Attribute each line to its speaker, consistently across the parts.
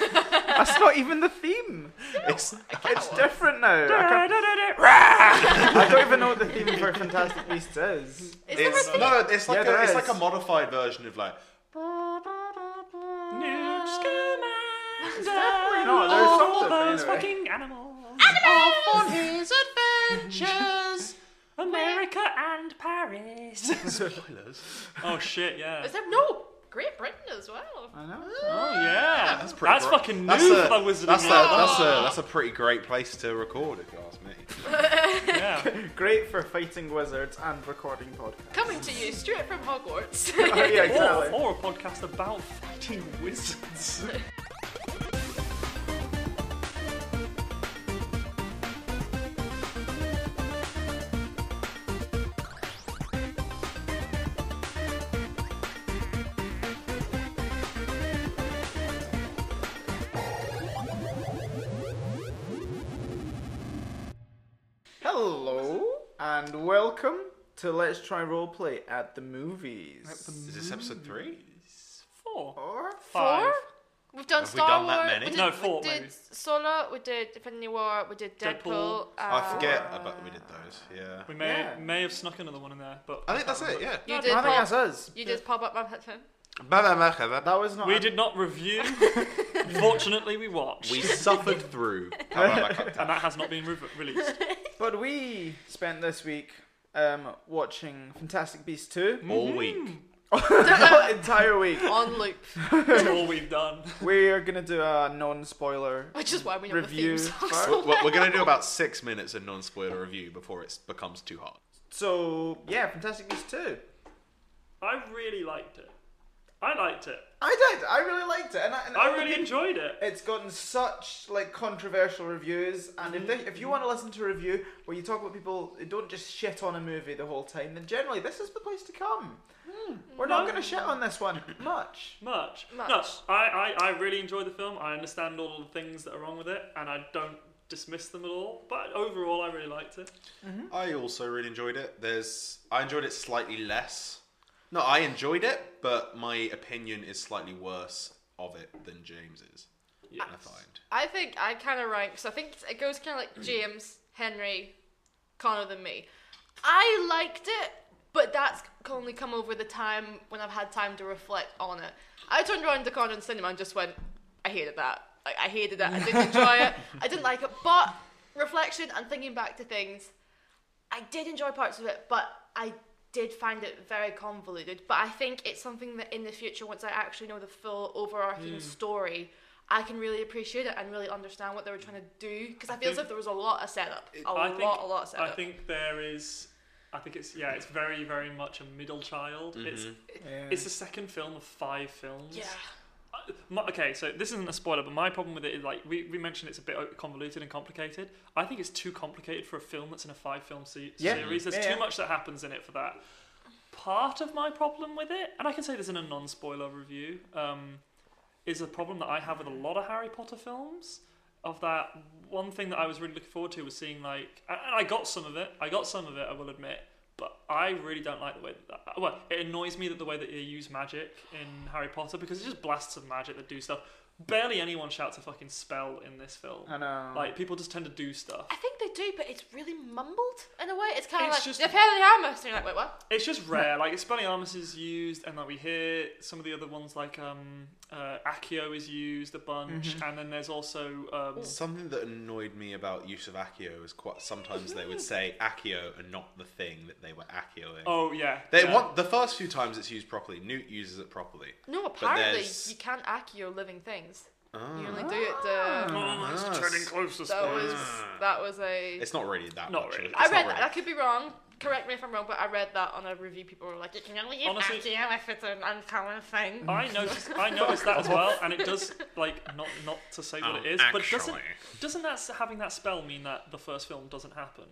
Speaker 1: That's not even the theme.
Speaker 2: It's,
Speaker 1: It's different now. I, can't- I don't even know what the theme for Fantastic Beasts is.
Speaker 3: Is there a
Speaker 2: it's,
Speaker 3: thing?
Speaker 2: no, it's like
Speaker 1: Yeah,
Speaker 2: a,
Speaker 1: there
Speaker 2: it's
Speaker 1: is.
Speaker 2: like a modified version of like.
Speaker 1: Definitely not. There's something. anyway.
Speaker 2: On his adventures.
Speaker 4: America and Paris.
Speaker 2: Spoilers.
Speaker 4: oh shit, yeah.
Speaker 3: Is there no Great Britain as well?
Speaker 1: I know.
Speaker 4: Oh yeah. That's,
Speaker 2: Pretty great.
Speaker 4: fucking new
Speaker 2: That's a-
Speaker 4: for Wizarding
Speaker 2: That's a,
Speaker 4: World. Ah.
Speaker 2: that's, a, that's a pretty great place to record, if you ask me.
Speaker 4: Yeah.
Speaker 1: Great for fighting wizards and recording podcasts.
Speaker 3: Coming to you straight from Hogwarts.
Speaker 1: Oh, yeah,
Speaker 4: Or,
Speaker 1: exactly.
Speaker 4: or a podcast about fighting wizards.
Speaker 1: Hello and welcome to Let's Try Roleplay at the Movies.
Speaker 2: Is this episode three?
Speaker 4: Four.
Speaker 1: Or
Speaker 4: Five.
Speaker 3: We've done
Speaker 2: Have we
Speaker 3: Star
Speaker 2: done that
Speaker 3: Wars.
Speaker 2: many?
Speaker 3: We did,
Speaker 4: No, four,
Speaker 3: We did
Speaker 4: maybe.
Speaker 3: Solo. We did Infinity War. We did Deadpool.
Speaker 4: Deadpool.
Speaker 2: I
Speaker 3: uh,
Speaker 2: forget about we did those. Yeah.
Speaker 4: We may
Speaker 1: Yeah.
Speaker 4: may have snuck another one in there, but
Speaker 2: I think that's it. Yeah.
Speaker 3: You
Speaker 1: I
Speaker 3: did.
Speaker 1: think that's
Speaker 3: Pop,
Speaker 1: us.
Speaker 3: you did pop up my headphone.
Speaker 1: That was not.
Speaker 4: we
Speaker 1: a-
Speaker 4: did not review. Fortunately, we watched,
Speaker 2: We suffered through. How
Speaker 4: and that has not been re- released.
Speaker 1: But we spent this week um, watching Fantastic Beasts 2.
Speaker 2: All week.
Speaker 4: Mm-hmm.
Speaker 1: Not entire week.
Speaker 3: On loop,
Speaker 4: That's all we've done.
Speaker 1: We are gonna do a non-spoiler.
Speaker 3: which is why we know
Speaker 1: Review
Speaker 3: the theme song.
Speaker 1: first.
Speaker 3: so
Speaker 2: We're, we're
Speaker 3: well.
Speaker 2: going to do about six minutes of non-spoiler review before it becomes too hard.
Speaker 1: So yeah, Fantastic Beasts 2.
Speaker 4: I really liked it. I liked it.
Speaker 1: I did. I really liked it, and I, and
Speaker 4: I
Speaker 1: all the
Speaker 4: really
Speaker 1: people-
Speaker 4: enjoyed it.
Speaker 1: It's gotten such like controversial reviews, and if
Speaker 4: Mm-hmm.
Speaker 1: they, if you want to listen to a review where you talk about people who don't just shit on a movie the whole time, then generally this is the place to come. We're not gonna shit on this one much.
Speaker 4: Much. No,
Speaker 3: Much.
Speaker 4: I, I, I really enjoyed the film. I understand all the things that are wrong with it, and I don't dismiss them at all. But overall, I really liked it.
Speaker 2: I also really enjoyed it. There's, I enjoyed it slightly less. No, I enjoyed it, but my opinion is slightly worse of it than James's.
Speaker 4: Yes.
Speaker 2: I find.
Speaker 3: I think I kind of rank. So I think it goes kind of like James, Henry, Connor than me. I liked it, but that's only come over the time when I've had time to reflect on it. I turned around to Connor in cinema and just went, I hated that. Like I hated it. I didn't enjoy it. I didn't like it. But reflection and thinking back to things, I did enjoy parts of it, but I did find it very convoluted. But I think it's something that in the future, once I actually know the full overarching
Speaker 4: Hmm.
Speaker 3: story, I can really appreciate it and really understand what they were trying to do. Because I feel as
Speaker 4: think-
Speaker 3: if there was a lot of setup, a
Speaker 4: I
Speaker 3: lot, a lot of
Speaker 4: I
Speaker 3: setup.
Speaker 4: think there is. I think it's yeah. It's very very much a middle child. It's it's the second film of five films.
Speaker 3: yeah,
Speaker 4: Uh, My, okay, so this isn't a spoiler, but my problem with it is like we, we mentioned it's a bit o- convoluted and complicated. I think it's too complicated for a film that's in a five film se-
Speaker 1: Yeah.
Speaker 4: series. There's
Speaker 1: Yeah,
Speaker 4: too
Speaker 1: yeah.
Speaker 4: much that happens in it for that. Part of my problem with it, and I can say this in a non spoiler review, um, is a problem that I have with a lot of Harry Potter films. Of that, one thing that I was really looking forward to was seeing like, and and I got some of it. I got some of it. I will admit. But I really don't like the way that, that. Well, it annoys me that the way that they use magic in Harry Potter because it's just blasts of magic that do stuff. Barely anyone shouts a fucking spell in this film.
Speaker 1: I know.
Speaker 4: Like people just tend to do stuff.
Speaker 3: I think they do, but it's really mumbled in a way. It's kind of
Speaker 4: It's
Speaker 3: like
Speaker 4: just-
Speaker 3: they pair the armor, so you're like, wait, what?
Speaker 4: It's just rare. Like Expelliarmus is used, and like we hear some of the other ones, like um, uh, Accio is used a bunch, and then there's also um,
Speaker 2: Something that annoyed me about use of Accio is quite sometimes they would say Accio and not the thing that they were Accioing.
Speaker 4: oh yeah,
Speaker 2: they
Speaker 4: yeah.
Speaker 2: want the first few times it's used properly. Newt uses it properly.
Speaker 3: No, apparently
Speaker 2: there's-
Speaker 3: you can't accio living things.
Speaker 2: Ah.
Speaker 3: You only do it. To...
Speaker 4: Oh, it's
Speaker 2: Yes.
Speaker 4: turning closer.
Speaker 3: That was
Speaker 2: Ah.
Speaker 3: that was a.
Speaker 2: It's not really that
Speaker 4: Not
Speaker 2: much. of
Speaker 4: really.
Speaker 2: it.
Speaker 3: I
Speaker 2: It's
Speaker 3: read
Speaker 2: not
Speaker 3: that. I could be wrong. Correct me if I'm wrong, but I read that on a review. People were like, "You can only use
Speaker 4: Honestly- Uh,
Speaker 3: Accio if it's an uncommon thing."
Speaker 4: I noticed. I noticed that as well, and it does like not not to say what
Speaker 2: Um,
Speaker 4: it is, but doesn't
Speaker 2: actually.
Speaker 4: doesn't that s- having that spell mean that the first film doesn't happen?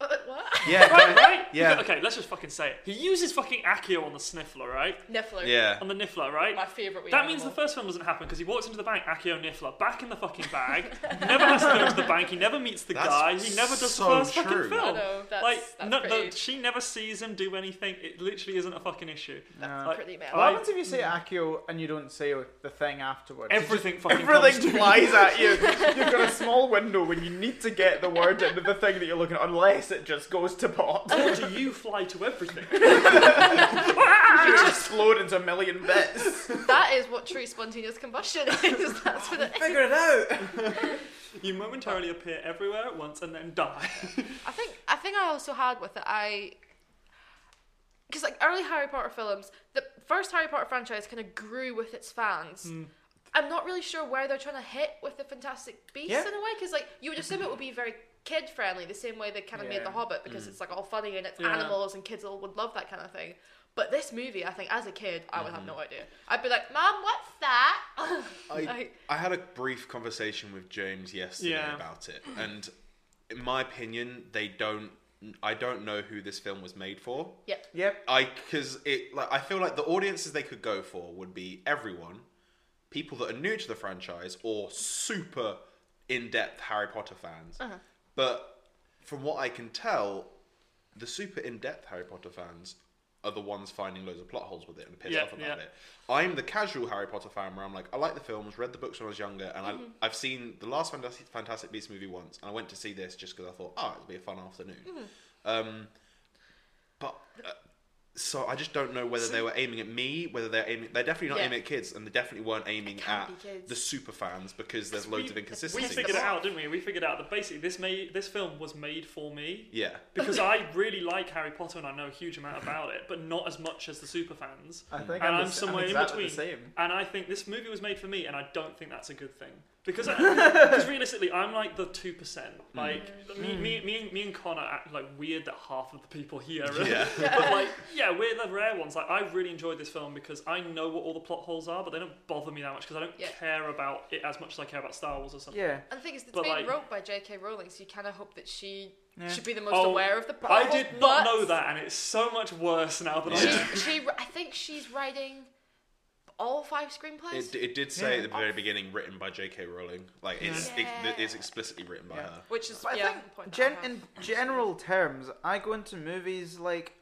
Speaker 3: Uh, what?
Speaker 2: Yeah,
Speaker 4: Right?
Speaker 2: Yeah.
Speaker 4: Okay, let's just fucking say it. He uses fucking Accio on the Sniffler, right?
Speaker 3: Niffler.
Speaker 2: Yeah.
Speaker 4: On the Niffler, right?
Speaker 3: My favourite wee
Speaker 4: That means the
Speaker 3: animal.
Speaker 4: first film doesn't happen because he walks into the bank, Akio Niffler, back in the fucking bag. never has to go to the bank. He never meets the
Speaker 2: That's
Speaker 4: guy. He never does
Speaker 2: so
Speaker 4: the first fucking
Speaker 2: true.
Speaker 4: film.
Speaker 3: I know, that's-
Speaker 4: like,
Speaker 3: that's
Speaker 4: no,
Speaker 3: pretty-
Speaker 4: the- she never sees him do anything. It literally isn't a fucking issue.
Speaker 1: No.
Speaker 4: Like,
Speaker 3: pretty mad.
Speaker 1: What
Speaker 4: I-
Speaker 1: happens if you say Akio and you don't say the thing afterwards?
Speaker 4: everything fucking comes
Speaker 1: Everything
Speaker 4: to-
Speaker 1: flies at you. You've got a small window when you need to get the word into the thing that you're looking at, unless it just goes to pot.
Speaker 4: Or do you fly to everything?
Speaker 1: It's explode into a million bits.
Speaker 3: That is what true spontaneous combustion is. That's what it is.
Speaker 1: Figure it out.
Speaker 4: You momentarily appear everywhere at once and then die.
Speaker 3: I think I think I also had with it I because like early Harry Potter films, the first Harry Potter franchise kind of grew with its fans. I'm not really sure where they're trying to hit with the Fantastic Beasts
Speaker 1: Yeah.
Speaker 3: in a way because like you would assume it would be very kid friendly, the same way they kind of
Speaker 1: Yeah.
Speaker 3: made The Hobbit because it's like all funny and it's
Speaker 4: Yeah.
Speaker 3: animals and kids all would love that kind of thing. But this movie, I think, as a kid, I would have no idea. I'd be like, "Mom, what's that?"
Speaker 2: I,
Speaker 3: Like-
Speaker 2: I had a brief conversation with James yesterday
Speaker 4: Yeah.
Speaker 2: about it, and in my opinion, they don't. I don't know who this film was made for.
Speaker 3: yep.
Speaker 1: Yep.
Speaker 2: I because it like I feel like the audiences they could go for would be everyone, people that are new to the franchise or super in-depth Harry Potter fans. But from what I can tell, the super in-depth Harry Potter fans are the ones finding loads of plot holes with it and pissed
Speaker 4: Yeah,
Speaker 2: off about
Speaker 4: yeah.
Speaker 2: it. I'm the casual Harry Potter fan where I'm like, I like the films, read the books when I was younger, and I, I've seen the last Fantastic, Fantastic Beasts movie once, and I went to see this just because I thought, oh, it'll be a fun afternoon. Um, but uh, so I just don't know whether they were aiming at me, whether they're aiming. They're definitely not
Speaker 3: Yeah.
Speaker 2: aiming at kids, and they definitely weren't aiming
Speaker 3: can't
Speaker 2: at
Speaker 3: be kids.
Speaker 2: the super fans because there's loads
Speaker 4: we-
Speaker 2: of
Speaker 4: we
Speaker 2: inconsistencies.
Speaker 4: figured it out, didn't we? We figured out that basically this made this film was made for me.
Speaker 2: Yeah,
Speaker 4: Because I really like Harry Potter and I know a huge amount about it, but not as much as the super fans.
Speaker 1: I
Speaker 4: and
Speaker 1: think
Speaker 4: I'm,
Speaker 1: I'm, the s- I'm
Speaker 4: somewhere
Speaker 1: exactly
Speaker 4: in
Speaker 1: the
Speaker 4: between.
Speaker 1: same.
Speaker 4: And I think this movie was made for me, and I don't think that's a good thing because because realistically, I'm like the two percent. Like me, me, me, and- me and Connor act like weird that half of the people here. Are.
Speaker 2: yeah.
Speaker 4: but like, yeah, we're the rare ones. Like, I really enjoyed this film because I know what all the plot holes are, but they don't bother me that much because I don't
Speaker 3: Yeah.
Speaker 4: care about it as much as I care about Star Wars or something.
Speaker 1: Yeah.
Speaker 3: And the thing is, it's
Speaker 4: But,
Speaker 3: being
Speaker 4: like-
Speaker 3: wrote by J.K. Rowling, so you kind of hope that she
Speaker 1: Yeah.
Speaker 3: should be the most
Speaker 4: Oh,
Speaker 3: aware of the plot.
Speaker 4: I did not
Speaker 3: but
Speaker 4: know that, and it's so much worse now that I.
Speaker 2: Yeah.
Speaker 3: She, she, I think she's writing all five
Speaker 2: It,
Speaker 3: screenplays,
Speaker 2: it did say
Speaker 1: Yeah.
Speaker 2: at the very beginning, written by J.K. Rowling. Like it's
Speaker 3: Yeah.
Speaker 2: it, it's explicitly written by
Speaker 1: Yeah.
Speaker 2: her.
Speaker 3: which is
Speaker 1: But I
Speaker 3: yeah. the
Speaker 1: think
Speaker 3: point
Speaker 1: gen-
Speaker 3: that I
Speaker 1: in
Speaker 3: have.
Speaker 1: general terms, I go into movies like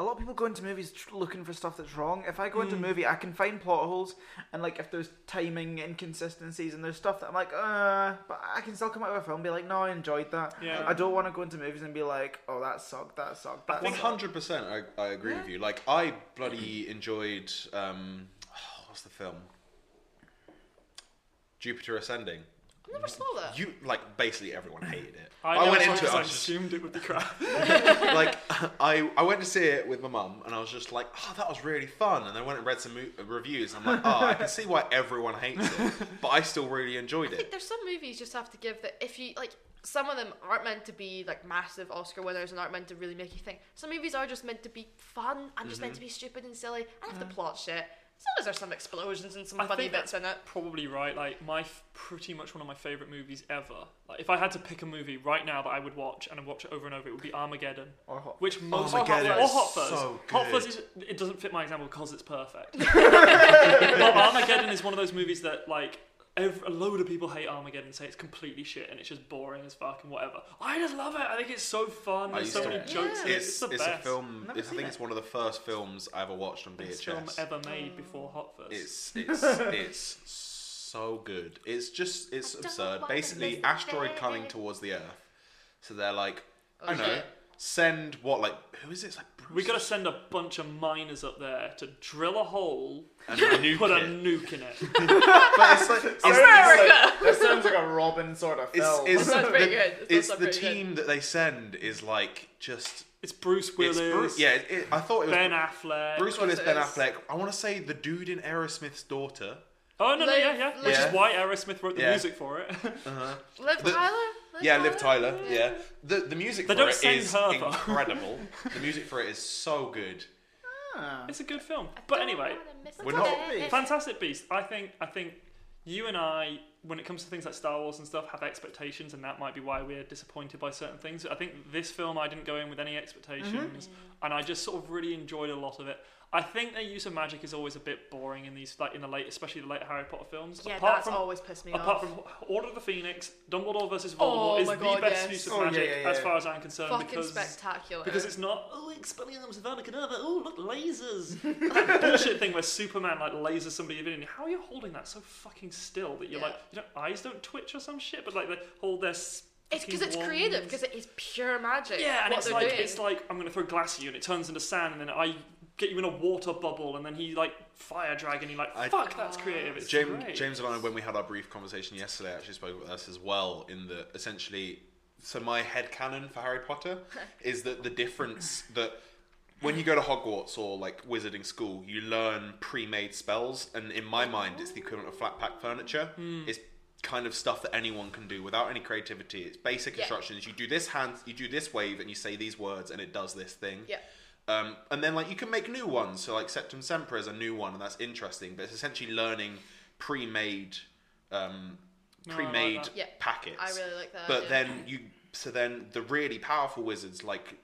Speaker 1: a lot of people go into movies tr- looking for stuff that's wrong. If I go into a movie, I can find plot holes and like if there's timing inconsistencies and there's stuff that I'm like, uh, but I can still come out of a film and be like, no, I enjoyed that.
Speaker 4: Yeah.
Speaker 1: I don't want to go into movies and be like, oh, that sucked, that sucked, that
Speaker 2: One
Speaker 1: sucked.
Speaker 2: hundred percent, I I agree with you. Like I bloody enjoyed um, what's the film? Jupiter Ascending.
Speaker 3: I never saw that.
Speaker 2: You like basically everyone hated it.
Speaker 4: I,
Speaker 2: I
Speaker 4: know
Speaker 2: went
Speaker 4: it's
Speaker 2: into it.
Speaker 4: because
Speaker 2: I
Speaker 4: I
Speaker 2: was just
Speaker 4: assumed it would be crap.
Speaker 2: like I, I went to see it with my mum and I was just like, oh, that was really fun. And I went and read some mo- reviews. And I'm like, oh, I can see why everyone hates it, but I still really enjoyed
Speaker 3: I think
Speaker 2: it.
Speaker 3: there's some movies you just have to give that if you like. Some of them aren't meant to be like massive Oscar winners and aren't meant to really make you think. Some movies are just meant to be fun and just meant
Speaker 4: Mm-hmm.
Speaker 3: to be stupid and silly. And if the plot shit, as long as there's some explosions and some
Speaker 4: I
Speaker 3: funny
Speaker 4: think
Speaker 3: bits in it.
Speaker 4: probably right. Like my f- pretty much one of my favorite movies ever. Like if I had to pick a movie right now that I would watch and I'd watch it over and over, it would be Armageddon.
Speaker 1: Or Hot
Speaker 2: Oh
Speaker 4: Which most
Speaker 2: Armageddon
Speaker 4: or
Speaker 2: is
Speaker 4: Hot Fuzz.
Speaker 2: so
Speaker 4: Hot
Speaker 2: good.
Speaker 4: Fuzz is it doesn't fit my example because it's perfect. but Armageddon is one of those movies that like. ev a load of people hate Armageddon and say it's completely shit and it's just boring as fuck and whatever. I just love it. I think it's so fun.
Speaker 2: I
Speaker 4: There's so
Speaker 2: used to-
Speaker 4: many jokes in it.
Speaker 2: It's,
Speaker 4: It's, the
Speaker 2: it's a
Speaker 4: best
Speaker 2: film.
Speaker 1: Never
Speaker 2: It's, I
Speaker 1: seen
Speaker 2: think
Speaker 1: it.
Speaker 2: it's one of the first films I ever watched on
Speaker 4: best film
Speaker 2: VHS.
Speaker 4: ever made before Hot Fuzz.
Speaker 2: It's it's it's so good. It's just it's
Speaker 3: I don't
Speaker 2: absurd.
Speaker 3: want
Speaker 2: Basically,
Speaker 3: this
Speaker 2: asteroid
Speaker 3: bad.
Speaker 2: coming towards the Earth. So they're like, I know.
Speaker 3: shit.
Speaker 2: Send what like who is it? It's like Bruce
Speaker 4: we gotta send a bunch of miners up there to drill a hole
Speaker 2: and nuke
Speaker 4: put a
Speaker 2: it.
Speaker 4: nuke in it.
Speaker 2: But it's like it's,
Speaker 1: America! that sounds like a Robin sort of
Speaker 2: It's,
Speaker 1: film.
Speaker 2: it's
Speaker 3: Oh. That sounds
Speaker 2: the,
Speaker 3: pretty good. That
Speaker 2: It's
Speaker 3: sounds
Speaker 2: the
Speaker 3: pretty good.
Speaker 2: team that they send is like just.
Speaker 4: It's Bruce Willis,
Speaker 2: It's Bruce, yeah, it, it- I thought it was
Speaker 4: Ben Affleck.
Speaker 2: Bruce Willis,
Speaker 3: Of
Speaker 2: Ben
Speaker 3: course it
Speaker 2: Affleck. I want to say the dude in Aerosmith's daughter.
Speaker 4: oh no, no, yeah, yeah.
Speaker 3: Liv-
Speaker 4: Which
Speaker 2: Yeah.
Speaker 4: is why Aerosmith wrote the
Speaker 2: Yeah.
Speaker 4: music for it.
Speaker 3: Liv
Speaker 2: The-
Speaker 3: Tyler.
Speaker 2: yeah, Liv Tyler. Yeah, the the music
Speaker 4: They
Speaker 2: for
Speaker 4: don't
Speaker 2: it
Speaker 4: send
Speaker 2: is
Speaker 4: her, though.
Speaker 2: incredible. the music for it is so good.
Speaker 1: Ah.
Speaker 4: it's a good film. But anyway,
Speaker 2: We're not-
Speaker 1: Fantastic.
Speaker 4: Fantastic Beast. I think I think you and I, when it comes to things like Star Wars and stuff, have expectations, and that might be why we're disappointed by certain things. I think this film, I didn't go in with any expectations,
Speaker 3: Mm-hmm.
Speaker 4: and I just sort of really enjoyed a lot of it. I think their use of magic is always a bit boring in these, like in the late, especially the late Harry Potter films.
Speaker 3: Yeah,
Speaker 4: apart
Speaker 3: that's
Speaker 4: from
Speaker 3: always pissed me
Speaker 4: apart
Speaker 3: off.
Speaker 4: from Order of the Phoenix, Dumbledore versus
Speaker 3: Oh
Speaker 4: Voldemort is
Speaker 3: my
Speaker 4: the
Speaker 3: God,
Speaker 4: best
Speaker 3: yes.
Speaker 4: use of
Speaker 1: Oh, yeah,
Speaker 4: magic
Speaker 1: yeah, yeah.
Speaker 4: as far as I'm concerned
Speaker 3: Fucking
Speaker 4: because
Speaker 3: spectacular.
Speaker 4: because it's not oh Expelliarmus, Avada oh look lasers, that bullshit thing where Superman like lasers somebody in the video. How are you holding that so fucking still that you're
Speaker 3: Yeah.
Speaker 4: like you know eyes don't twitch or some shit, but like they hold their. s-
Speaker 3: it's because
Speaker 4: fucking
Speaker 3: it's creative
Speaker 4: wands.
Speaker 3: because it is pure magic.
Speaker 4: Yeah, and
Speaker 3: what
Speaker 4: it's
Speaker 3: they're
Speaker 4: like
Speaker 3: doing.
Speaker 4: it's like I'm gonna throw glass at you, and it turns into sand, and then I get you in a water bubble, and then he like fire dragon. You're like,
Speaker 2: I-
Speaker 4: fuck, that's creative. It's
Speaker 2: James,
Speaker 4: great.
Speaker 2: James and I, when we had our brief conversation yesterday, actually spoke about this as well. In the essentially, so my head canon for Harry Potter is that the difference that when you go to Hogwarts or like wizarding school, you learn pre-made spells, and in my mind, it's the equivalent of flat pack furniture. It's kind of stuff that anyone can do without any creativity. It's basic
Speaker 3: Yeah.
Speaker 2: instructions. You do this hand, you do this wave, and you say these words, and it does this thing.
Speaker 3: Yeah.
Speaker 2: Um, and then like you can make new ones. So like Septum Semper is a new one, and that's interesting. But it's essentially learning pre-made, um,
Speaker 4: Oh, I like
Speaker 2: pre-made
Speaker 4: that.
Speaker 3: Yeah.
Speaker 2: packets.
Speaker 3: I really like that.
Speaker 2: But
Speaker 3: yeah.
Speaker 2: then you, so then the really powerful wizards like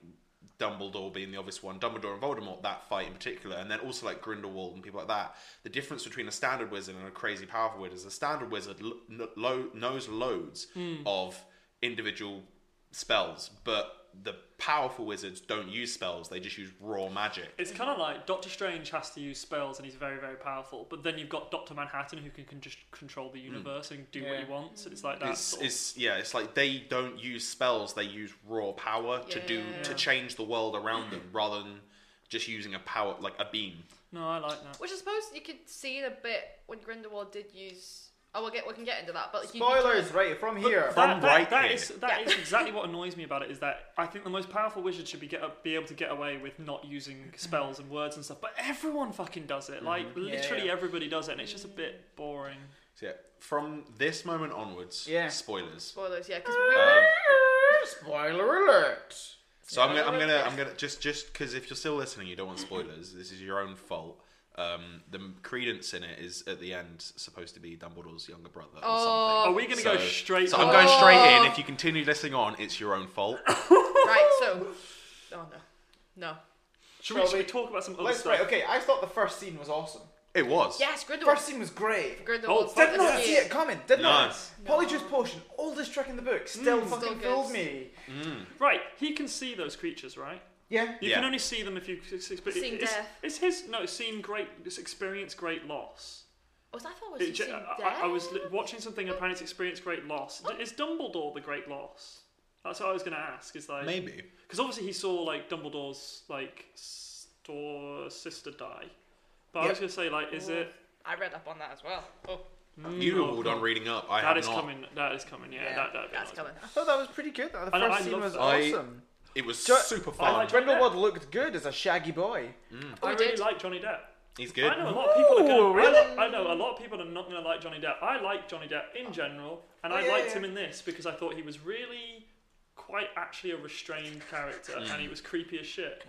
Speaker 2: Dumbledore being the obvious one, Dumbledore and Voldemort, that fight in particular, and then also like Grindelwald and people like that. The difference between a standard wizard and a crazy powerful wizard is a standard wizard lo- kn- lo- knows loads of individual spells, but the powerful wizards don't use spells; they just use raw magic.
Speaker 4: It's kind of like Doctor Strange has to use spells and he's very, very powerful. But then you've got Doctor Manhattan who can, can just control the universe and do what
Speaker 1: Yeah.
Speaker 4: he wants. And it's like that.
Speaker 2: Hmm. It's,
Speaker 4: sort of-
Speaker 2: it's yeah, it's like they don't use spells; they use raw power to do to
Speaker 4: Yeah.
Speaker 2: change the world around them, rather than just using a power like a beam.
Speaker 4: no, I like that.
Speaker 3: Which I suppose you could see in a bit when Grindelwald did use. Oh, we'll get we can get into that, but like, you- you
Speaker 1: Spoilers,
Speaker 3: can-
Speaker 1: right from here.
Speaker 2: But-
Speaker 4: That,
Speaker 2: From
Speaker 4: that-
Speaker 2: right
Speaker 4: that
Speaker 2: here.
Speaker 4: is that
Speaker 3: Yeah.
Speaker 4: is exactly what annoys me about it is that I think the most powerful wizard should be get be able to get away with not using spells and words and stuff. But everyone fucking does it. Like
Speaker 2: Mm-hmm.
Speaker 4: literally
Speaker 1: yeah.
Speaker 4: everybody does it, and it's just a bit boring.
Speaker 2: So yeah, from this moment onwards,
Speaker 1: Yeah.
Speaker 2: spoilers.
Speaker 3: Spoilers, yeah,
Speaker 4: Um,
Speaker 3: because
Speaker 1: Ah.
Speaker 3: we were.
Speaker 1: Spoiler alert.
Speaker 2: So I'm gonna, I'm
Speaker 3: Spoiler
Speaker 2: gonna,
Speaker 3: alert.
Speaker 2: I'm gonna just, just because if you're still listening, you don't want spoilers. this is your own fault. Um, the credence in it is at the end supposed to be Dumbledore's younger brother. Or
Speaker 3: Oh.
Speaker 4: Are
Speaker 2: something.
Speaker 4: we gonna
Speaker 2: So-
Speaker 4: go straight?
Speaker 2: So I'm
Speaker 4: to-
Speaker 2: going
Speaker 3: Oh.
Speaker 2: straight in. If you continue listening on, it's your own fault.
Speaker 3: right, so. Oh, no. No.
Speaker 4: Should we, should we talk about some other
Speaker 1: Let's
Speaker 4: stuff?
Speaker 1: right. Okay, I thought the first scene was awesome.
Speaker 2: It was.
Speaker 3: Yes, Grindelwald.
Speaker 1: First scene was great.
Speaker 3: Grindelwald's
Speaker 4: Oh,
Speaker 1: Did
Speaker 3: fucking
Speaker 1: not
Speaker 3: cute.
Speaker 1: see it coming. Did not.
Speaker 2: Nice.
Speaker 1: Polyjuice potion, oldest trick in the book, still
Speaker 4: Mm.
Speaker 1: fucking
Speaker 3: Still
Speaker 1: fooled
Speaker 3: good.
Speaker 1: me.
Speaker 4: Right, he can see those creatures, right?
Speaker 1: Yeah.
Speaker 4: You
Speaker 2: Yeah.
Speaker 4: can only see them if you experience.
Speaker 3: Seen
Speaker 4: it's,
Speaker 3: death.
Speaker 4: It's his no. Seen great. It's experience great loss.
Speaker 3: Was I thought was
Speaker 4: It
Speaker 3: it,
Speaker 4: ju-
Speaker 3: Oh, seen
Speaker 4: Oh, I-
Speaker 3: death?
Speaker 4: I, I was li- watching something and it's experience great loss. D- Is Dumbledore the great loss? That's what I was going to ask. Is like
Speaker 2: Maybe.
Speaker 4: because obviously he saw like Dumbledore's like store sister die, but I was
Speaker 1: Yep.
Speaker 4: going to say like is it
Speaker 3: I read up on that as well. Oh,
Speaker 2: You were
Speaker 4: Mm,
Speaker 2: all done reading up. I
Speaker 4: That
Speaker 2: have
Speaker 4: is
Speaker 2: not.
Speaker 4: coming. That is coming. Yeah,
Speaker 1: Yeah,
Speaker 4: that, that'd be
Speaker 3: that's
Speaker 4: nice.
Speaker 3: coming.
Speaker 1: I thought that was pretty good. though. The
Speaker 4: I know,
Speaker 1: first
Speaker 4: I
Speaker 1: scene
Speaker 4: love
Speaker 1: was
Speaker 4: that.
Speaker 2: I-
Speaker 1: awesome.
Speaker 2: It was
Speaker 1: Ju-
Speaker 2: super fun.
Speaker 4: like-
Speaker 1: Grindelwald looked good as a shaggy boy.
Speaker 3: Oh,
Speaker 4: I
Speaker 3: we
Speaker 4: really
Speaker 3: did.
Speaker 4: like Johnny Depp.
Speaker 2: He's good.
Speaker 4: I know a lot of people are gonna.
Speaker 1: Ooh,
Speaker 4: I
Speaker 1: really?
Speaker 4: know- I, know a lot of people are not gonna like Johnny Depp. I like Johnny Depp in general, and
Speaker 1: Oh,
Speaker 4: I
Speaker 1: yeah,
Speaker 4: liked
Speaker 1: yeah.
Speaker 4: him in this because I thought he was really quite actually a restrained character, and he was creepy as shit.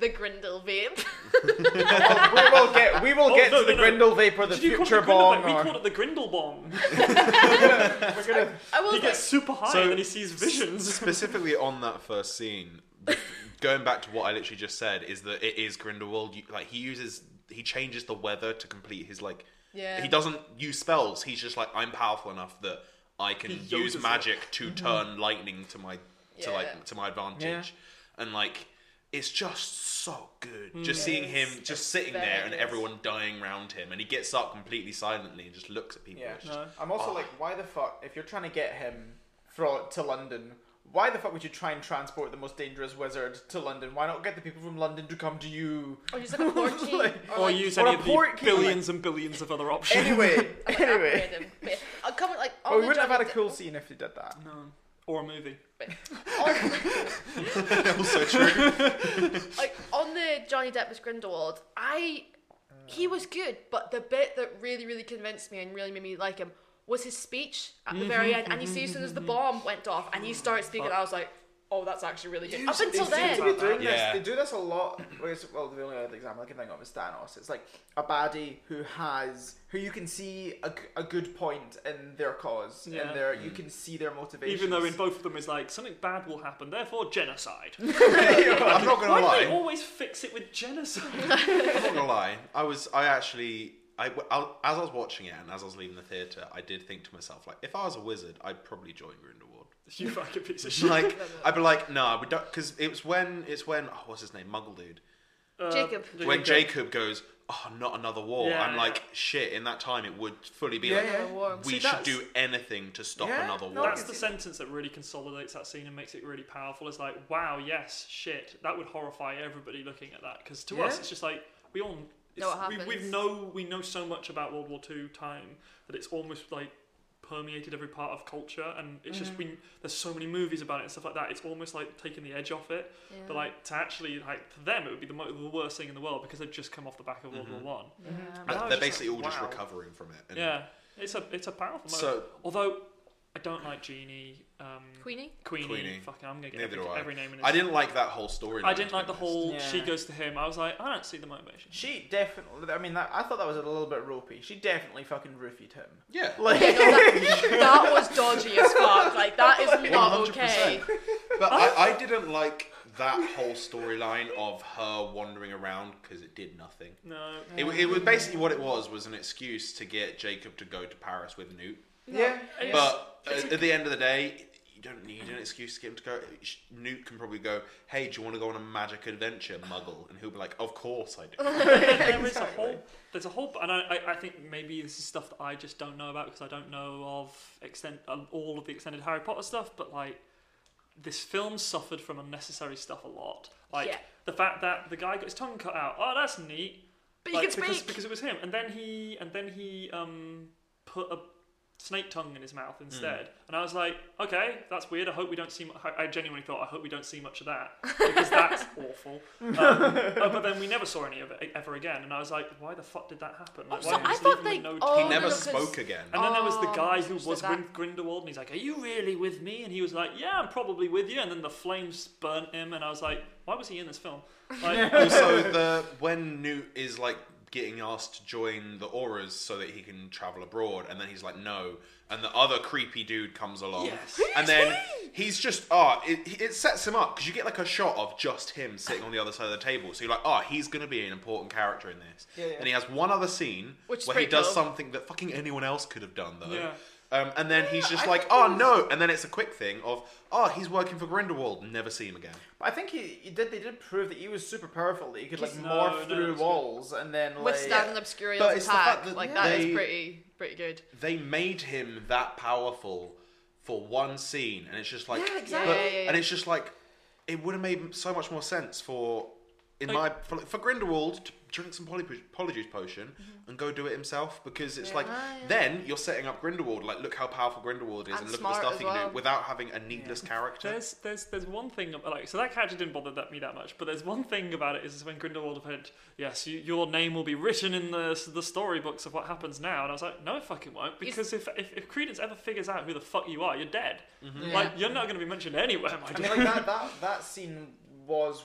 Speaker 3: The Grindel vape.
Speaker 1: Well, we will get, we will
Speaker 4: Oh,
Speaker 1: get
Speaker 4: no,
Speaker 1: to the
Speaker 4: no, no.
Speaker 1: Grindel Vapor, the
Speaker 4: Did you call it
Speaker 1: future
Speaker 4: the Grindel
Speaker 1: bomb.
Speaker 4: Bomb? We
Speaker 1: or-
Speaker 4: called it the Grindel Bomb.
Speaker 1: we're gonna-
Speaker 3: I will
Speaker 4: he
Speaker 3: say,
Speaker 4: gets super high
Speaker 2: So-
Speaker 4: and then he sees visions.
Speaker 2: Specifically on that first scene, the- going back to what I literally just said, is that it is Grindelwald. You- Like he uses, he changes the weather to complete his like.
Speaker 3: Yeah.
Speaker 2: He doesn't use spells. He's just like I'm powerful enough that I can
Speaker 4: He
Speaker 2: use
Speaker 4: uses
Speaker 2: magic to
Speaker 4: Mm-hmm.
Speaker 2: turn lightning to my to
Speaker 3: Yeah.
Speaker 2: like to my advantage, and like it's just so good.
Speaker 4: Mm.
Speaker 2: Just seeing him
Speaker 3: It's-
Speaker 2: just
Speaker 3: it's
Speaker 2: sitting there and
Speaker 3: fabulous.
Speaker 2: everyone dying round him, and he gets up completely silently and just looks at people.
Speaker 1: Yeah.
Speaker 2: It's just-
Speaker 4: No.
Speaker 1: I'm also
Speaker 2: Oh.
Speaker 1: like, why the fuck? If you're trying to get him fro to London, why the fuck would you try and transport the most dangerous wizard to London? Why not get the people from London to come to you?
Speaker 3: or use Oh, like a porky.
Speaker 1: Like-
Speaker 3: or,
Speaker 4: or
Speaker 3: like,
Speaker 4: use
Speaker 1: or
Speaker 4: any
Speaker 1: a
Speaker 4: of the
Speaker 1: pork key,
Speaker 4: billions and billions of other options.
Speaker 1: Anyway,
Speaker 3: like,
Speaker 1: anyway.
Speaker 3: upgrade him. But yeah, I'll come with, like.
Speaker 1: But
Speaker 3: on
Speaker 1: we
Speaker 3: the
Speaker 1: wouldn't have had a
Speaker 3: Johnny
Speaker 1: cool
Speaker 3: Depp-
Speaker 1: scene if they did that.
Speaker 4: No. Or a movie.
Speaker 2: also true.
Speaker 3: like on the Johnny Depp as Grindelwald, I he was good, but the bit that really, really convinced me and really made me like him was his speech at the very end. And you see, as soon as the bomb went off and he starts speaking, I was like, oh, that's actually really good.
Speaker 1: You
Speaker 3: Up
Speaker 1: s-
Speaker 3: until
Speaker 1: they seem
Speaker 3: then,
Speaker 1: to be doing this.
Speaker 2: Yeah.
Speaker 1: They do this a lot. Well, it's- Well, the only other example I can think of is Thanos. It's like a baddie who has who you can see a, g- a good point in their cause, and
Speaker 4: Yeah.
Speaker 1: their you can see their motivation.
Speaker 4: Even though in both of them is like something bad will happen, therefore genocide.
Speaker 2: I'm not
Speaker 4: Why
Speaker 2: gonna
Speaker 4: do they
Speaker 2: lie.
Speaker 4: always fix it with genocide?
Speaker 2: I'm not gonna lie. I was. I actually. I, I, as I was watching it and as I was leaving the theater, I did think to myself, like, if I was a wizard, I'd probably join Grindelwald.
Speaker 4: you fucking piece of shit.
Speaker 2: Like, I'd be like, nah, we don't, because it was when it's when oh, what's his name, Muggle dude.
Speaker 4: Uh,
Speaker 3: Jacob.
Speaker 2: When Jacob goes, oh, not another war.
Speaker 4: Yeah,
Speaker 2: I'm
Speaker 4: yeah.
Speaker 2: like, shit. In that time, it would fully be
Speaker 1: Yeah,
Speaker 2: like,
Speaker 1: yeah.
Speaker 3: Another war.
Speaker 2: we
Speaker 4: See,
Speaker 2: should
Speaker 4: that's-
Speaker 2: do anything to stop
Speaker 1: Yeah,
Speaker 2: another
Speaker 1: no,
Speaker 2: war.
Speaker 1: I
Speaker 4: That's
Speaker 1: can
Speaker 4: the
Speaker 1: see
Speaker 4: sentence that really consolidates that scene and makes it really powerful. It's like, wow, yes, shit. That would horrify everybody looking at that because to us,
Speaker 1: Yeah.
Speaker 4: it's just like we all
Speaker 3: Know
Speaker 4: it's-
Speaker 3: what
Speaker 4: we, we
Speaker 3: happens.
Speaker 4: know we know so much about World War Two time that it's almost like permeated every part of culture, and it's just
Speaker 3: Mm-hmm.
Speaker 4: we there's so many movies about it and stuff like that. It's almost like taking the edge off it. But like to actually like for them, it would be the, mo- the worst thing in the world because they'd just come off the back of World War One.
Speaker 3: Yeah.
Speaker 4: And I
Speaker 2: Uh,
Speaker 4: was
Speaker 2: they're
Speaker 4: just
Speaker 2: basically
Speaker 4: like,
Speaker 2: all just
Speaker 4: wow.
Speaker 2: recovering from it. Mm-hmm. And
Speaker 4: Yeah, it's a it's a powerful. Moment.
Speaker 2: So-
Speaker 4: although I don't like Genie. Um,
Speaker 3: Queenie?
Speaker 4: Queenie.
Speaker 2: Queenie.
Speaker 4: Fucking, I'm gonna get
Speaker 2: Neither
Speaker 4: every,
Speaker 2: do I.
Speaker 4: every name in it.
Speaker 2: I didn't like that whole story.
Speaker 4: I didn't like the whole.
Speaker 1: Yeah.
Speaker 4: She goes to him. I was like, I don't see the motivation.
Speaker 1: she definitely. I mean, that, I thought that was a little bit ropey. She definitely fucking roofied him.
Speaker 2: Yeah.
Speaker 1: Like,
Speaker 3: No, that, that was dodgy as fuck. Like that is not Oh, okay.
Speaker 2: 100%. But I, I didn't like that whole storyline of her wandering around because it did nothing.
Speaker 4: No.
Speaker 2: It, it was basically what it was was an excuse to get Jacob to go to Paris with Newt.
Speaker 1: yeah.
Speaker 4: It's-
Speaker 2: But at, at the end of the day, you don't need an excuse to get him to go. Sh- Newt can probably go, "Hey, do you want to go on a magic adventure, Muggle?" And he'll be like, "Of course I do."
Speaker 4: there is a
Speaker 1: Exactly.
Speaker 4: whole. There's a whole, and I, I, I think maybe this is stuff that I just don't know about because I don't know of extent um, all of the extended Harry Potter stuff. But like, this film suffered from unnecessary stuff a lot. Like
Speaker 3: Yeah.
Speaker 4: the fact that the guy got his tongue cut out. Oh, that's neat.
Speaker 3: But
Speaker 4: Like,
Speaker 3: you can
Speaker 4: because,
Speaker 3: speak.
Speaker 4: because it was him. And then he and then he um put a snake tongue in his mouth instead. And I was like, okay, that's weird. I hope we don't see. Mu- I genuinely thought I hope we don't see much of that because that's awful. Um, uh, but then we never saw any of it ever again. And I was like, why the fuck did that happen? Like,
Speaker 3: Oh,
Speaker 4: why
Speaker 3: so
Speaker 4: did you
Speaker 3: I
Speaker 4: just
Speaker 3: thought
Speaker 4: leave him
Speaker 3: they
Speaker 4: with no
Speaker 3: all
Speaker 2: He
Speaker 3: Oh,
Speaker 2: never
Speaker 3: no, 'cause-
Speaker 2: spoke again.
Speaker 4: and then there was the
Speaker 3: Oh,
Speaker 4: guy who
Speaker 3: so
Speaker 4: was
Speaker 3: that-
Speaker 4: Grind- Grindelwald, and he's like, "Are you really with me?" And he was like, "Yeah, I'm probably with you." And then the flames burnt him, and I was like, "Why was he in this film?" Like,
Speaker 2: also, the when Newt is like getting asked to join the Auras so that he can travel abroad, and then he's like, "No," and the other creepy dude comes along,
Speaker 4: Yes.
Speaker 2: and then he's just ah, it, it sets him up because you get like a shot of just him sitting on the other side of the table, so you're like, "Ah, he's gonna be an important character in this,"
Speaker 1: Yeah, yeah.
Speaker 2: and he has one other scene
Speaker 3: Which is
Speaker 2: where he
Speaker 3: pretty
Speaker 2: does
Speaker 3: cool.
Speaker 2: something that fucking anyone else could have done though.
Speaker 4: Yeah.
Speaker 2: Um, and then he's just
Speaker 1: I
Speaker 2: like,
Speaker 1: think
Speaker 2: oh
Speaker 1: it was-
Speaker 2: no! And then it's a quick thing of, oh, he's working for Grindelwald. Never see him again.
Speaker 1: But I think he, he did. They did prove that he was super powerful. That he could like
Speaker 4: No, no,
Speaker 1: morph
Speaker 4: that's
Speaker 1: through
Speaker 4: good.
Speaker 1: walls and then like.
Speaker 3: Withstand an obscure
Speaker 2: But it's the fact
Speaker 3: attack.
Speaker 2: that
Speaker 3: like that is
Speaker 2: they-
Speaker 3: pretty pretty good.
Speaker 2: they made him that powerful for one scene, and it's just like,
Speaker 1: Yeah,
Speaker 3: exactly. Yeah, yeah, yeah.
Speaker 2: and it's just like, it would have made so much more sense for, in
Speaker 4: Like-
Speaker 2: my for, for Grindelwald to drink some poly, polyjuice potion and go do it himself because it's like,
Speaker 3: Ah, Mm-hmm. yeah.
Speaker 2: then you're setting up Grindelwald. Like, look how powerful Grindelwald is,
Speaker 3: And
Speaker 2: and, look at the
Speaker 3: smart
Speaker 2: stuff
Speaker 3: as
Speaker 2: he can
Speaker 3: well.
Speaker 2: do without having a needless character.
Speaker 4: There's there's there's one thing ab- like so that character didn't bother that me that much, but there's one thing about it is when Grindelwald went, yes, you, your name will be written in the the storybooks of what happens now, and I was like, no, it fucking won't, because if if, if Credence ever figures out who the fuck you are, you're dead. Like
Speaker 3: Yeah.
Speaker 4: you're not going to be mentioned anywhere, my
Speaker 1: Mm-hmm. I mean,
Speaker 4: dude.
Speaker 1: like that, that that scene was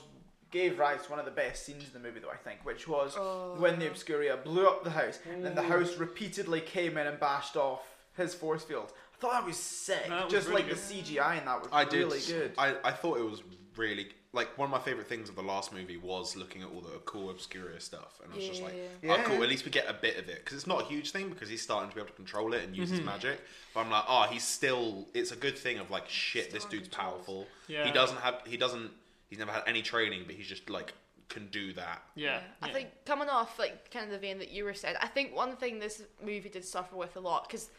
Speaker 1: gave rise to one of the best scenes in the movie, though I think, which was
Speaker 3: Oh.
Speaker 1: when the Obscuria blew up the house, and then the house repeatedly came in and bashed off his force field. I thought that was sick.
Speaker 4: That was
Speaker 1: Just
Speaker 4: really
Speaker 1: like the CGI in that was
Speaker 2: I did.
Speaker 1: really good.
Speaker 2: I, I thought it was really like one of my favorite things of the last movie was looking at all the cool obscuria stuff, and I was just like,
Speaker 1: Yeah.
Speaker 2: "Oh, cool! At least we get a bit of it because it's not a huge thing because he's starting to be able to control it and use
Speaker 1: Mm-hmm.
Speaker 2: his magic." But I'm like, "Oh, he's still." It's a good thing of like, "Shit, this
Speaker 3: Still in
Speaker 2: dude's
Speaker 3: control.
Speaker 2: powerful." He
Speaker 4: Yeah.
Speaker 2: doesn't have. He doesn't. He's never had any training, but he's just like can do that.
Speaker 4: yeah,
Speaker 3: I
Speaker 4: yeah.
Speaker 3: think coming off like kind of the vein that you were said, I think one thing this movie did suffer with a lot because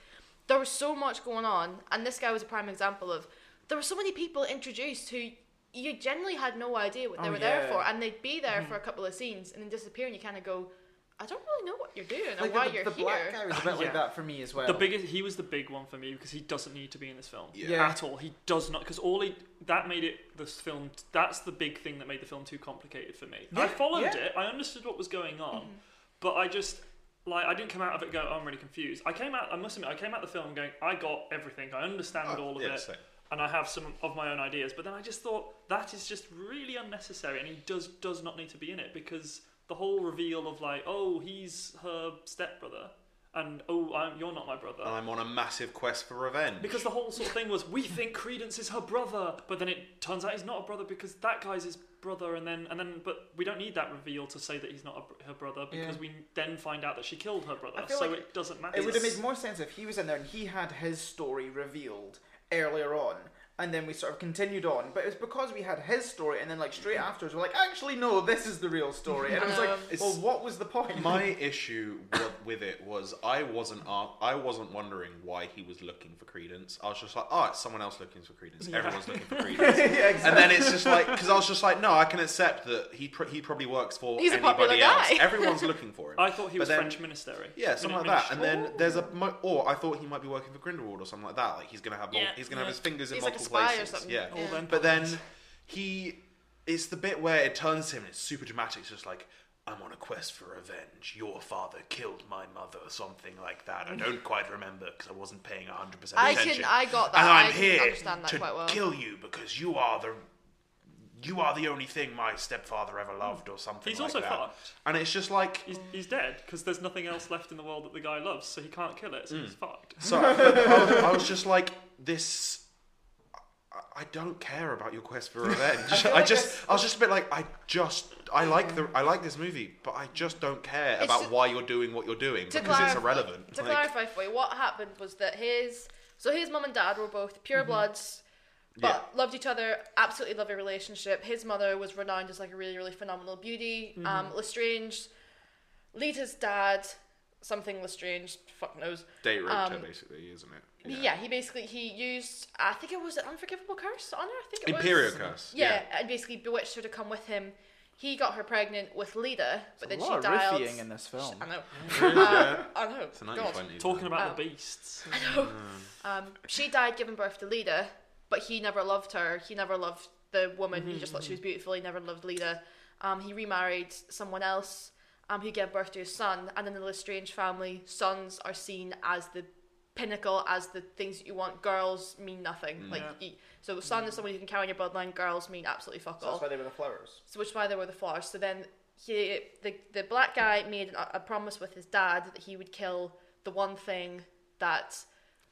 Speaker 3: there was so much going on, and this guy was a prime example of there were so many people introduced who you generally had no idea what they
Speaker 1: Oh,
Speaker 3: were
Speaker 1: yeah.
Speaker 3: there for, and they'd
Speaker 4: Mm-hmm.
Speaker 3: be there for a couple of scenes and then disappear, and you kind of go, I don't really know what you're doing or
Speaker 1: Like,
Speaker 3: why
Speaker 1: the,
Speaker 3: you're
Speaker 1: the
Speaker 3: here.
Speaker 1: black guy was a bit
Speaker 4: Yeah.
Speaker 1: like that for me as well.
Speaker 4: the biggest he was the big one for me because he doesn't need to be in this film
Speaker 1: Yeah.
Speaker 4: at all. He does not because all he that made it this film. That's the big thing that made the film too complicated for me. I
Speaker 1: Yeah,
Speaker 4: followed
Speaker 1: yeah. Mm-hmm.
Speaker 4: it. I understood what was going on, but I just like I didn't come out of it going. Oh, I'm really confused. I came out. I must admit, I came out the film going. I got everything. I understand
Speaker 2: Oh,
Speaker 4: all of
Speaker 2: yeah,
Speaker 4: it.
Speaker 2: same.
Speaker 4: and I have some of my own ideas. But then I just thought that is just really unnecessary, and he does does not need to be in it because the whole reveal of like, oh, he's her stepbrother, and oh, I'm, you're not my brother.
Speaker 2: and I'm on a massive quest for revenge.
Speaker 4: Because the whole sort of thing was, we think Credence is her brother, but then it turns out he's not a brother because that guy's his brother, and then and then, but we don't need that reveal to say that he's not a, br- her brother because
Speaker 1: Yeah.
Speaker 4: we then find out that she killed her brother,
Speaker 1: I feel
Speaker 4: so
Speaker 1: like
Speaker 4: it doesn't matter.
Speaker 1: It would have made more sense if he was in there and he had his story revealed earlier on, and then we sort of continued on. But it was because we had his story, and then like straight afterwards, we're like, actually, no, this is the real story. And I was like,
Speaker 3: Um,
Speaker 2: It's-
Speaker 1: well, what was the point?
Speaker 2: My issue wa- with it was I wasn't ar- I wasn't wondering why he was looking for Credence. I was just like, oh, it's someone else looking for Credence.
Speaker 4: Yeah.
Speaker 2: Everyone's looking for
Speaker 1: yeah,
Speaker 2: Credence.
Speaker 1: exactly.
Speaker 2: And then it's just like because I was just like, no, I can accept that he pr- he probably works for
Speaker 3: He's a popular
Speaker 2: anybody else.
Speaker 3: guy.
Speaker 2: Everyone's looking for him.
Speaker 4: I thought he
Speaker 2: But
Speaker 4: was
Speaker 2: then-
Speaker 4: French ministry.
Speaker 2: Yeah, something like that. And then there's a mo- or I thought he might be working for Grindelwald or something like that. Like he's gonna have mul-
Speaker 4: Yeah,
Speaker 2: he's gonna have
Speaker 4: yeah.
Speaker 2: his fingers in
Speaker 3: He's like a
Speaker 2: multiple
Speaker 3: spy or
Speaker 2: places.
Speaker 3: something.
Speaker 2: Yeah.
Speaker 4: All
Speaker 3: Yeah.
Speaker 4: them
Speaker 2: But then
Speaker 4: puppets.
Speaker 2: he, it's the bit where it turns to him and it's super dramatic. It's just like, I'm on a quest for revenge. Your father killed my mother, or something like that. I don't quite remember because I wasn't paying 100% attention.
Speaker 3: I can, I got that.
Speaker 2: and I'm
Speaker 3: I can
Speaker 2: here
Speaker 3: understand that
Speaker 2: to
Speaker 3: quite well.
Speaker 2: kill you because you are the. You are the only thing my stepfather ever loved, or something.
Speaker 4: He's
Speaker 2: like
Speaker 4: also
Speaker 2: that.
Speaker 4: fucked.
Speaker 2: and it's just like
Speaker 4: He's, he's dead because there's nothing else left in the world that the guy loves, so he can't kill it, so
Speaker 2: Mm.
Speaker 4: he's fucked.
Speaker 2: So but I, was, I was just like, this. I- I don't care about your quest for revenge. I,
Speaker 1: feel like
Speaker 2: just, I was just a bit like, I just, I like the, I like this movie, but I just don't care about
Speaker 3: just-
Speaker 2: why you're doing what you're doing
Speaker 3: To
Speaker 2: because it's
Speaker 3: clarify-
Speaker 2: irrelevant.
Speaker 3: To
Speaker 2: Like,
Speaker 3: clarify for you, what happened was that his so his mum and dad were both
Speaker 2: Mm-hmm.
Speaker 3: pure bloods, but loved each other, absolutely lovely relationship. His mother was renowned as like a really, really phenomenal beauty.
Speaker 2: Mm-hmm.
Speaker 3: Um, Lestrange, Lita's dad, something Lestrange, fuck knows.
Speaker 2: date raped
Speaker 3: um,
Speaker 2: her, basically, isn't it?
Speaker 3: Yeah. he basically he used I think it was an unforgivable curse on her. I think it
Speaker 2: Imperial
Speaker 3: was.
Speaker 2: curse.
Speaker 3: Yeah, and basically bewitched her to come with him. He got her pregnant with Lita, but then
Speaker 1: a lot
Speaker 3: she
Speaker 1: of
Speaker 3: died.
Speaker 1: riffying in this film.
Speaker 3: I know.
Speaker 2: yeah.
Speaker 3: I know.
Speaker 2: It's a
Speaker 3: Uh, God.
Speaker 2: 1920s.
Speaker 4: Talking about
Speaker 3: Oh.
Speaker 4: the beasts.
Speaker 3: Um, she died giving birth to Lita, but he never loved her. He never loved the woman. He just thought
Speaker 1: Mm-hmm,
Speaker 3: she was beautiful. He never loved Lita. Um, he remarried someone else um, who gave birth to his son. And in the Lestrange family, sons are seen as the pinnacle, as the things that you want. Girls mean nothing. Like
Speaker 1: Mm.
Speaker 4: Yeah.
Speaker 3: you, So, son is someone you can carry on your bloodline. Girls mean absolutely fuck
Speaker 1: So
Speaker 3: all
Speaker 1: that's why they were the flowers.
Speaker 3: so which is why they were the flowers. So then he, the the black guy made a, a promise with his dad that he would kill the one thing that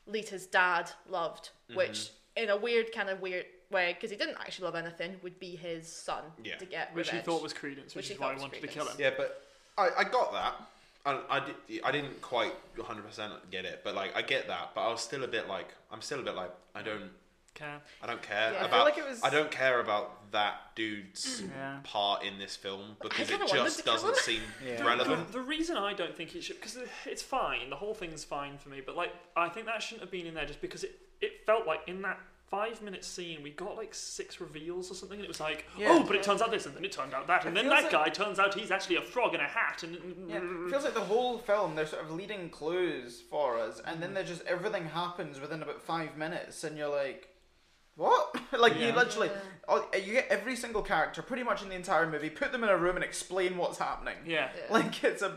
Speaker 3: Lita's dad loved,
Speaker 2: Mm-hmm.
Speaker 3: which in a weird kind of weird way, because he didn't actually love anything, would be his son
Speaker 2: Yeah.
Speaker 3: to get
Speaker 4: Which he
Speaker 3: revenge.
Speaker 4: thought was Credence,
Speaker 3: Which
Speaker 4: which,
Speaker 3: he
Speaker 4: is why
Speaker 3: thought
Speaker 4: I
Speaker 3: was
Speaker 4: wanted to kill him.
Speaker 3: Credence.
Speaker 2: Yeah, but I, I got that. I, I, did, I didn't quite 100% get it, but like I get that, but I was still a bit like, I'm still a bit like, I don't
Speaker 4: Care.
Speaker 2: I don't care
Speaker 3: Yeah. I feel
Speaker 2: about.
Speaker 1: like it was-
Speaker 2: I don't care about that dude's
Speaker 4: Yeah.
Speaker 2: part in this film because it
Speaker 3: kinda wanted to
Speaker 2: just
Speaker 3: kill
Speaker 2: doesn't
Speaker 3: him.
Speaker 2: seem
Speaker 1: Yeah.
Speaker 2: relevant.
Speaker 4: The, the reason I don't think it should, because it's fine, the whole thing's fine for me, but like I think that shouldn't have been in there just because it, it felt like in that five minute scene we got like six reveals or something, and it was like,
Speaker 1: Yeah.
Speaker 4: oh, but it turns out this, and then it turned out that, and
Speaker 1: It
Speaker 4: then
Speaker 1: feels
Speaker 4: that guy turns out he's actually a frog in a hat, and
Speaker 1: Yeah, it feels like the whole film they're sort of leading clues for us, and
Speaker 4: Mm.
Speaker 1: then there's just everything happens within about five minutes, and you're like, what? like you
Speaker 4: Yeah.
Speaker 1: literally,
Speaker 3: Yeah.
Speaker 1: all- you get every single character pretty much in the entire movie, put them in a room and explain what's happening.
Speaker 4: yeah.
Speaker 3: Yeah.
Speaker 1: Like it's a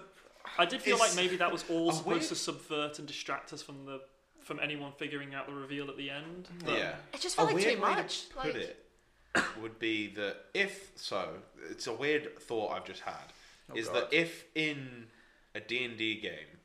Speaker 4: I did feel like
Speaker 2: It's
Speaker 4: maybe that was all
Speaker 2: a
Speaker 4: supposed
Speaker 2: weird-
Speaker 4: to subvert and distract us from the from anyone figuring out the reveal at the end. but-
Speaker 2: Yeah,
Speaker 3: It just felt
Speaker 2: a
Speaker 3: like
Speaker 2: weird
Speaker 3: too
Speaker 2: way to
Speaker 3: much,
Speaker 2: put
Speaker 3: like-
Speaker 2: it would be that if so, it's a weird thought I've just had. is
Speaker 1: Oh, God.
Speaker 2: that if in a D and D game,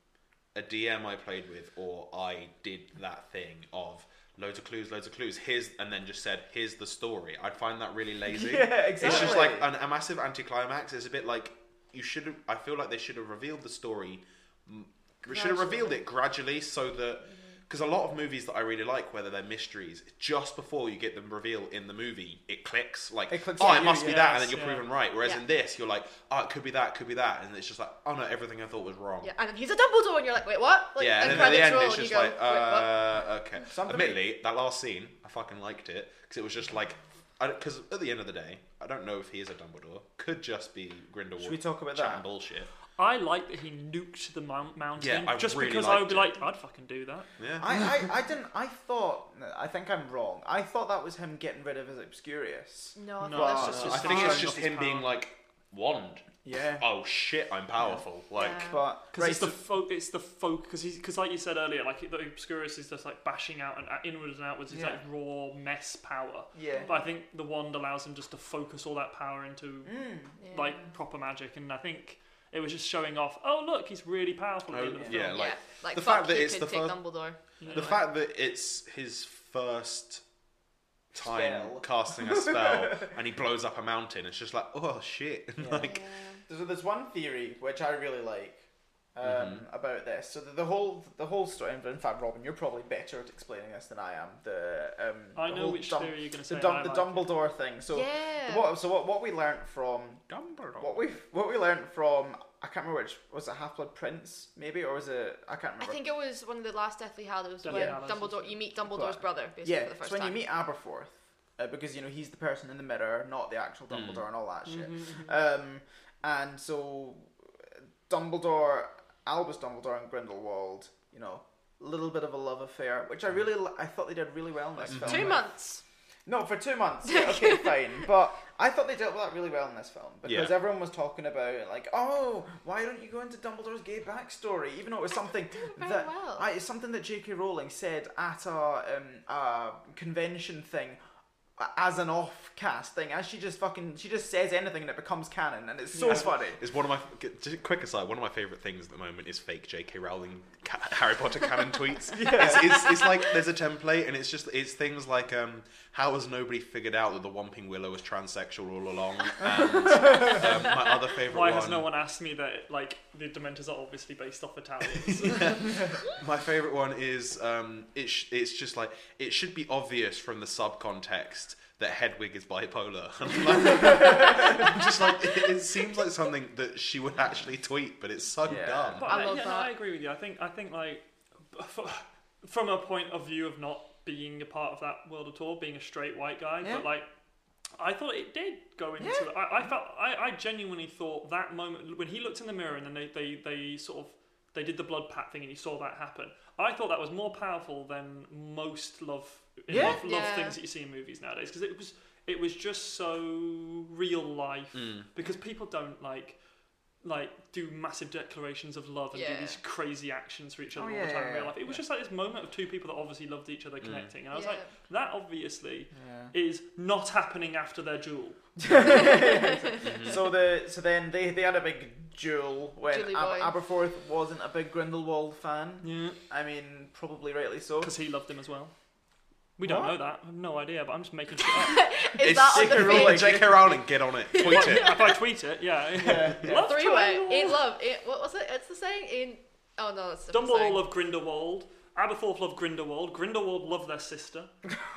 Speaker 2: a DM I played with or I did that thing of loads of clues, loads of clues, here's and then just said here's the story, I'd find that really lazy.
Speaker 1: yeah, exactly.
Speaker 2: It's just like an, a massive anticlimax. It's a bit like you should. have I feel like they should have revealed the story. m- We should have
Speaker 3: Gradually. Mm-hmm.
Speaker 2: revealed it gradually so that because a lot of movies that I really like, whether they're mysteries, just before you get them reveal in the movie, it clicks. Like,
Speaker 1: It clicks
Speaker 2: oh,
Speaker 1: for
Speaker 2: it
Speaker 1: you,
Speaker 2: must be that,
Speaker 4: yes,
Speaker 2: and then you're
Speaker 4: yeah.
Speaker 2: proven right. Whereas
Speaker 3: Yeah.
Speaker 2: in this, you're like, oh, it could be that, could be that, and it's just like, oh no, everything I thought was wrong.
Speaker 3: yeah, and then he's a Dumbledore, and you're like, wait, what? Like,
Speaker 2: yeah, and, then at the
Speaker 3: credits
Speaker 2: end
Speaker 3: roll,
Speaker 2: it's
Speaker 3: and you
Speaker 2: just
Speaker 3: go,
Speaker 2: like,
Speaker 3: "Wait, what?"
Speaker 2: uh, okay.
Speaker 1: Something-
Speaker 2: Admittedly, that last scene, I fucking liked it because it was just like, because at the end of the day, I don't know if he is a Dumbledore. Could just be Grindelwald.
Speaker 1: Should we talk about
Speaker 2: chatting
Speaker 1: that?
Speaker 2: bullshit?
Speaker 4: I like that he nuked the moun- mountain
Speaker 2: Yeah, I
Speaker 4: just
Speaker 2: really
Speaker 4: because I would
Speaker 2: liked
Speaker 4: be like, I'd fucking do that.
Speaker 2: Yeah.
Speaker 1: I, I, I didn't. I thought. I think I'm wrong. I thought that was him getting rid of his Obscurious.
Speaker 3: no, I
Speaker 4: No,
Speaker 3: thought
Speaker 1: I
Speaker 3: that's
Speaker 1: don't
Speaker 3: just
Speaker 1: know.
Speaker 2: I
Speaker 4: just
Speaker 2: think it's
Speaker 4: showing
Speaker 2: just
Speaker 4: off his
Speaker 2: him
Speaker 4: power.
Speaker 2: being like wand.
Speaker 1: Yeah.
Speaker 2: oh shit, I'm powerful. Like,
Speaker 3: Yeah.
Speaker 1: But
Speaker 4: Because
Speaker 1: right,
Speaker 4: it's the
Speaker 1: so-
Speaker 4: fo- it's the focus because like you said earlier, like the Obscurus is just like bashing out and uh, inwards and outwards. It's
Speaker 1: Yeah.
Speaker 4: like raw mess power.
Speaker 1: yeah.
Speaker 4: But I think the wand allows him just to focus all that power into
Speaker 1: Mm.
Speaker 4: like proper magic, and I think it was just showing off. Oh look, he's really powerful. at
Speaker 1: Oh,
Speaker 4: the end of the
Speaker 2: yeah,
Speaker 4: film."
Speaker 3: yeah,
Speaker 2: like,
Speaker 3: like,
Speaker 2: the
Speaker 3: fuck,
Speaker 2: fact that
Speaker 3: you
Speaker 2: it's
Speaker 3: could
Speaker 2: the
Speaker 3: take
Speaker 2: first-
Speaker 3: Dumbledore.
Speaker 2: the fact that it's his first time
Speaker 1: Spell.
Speaker 2: casting a spell and he blows up a mountain, it's just like, oh shit.
Speaker 1: Yeah.
Speaker 2: like,
Speaker 1: There's, there's one theory which I really like um, about this. So the, the whole the whole story. and In fact, Robin, you're probably better at explaining this than I am. The um,
Speaker 4: I
Speaker 1: the
Speaker 4: know
Speaker 1: whole
Speaker 4: which
Speaker 1: Dum-
Speaker 4: theory you're going to say. and
Speaker 1: the, Dum-
Speaker 4: I
Speaker 1: the
Speaker 4: like it.
Speaker 1: Dumbledore thing. So
Speaker 3: yeah.
Speaker 1: what so what, what we learnt from
Speaker 2: Dumbledore.
Speaker 1: What we what we learned from I can't remember which was it Half Blood Prince maybe or was it I can't
Speaker 3: I
Speaker 1: remember.
Speaker 3: think it was one of the last Deathly Hallows
Speaker 4: Deathly
Speaker 3: where
Speaker 4: Hallows.
Speaker 3: Dumbledore you meet Dumbledore's
Speaker 1: But-
Speaker 3: brother basically
Speaker 1: yeah,
Speaker 3: for the
Speaker 1: it's
Speaker 3: first
Speaker 1: when
Speaker 3: time.
Speaker 1: you meet Aberforth uh, because you know he's the person in the mirror, not the actual Dumbledore and all that shit.
Speaker 3: Mm-hmm,
Speaker 1: Um, and so Dumbledore, Albus Dumbledore, and Grindelwald, you know, a little bit of a love affair, which I really li- I thought they did really well in this film.
Speaker 3: Two months.
Speaker 1: No, for two months. Yeah, okay, fine. But I thought they dealt with that really well in this film because
Speaker 2: Yeah.
Speaker 1: everyone was talking about like, oh, why don't you go into Dumbledore's gay backstory? Even though it was something
Speaker 3: very
Speaker 1: that
Speaker 3: well.
Speaker 1: I, it's something that J.K. Rowling said at a, um, a convention thing uh, as an off-cast thing. As she just fucking she just says anything and it becomes canon, and it's so funny.
Speaker 2: It's one of my just a quick aside. One of my favorite things at the moment is fake J.K. Rowling ca- Harry Potter canon tweets. It's, it's, it's like there's a template, and it's just it's things like um, how has nobody figured out that the Whomping Willow was transsexual all along? And um, my other favorite
Speaker 4: Why
Speaker 2: one.
Speaker 4: has no one asked me that? Like the Dementors are obviously based off Italians.
Speaker 2: My favorite one is um, it sh- it's just like it should be obvious from the subcontext that Hedwig is bipolar. I'm like, I'm just like it, it seems like something that she would actually tweet, but it's so
Speaker 1: Yeah.
Speaker 2: dumb.
Speaker 4: But
Speaker 3: I
Speaker 4: I,
Speaker 3: love
Speaker 4: yeah, no,
Speaker 3: that.
Speaker 4: I agree with you. I think I think like from a point of view of not being a part of that world at all, being a straight white guy,
Speaker 1: Yeah.
Speaker 4: but like I thought it did go into.
Speaker 1: Yeah.
Speaker 4: it. I, I felt I, I genuinely thought that moment when he looked in the mirror and then they they, they sort of they did the blood pat thing and you saw that happen. I thought that was more powerful than most love
Speaker 1: Yeah.
Speaker 4: love, love
Speaker 3: Yeah.
Speaker 4: things that you see in movies nowadays because it was it was just so real life
Speaker 2: Mm. Hmm.
Speaker 4: because people don't like like do massive declarations of love and
Speaker 3: Yeah.
Speaker 4: do these crazy actions for each other
Speaker 1: Oh,
Speaker 4: all the time
Speaker 1: yeah,
Speaker 4: in real
Speaker 1: yeah,
Speaker 4: life. It was just like this moment of two people that obviously loved each other connecting, and I was
Speaker 3: Yeah.
Speaker 4: like, that obviously
Speaker 1: Yeah.
Speaker 4: is not happening after their duel.
Speaker 1: So the so then they they had a big duel when
Speaker 3: Dually
Speaker 1: Ab-
Speaker 3: boy.
Speaker 1: Aberforth wasn't a big Grindelwald fan.
Speaker 4: Yeah,
Speaker 1: I mean, probably rightly so.
Speaker 4: because he loved him as well. We don't
Speaker 1: What?
Speaker 4: know that. I have no idea, but I'm just making shit up.
Speaker 3: Is that on
Speaker 1: J.K.
Speaker 3: the
Speaker 1: Rowling.
Speaker 3: page?
Speaker 2: J.K. Rowling, get on it. Tweet it.
Speaker 4: if I tweet it, yeah. Love
Speaker 3: Three way.
Speaker 4: triangle.
Speaker 3: In love. In, what was it? It's the saying in. Oh no, that's the
Speaker 4: Dumbledore loved Grindelwald. Aberforth loved Grindelwald. Grindelwald loved their sister.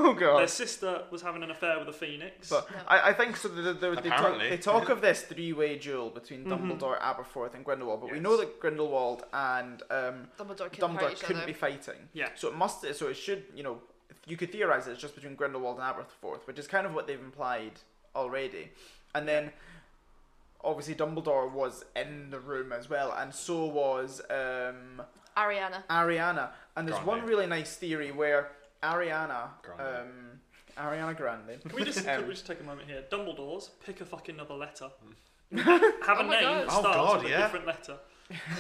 Speaker 1: Oh god.
Speaker 4: Their sister was having an affair with a phoenix.
Speaker 1: But
Speaker 3: No.
Speaker 1: I, I think so. The, the, the, they, talk,
Speaker 2: Apparently.
Speaker 1: they talk of this three-way duel between Dumbledore, Aberforth, and Grindelwald, but we know
Speaker 4: Yes.
Speaker 1: that Grindelwald and um,
Speaker 3: Dumbledore couldn't hurt
Speaker 1: Dumbledore
Speaker 3: each
Speaker 1: couldn't
Speaker 3: other.
Speaker 1: be fighting.
Speaker 4: Yeah.
Speaker 1: So it must. So it should. You know, you could theorize that it's just between Grindelwald and Aberforth, which is kind of what they've implied already. And then, obviously, Dumbledore was in the room as well, and so was um,
Speaker 3: Ariana.
Speaker 1: Ariana. And there's
Speaker 2: Grande.
Speaker 1: one really nice theory where Ariana,
Speaker 2: Grande.
Speaker 1: um, Ariana Grande.
Speaker 4: Can we just
Speaker 1: Um,
Speaker 4: can we just take a moment here? Dumbledore's pick a fucking other letter. Have
Speaker 3: Oh
Speaker 4: a
Speaker 3: my
Speaker 4: name
Speaker 3: God.
Speaker 4: that
Speaker 2: Oh
Speaker 4: starts
Speaker 2: God,
Speaker 4: with
Speaker 2: yeah.
Speaker 4: a different letter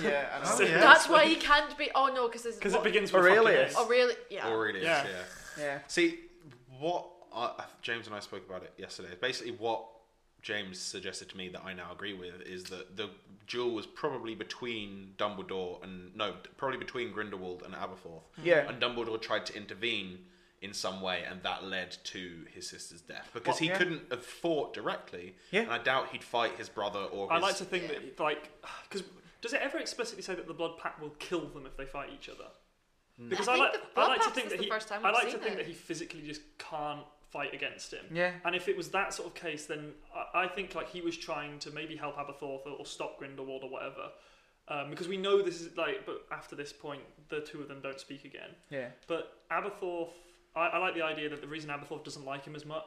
Speaker 1: yeah, I know.
Speaker 2: Oh, yeah.
Speaker 3: That's why he can't be. Oh no, because
Speaker 4: because it begins with
Speaker 1: Aurelius.
Speaker 3: Oh
Speaker 4: Fucking
Speaker 3: really? Yeah.
Speaker 2: Aurelius, yeah.
Speaker 4: Yeah.
Speaker 1: Yeah.
Speaker 2: See, what I, James and I spoke about it yesterday. Basically, what James suggested to me that I now agree with is that the duel was probably between Dumbledore and no, probably between Grindelwald and Aberforth.
Speaker 1: Yeah.
Speaker 2: and Dumbledore tried to intervene in some way, and that led to his sister's death because
Speaker 1: Well,
Speaker 2: he
Speaker 1: yeah.
Speaker 2: couldn't have fought directly.
Speaker 1: Yeah.
Speaker 2: and I doubt he'd fight his brother or.
Speaker 4: I
Speaker 2: His,
Speaker 4: like to think that like because does it ever explicitly say that the blood pact will kill them if they fight each other?
Speaker 2: Hmm.
Speaker 4: Because
Speaker 3: I
Speaker 4: I,
Speaker 3: think
Speaker 4: like
Speaker 3: the
Speaker 4: I
Speaker 3: blood
Speaker 4: like to
Speaker 3: pact
Speaker 4: think
Speaker 3: is
Speaker 4: that
Speaker 3: the
Speaker 4: he
Speaker 3: first time
Speaker 4: I
Speaker 3: we've
Speaker 4: like to
Speaker 3: seen
Speaker 4: think
Speaker 3: it.
Speaker 4: that he physically just can't fight against him.
Speaker 1: Yeah.
Speaker 4: And if it was that sort of case, then I, I think like he was trying to maybe help Aberforth or, or stop Grindelwald or whatever. Um, because we know this is like, but after this point, the two of them don't speak again.
Speaker 1: Yeah.
Speaker 4: But Aberforth, I, I like the idea that the reason Aberforth doesn't like him as much,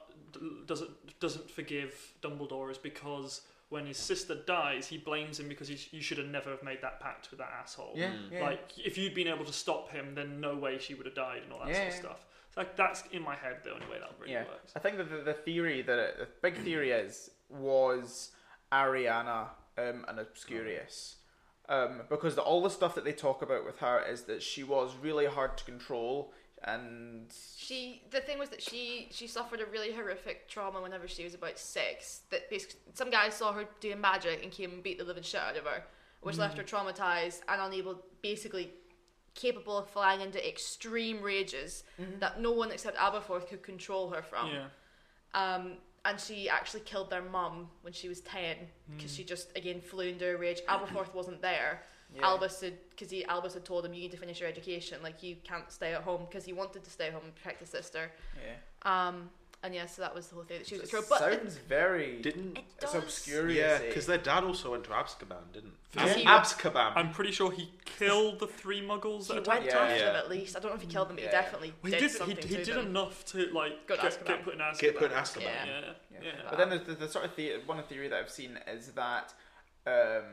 Speaker 4: doesn't doesn't forgive Dumbledore, is because when his sister dies, he blames him because he's, you should have never have made that pact with that asshole.
Speaker 1: Yeah. yeah.
Speaker 4: Mm. Like if you'd been able to stop him, then no way she would have died and all that
Speaker 1: Yeah,
Speaker 4: sort of
Speaker 1: yeah.
Speaker 4: stuff. So like that's in my head the only way that really
Speaker 1: yeah.
Speaker 4: works.
Speaker 1: I think that the, the theory that it, the big theory is was Ariana um, and Obscurious. Um, because the, all the stuff that they talk about with her is that she was really hard to control and
Speaker 3: She the thing was that she she suffered a really horrific trauma whenever she was about six. That basically some guy saw her doing magic and came and beat the living shit out of her, which left her traumatized and unable, basically capable of flying into extreme rages that no one except Aberforth could control her from.
Speaker 4: yeah.
Speaker 3: Um, and she actually killed their mum when she was 10
Speaker 4: Hmm.
Speaker 3: because she just, again, flew into a rage. Aberforth wasn't there.
Speaker 1: Yeah.
Speaker 3: Albus had, because Albus had told him, you need to finish your education. Like, you can't stay at home because he wanted to stay at home and protect his sister.
Speaker 1: yeah.
Speaker 3: Um, and yeah, so that was the whole thing that she was
Speaker 1: It
Speaker 3: through. But
Speaker 1: sounds very
Speaker 2: Didn't
Speaker 3: it
Speaker 1: it's
Speaker 3: does.
Speaker 1: obscurious.
Speaker 2: yeah, because their dad also went to Abscaban, didn't?
Speaker 4: Yeah.
Speaker 2: Ab-
Speaker 3: He-
Speaker 2: Abscaban.
Speaker 4: I'm pretty sure he killed the three muggles
Speaker 3: He
Speaker 4: at a
Speaker 3: went
Speaker 4: time.
Speaker 3: after
Speaker 2: Yeah.
Speaker 3: them at least. I don't know if he killed them, but
Speaker 1: Yeah.
Speaker 3: he definitely
Speaker 4: Well,
Speaker 3: did,
Speaker 4: he did. He,
Speaker 3: something
Speaker 4: he
Speaker 3: to
Speaker 4: did
Speaker 3: them.
Speaker 4: enough to like
Speaker 3: Go to
Speaker 4: get,
Speaker 3: Azkaban.
Speaker 4: get put in Azkaban.
Speaker 2: Get put in Azkaban.
Speaker 4: Yeah,
Speaker 3: Yeah.
Speaker 4: yeah.
Speaker 1: But then there's the, the sort of the, one of theory that I've seen is that um,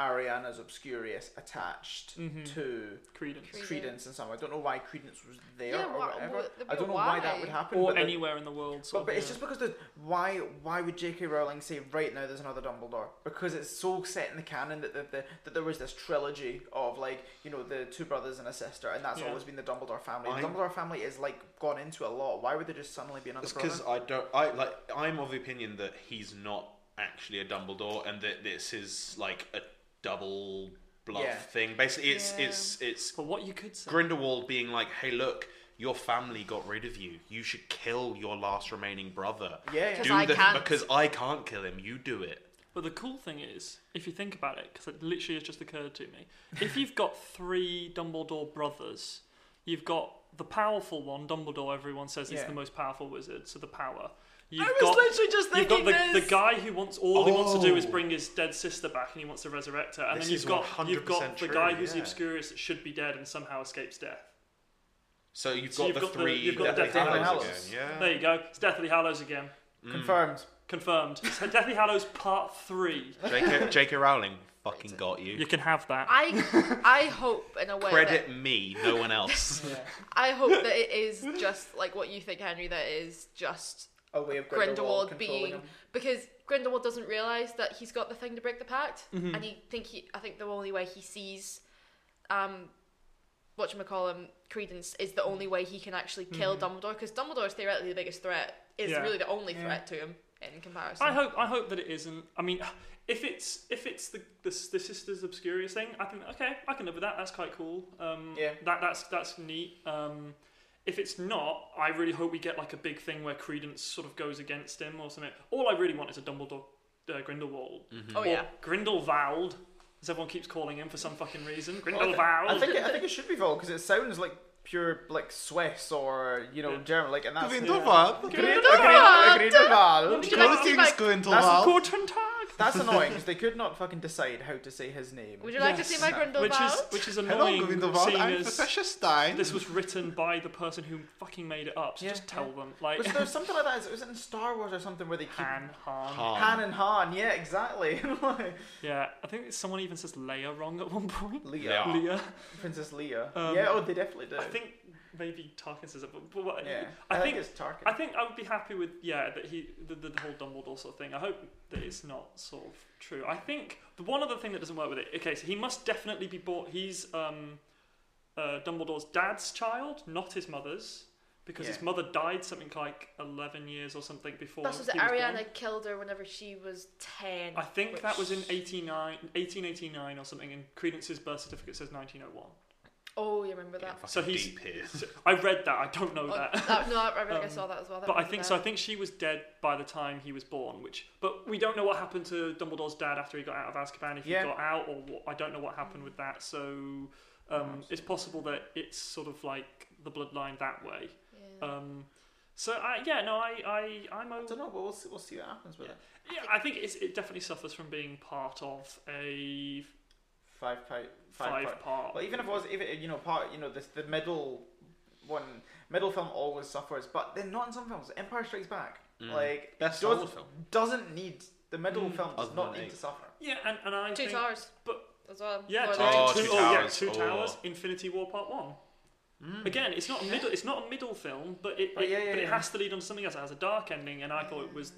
Speaker 1: Ariana's Obscurious attached
Speaker 4: Mhm.
Speaker 1: to
Speaker 4: Credence.
Speaker 3: Credence.
Speaker 1: Credence in some way. I don't know why Credence was there
Speaker 3: Yeah,
Speaker 1: or
Speaker 3: wha-
Speaker 1: whatever.
Speaker 3: wha- the
Speaker 1: I don't
Speaker 3: real
Speaker 1: know why? that
Speaker 3: why.
Speaker 1: would happen.
Speaker 4: Or
Speaker 1: but the-
Speaker 4: anywhere in the world.
Speaker 1: But,
Speaker 4: sort
Speaker 1: but
Speaker 4: of,
Speaker 1: it's
Speaker 4: yeah.
Speaker 1: just because the why why would J.K. Rowling say right now there's another Dumbledore because it's so set in the canon that the, the, that there was this trilogy of like you know the two brothers and a sister and that's
Speaker 4: Yeah.
Speaker 1: always been the Dumbledore family.
Speaker 2: I-
Speaker 1: the Dumbledore family is like gone into a lot. Why would there just suddenly be another
Speaker 2: It's
Speaker 1: brother?
Speaker 2: because I don't. I like. I'm of the opinion that he's not actually a Dumbledore, and that this is like a double bluff
Speaker 1: Yeah.
Speaker 2: thing. Basically, it's
Speaker 3: Yeah.
Speaker 2: it's it's
Speaker 4: But what you could say.
Speaker 2: Grindelwald being like, "Hey, look, your family got rid of you. You should kill your last remaining brother.
Speaker 1: Yeah, yeah.
Speaker 3: Because
Speaker 2: do
Speaker 3: I
Speaker 2: the,
Speaker 3: can't."
Speaker 2: because I can't kill him. You do it.
Speaker 4: But the cool thing is, if you think about it, because it literally has just occurred to me, if you've got three Dumbledore brothers, you've got the powerful one, Dumbledore. Everyone says is
Speaker 1: Yeah.
Speaker 4: the most powerful wizard, so the power. You've
Speaker 3: I was literally just
Speaker 4: you've
Speaker 3: thinking
Speaker 4: got the,
Speaker 3: this.
Speaker 4: the guy who wants all he wants to do is
Speaker 2: Oh.
Speaker 4: bring his dead sister back, and he wants to resurrect her. And
Speaker 2: This
Speaker 4: then you've
Speaker 2: is
Speaker 4: got you've got
Speaker 2: 100%
Speaker 4: the guy
Speaker 2: true,
Speaker 4: who's the
Speaker 2: yeah.
Speaker 4: Obscurious that should be dead and somehow escapes death.
Speaker 2: So you've got
Speaker 4: So you've
Speaker 2: the
Speaker 4: got the-
Speaker 2: three
Speaker 4: you've got the
Speaker 2: Deathly
Speaker 1: Deathly
Speaker 2: Hallows,
Speaker 1: Hallows.
Speaker 2: again. Yeah.
Speaker 4: There you go. It's Deathly Hallows again.
Speaker 1: Confirmed.
Speaker 4: Confirmed. It's Deathly Hallows Part Three.
Speaker 2: J.K. J.K. Rowling fucking got you.
Speaker 4: You can have that.
Speaker 3: I, I hope, in a way, that
Speaker 2: Credit me, no one else.
Speaker 1: Yeah.
Speaker 3: I hope that it is just like what you think, Henry. That it is just
Speaker 1: A way of Grindelwald,
Speaker 3: Grindelwald,
Speaker 1: controlling
Speaker 3: being
Speaker 1: him.
Speaker 3: because Grindelwald doesn't realize that he's got the thing to break the pact,
Speaker 4: Mm-hmm.
Speaker 3: and he think he. I think the only way he sees, um, what you call him, Credence is the only way he can actually kill Dumbledore because Dumbledore is theoretically the biggest threat. Is
Speaker 4: Mm-hmm. Yeah.
Speaker 3: really the only
Speaker 1: Yeah.
Speaker 3: threat to him in comparison.
Speaker 4: I hope I hope that it isn't. I mean, if it's if it's the the, the sisters obscurious thing, I think okay, I can live with that. That's quite cool. Um,
Speaker 1: Yeah.
Speaker 4: That that's that's neat. Um, if it's not, I really hope we get like a big thing where Credence sort of goes against him or something. All I really want is a Dumbledore uh, Grindelwald.
Speaker 3: Oh
Speaker 4: Or
Speaker 3: yeah.
Speaker 4: Grindelwald, as everyone keeps calling him for some fucking reason. Grindelwald.
Speaker 1: I think it, I think it should be Vol because it sounds like pure like Swiss or you know
Speaker 4: Yeah.
Speaker 1: German like and that's
Speaker 2: Grindelwald.
Speaker 1: Grind-
Speaker 3: Grindelwald.
Speaker 1: Grind- Grindelwald.
Speaker 3: Would you like to see my,
Speaker 1: That's
Speaker 2: Grindelwald.
Speaker 4: Guten Tag.
Speaker 1: That's annoying because they could not fucking decide how to say his name.
Speaker 3: Would you like to see my Grindelwald?
Speaker 4: Which is which is annoying. seeing as-
Speaker 2: Stein.
Speaker 4: this was written by the person who fucking made it up. So
Speaker 1: Yeah,
Speaker 4: just tell
Speaker 1: yeah.
Speaker 4: them, like
Speaker 1: Was there something like that? Was it in Star Wars or something where they keep
Speaker 4: Han, Han.
Speaker 1: Han and Han? Yeah, exactly. Like,
Speaker 4: Yeah, I think someone even says Leia wrong at one point.
Speaker 1: Leia,
Speaker 2: Yeah.
Speaker 4: Leia.
Speaker 1: Princess Leia.
Speaker 4: Um,
Speaker 1: yeah, oh, they definitely do.
Speaker 4: I think maybe Tarkin says it, but, but what,
Speaker 1: Yeah,
Speaker 4: I,
Speaker 1: I,
Speaker 4: think.
Speaker 1: it's Tarkin.
Speaker 4: I think I would be happy with yeah that he the, the whole Dumbledore sort of thing. I hope that it's not sort of true. I think the one other thing that doesn't work with it. Okay, so he must definitely be bought. He's um, uh, Dumbledore's dad's child, not his mother's, because
Speaker 1: Yeah.
Speaker 4: his mother died something like eleven years or something before.
Speaker 3: That's just
Speaker 4: he was born.
Speaker 3: Ariana killed her whenever she was ten.
Speaker 4: I think
Speaker 3: which-
Speaker 4: that was in 89, 1889 or something, and Credence's birth certificate says 1901.
Speaker 3: Oh, you remember that?
Speaker 2: So
Speaker 4: So
Speaker 2: he's
Speaker 4: he's-
Speaker 2: deep here.
Speaker 4: I read that, I don't know
Speaker 3: Oh,
Speaker 4: that.
Speaker 3: that- no, I, I think I
Speaker 4: Um,
Speaker 3: saw that as well. That
Speaker 4: But I
Speaker 3: rings a
Speaker 4: think
Speaker 3: bell.
Speaker 4: so. I think she was dead by the time he was born, which. But we don't know what happened to Dumbledore's dad after he got out of Azkaban, if
Speaker 1: Yeah.
Speaker 4: he got out, or what. I don't know what happened with that. So um, it's possible that it's sort of like the bloodline that way.
Speaker 3: Yeah.
Speaker 4: Um, so I, yeah, no, I, I, I'm.
Speaker 1: I
Speaker 4: o-
Speaker 1: don't know, but we'll see. We'll see what happens with
Speaker 4: Yeah.
Speaker 1: it.
Speaker 4: Yeah, I think it's, it definitely suffers from being part of a
Speaker 1: Five pipe. Five,
Speaker 4: five-part.
Speaker 1: pipe. Well, even if it was, if it, you know, part, you know, this the middle one, middle film always suffers, but then not in some films. Empire Strikes Back,
Speaker 2: Mm.
Speaker 1: like
Speaker 2: Best
Speaker 1: does-
Speaker 2: Hollywood film.
Speaker 1: doesn't need the middle
Speaker 4: Mm.
Speaker 1: film does
Speaker 2: Other
Speaker 1: not
Speaker 2: than
Speaker 1: need
Speaker 2: eight.
Speaker 1: to suffer.
Speaker 4: Yeah, and, and I
Speaker 3: Two
Speaker 4: think,
Speaker 3: towers.
Speaker 4: but-
Speaker 3: as well.
Speaker 4: Yeah,
Speaker 3: Lord
Speaker 4: two,
Speaker 3: of the
Speaker 2: Oh,
Speaker 3: Rings.
Speaker 4: two-
Speaker 2: Two
Speaker 4: oh, yeah,
Speaker 2: Towers,
Speaker 4: two
Speaker 2: oh.
Speaker 4: towers. Infinity War Part One. Again, it's not a middle. It's not a middle film, but it,
Speaker 1: But
Speaker 4: it-
Speaker 1: yeah, yeah,
Speaker 4: but it
Speaker 1: yeah.
Speaker 4: has to lead on to something else. It has a dark ending, and I thought it was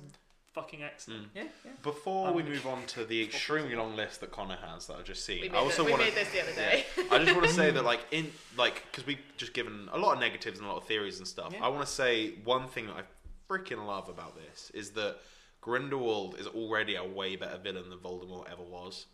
Speaker 4: fucking
Speaker 2: Mm.
Speaker 4: excellent.
Speaker 1: Yeah, yeah.
Speaker 2: Before
Speaker 3: Um,
Speaker 4: I'm
Speaker 2: we
Speaker 4: gonna-
Speaker 2: move on to the extremely long list that Connor has that I've just seen,
Speaker 3: We
Speaker 2: I
Speaker 3: made,
Speaker 2: also
Speaker 3: this, we
Speaker 2: want
Speaker 3: made this the other day.
Speaker 2: I just want to say that, like, in like, because we've just given a lot of negatives and a lot of theories and stuff.
Speaker 1: Yeah.
Speaker 2: I want to say one thing that I freaking love about this is that Grindelwald is already a way better villain than Voldemort ever was.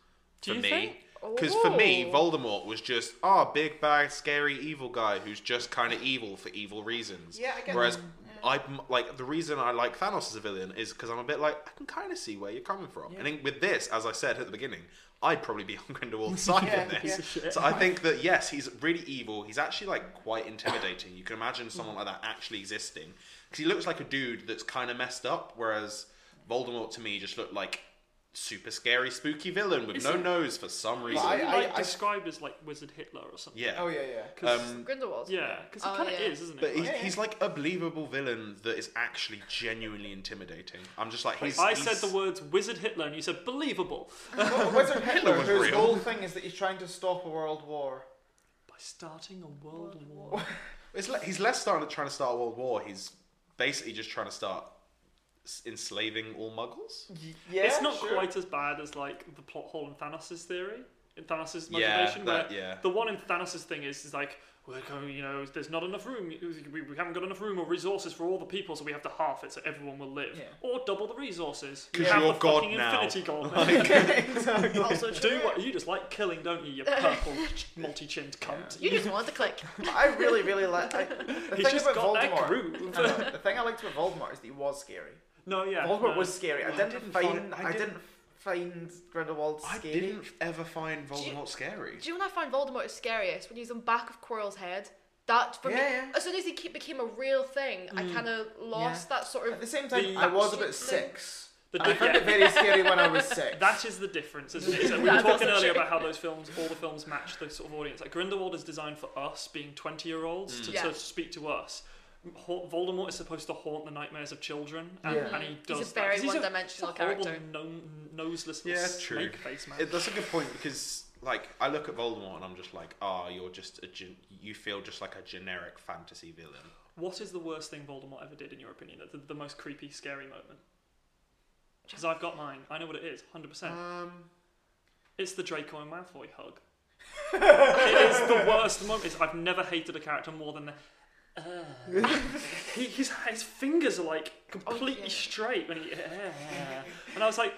Speaker 4: Do
Speaker 2: for
Speaker 4: you
Speaker 2: me.
Speaker 4: think?
Speaker 2: Because for me,
Speaker 1: Oh.
Speaker 3: Ooh.
Speaker 2: Voldemort was just ah, big bad, scary, evil guy who's just kind of evil for evil reasons.
Speaker 1: Yeah, I get
Speaker 2: Whereas
Speaker 1: that.
Speaker 2: I like the reason I like Thanos as a villain is because I'm a bit like I can kind of see where you're coming from.
Speaker 1: Yeah.
Speaker 2: And in, with this, as I said at the beginning, I'd probably be on Grindelwald's side
Speaker 1: Yeah,
Speaker 2: in
Speaker 1: yeah.
Speaker 2: this.
Speaker 4: Piece of shit.
Speaker 2: So I think that yes, he's really evil. He's actually like quite intimidating. You can imagine someone like that actually existing because he looks like a dude that's kind of messed up. Whereas Voldemort to me just looked like super scary, spooky villain with
Speaker 4: Is
Speaker 2: no
Speaker 4: he-
Speaker 2: nose for some
Speaker 4: He's
Speaker 2: reason.
Speaker 1: I-
Speaker 4: only,
Speaker 1: I-
Speaker 4: like
Speaker 1: I-
Speaker 4: described as like Wizard Hitler or something.
Speaker 2: yeah.
Speaker 1: Oh yeah, yeah.
Speaker 4: 'Cause-
Speaker 2: Um,
Speaker 3: Grindelwald.
Speaker 4: yeah, because it
Speaker 3: Oh,
Speaker 4: kind of
Speaker 3: yeah.
Speaker 4: is, isn't it?
Speaker 2: but he's,
Speaker 4: Like,
Speaker 1: Yeah, yeah.
Speaker 2: he's like a believable villain that is actually genuinely intimidating. I'm just like he's.
Speaker 4: I
Speaker 2: he's-
Speaker 4: said the words Wizard Hitler, and you said believable
Speaker 1: Well, Wizard Hitler,
Speaker 2: was
Speaker 1: whose
Speaker 2: real.
Speaker 1: whole thing is that he's trying to stop a world war.
Speaker 4: by starting a world war.
Speaker 2: It's le- he's less starting trying to start a world war. He's basically just trying to start s- enslaving all Muggles.
Speaker 1: Y- yeah,
Speaker 4: it's not
Speaker 1: sure.
Speaker 4: quite as bad as like the plot hole in Thanos' theory, in Thanos'
Speaker 2: Yeah,
Speaker 4: motivation.
Speaker 2: that,
Speaker 4: where
Speaker 2: yeah.
Speaker 4: The one in Thanos' thing is, is like we're going, you know, there's not enough room. We, we haven't got enough room or resources for all the people, so we have to half it so everyone will live,
Speaker 1: Yeah.
Speaker 4: or double the resources.
Speaker 2: 'Cause
Speaker 4: have
Speaker 2: you're
Speaker 4: the
Speaker 2: God
Speaker 4: fucking
Speaker 2: now.
Speaker 4: Infinity God.
Speaker 1: exactly.
Speaker 3: Also
Speaker 4: Do
Speaker 3: true.
Speaker 4: what you just like killing, don't you? You purple, multi-chinned cunt.
Speaker 3: You just wanted to click.
Speaker 1: I really, really like. I, the
Speaker 4: He
Speaker 1: thing
Speaker 4: just
Speaker 1: about
Speaker 4: got that
Speaker 1: Voldemort.
Speaker 4: groove.
Speaker 1: I know, the thing I liked about Voldemort is that he was scary.
Speaker 4: No, yeah.
Speaker 1: Voldemort
Speaker 4: no.
Speaker 1: was scary. I
Speaker 2: Well, I
Speaker 1: didn't,
Speaker 2: didn't
Speaker 1: find.
Speaker 2: find-
Speaker 1: I,
Speaker 2: I
Speaker 1: didn't,
Speaker 2: didn't-
Speaker 1: find Grindelwald
Speaker 2: I
Speaker 1: scary.
Speaker 2: didn't ever find Voldemort scary.
Speaker 3: Do you know when I find Voldemort is scariest? When he's on back of Quirrell's head. That for me,
Speaker 1: Yeah, yeah.
Speaker 3: as soon as he ke- became a real thing, I kind of lost that sort
Speaker 1: At
Speaker 3: of.
Speaker 1: the same time,
Speaker 4: The-
Speaker 1: I was about
Speaker 3: Absolutely.
Speaker 1: six.
Speaker 4: The
Speaker 1: and I
Speaker 4: di-
Speaker 1: found
Speaker 4: yeah.
Speaker 1: it very scary when I was six.
Speaker 4: That is the difference, isn't it? So we were
Speaker 3: That
Speaker 4: talking
Speaker 3: doesn't
Speaker 4: earlier
Speaker 3: change.
Speaker 4: about how those films, all the films, match the sort of audience. Like Grindelwald is designed for us, being twenty-year-olds, to,
Speaker 3: Yeah.
Speaker 4: to speak to us. Ha- Voldemort is supposed to haunt the nightmares of children, and,
Speaker 1: Yeah.
Speaker 4: and he
Speaker 3: He's
Speaker 4: does
Speaker 3: a
Speaker 4: that.
Speaker 3: very
Speaker 4: 'Cause he's a-
Speaker 3: one-dimensional
Speaker 4: he's a horrible
Speaker 3: character.
Speaker 4: No- noseless little
Speaker 2: Yeah, true.
Speaker 4: snake face man.
Speaker 2: It, that's a good point because, like, I look at Voldemort and I'm just like, ah, you're just a gen- you feel just like a generic fantasy villain.
Speaker 4: What is the worst thing Voldemort ever did, in your opinion? The, the most creepy, scary moment? Because I've got mine. I know what it is, hundred percent.
Speaker 2: Um,
Speaker 4: It's the Draco and Malfoy hug. it is the worst moment. It's- I've never hated a character more than the. Uh, he, his, his fingers are like completely
Speaker 3: Oh, yeah.
Speaker 4: straight when he. Uh, and I was like,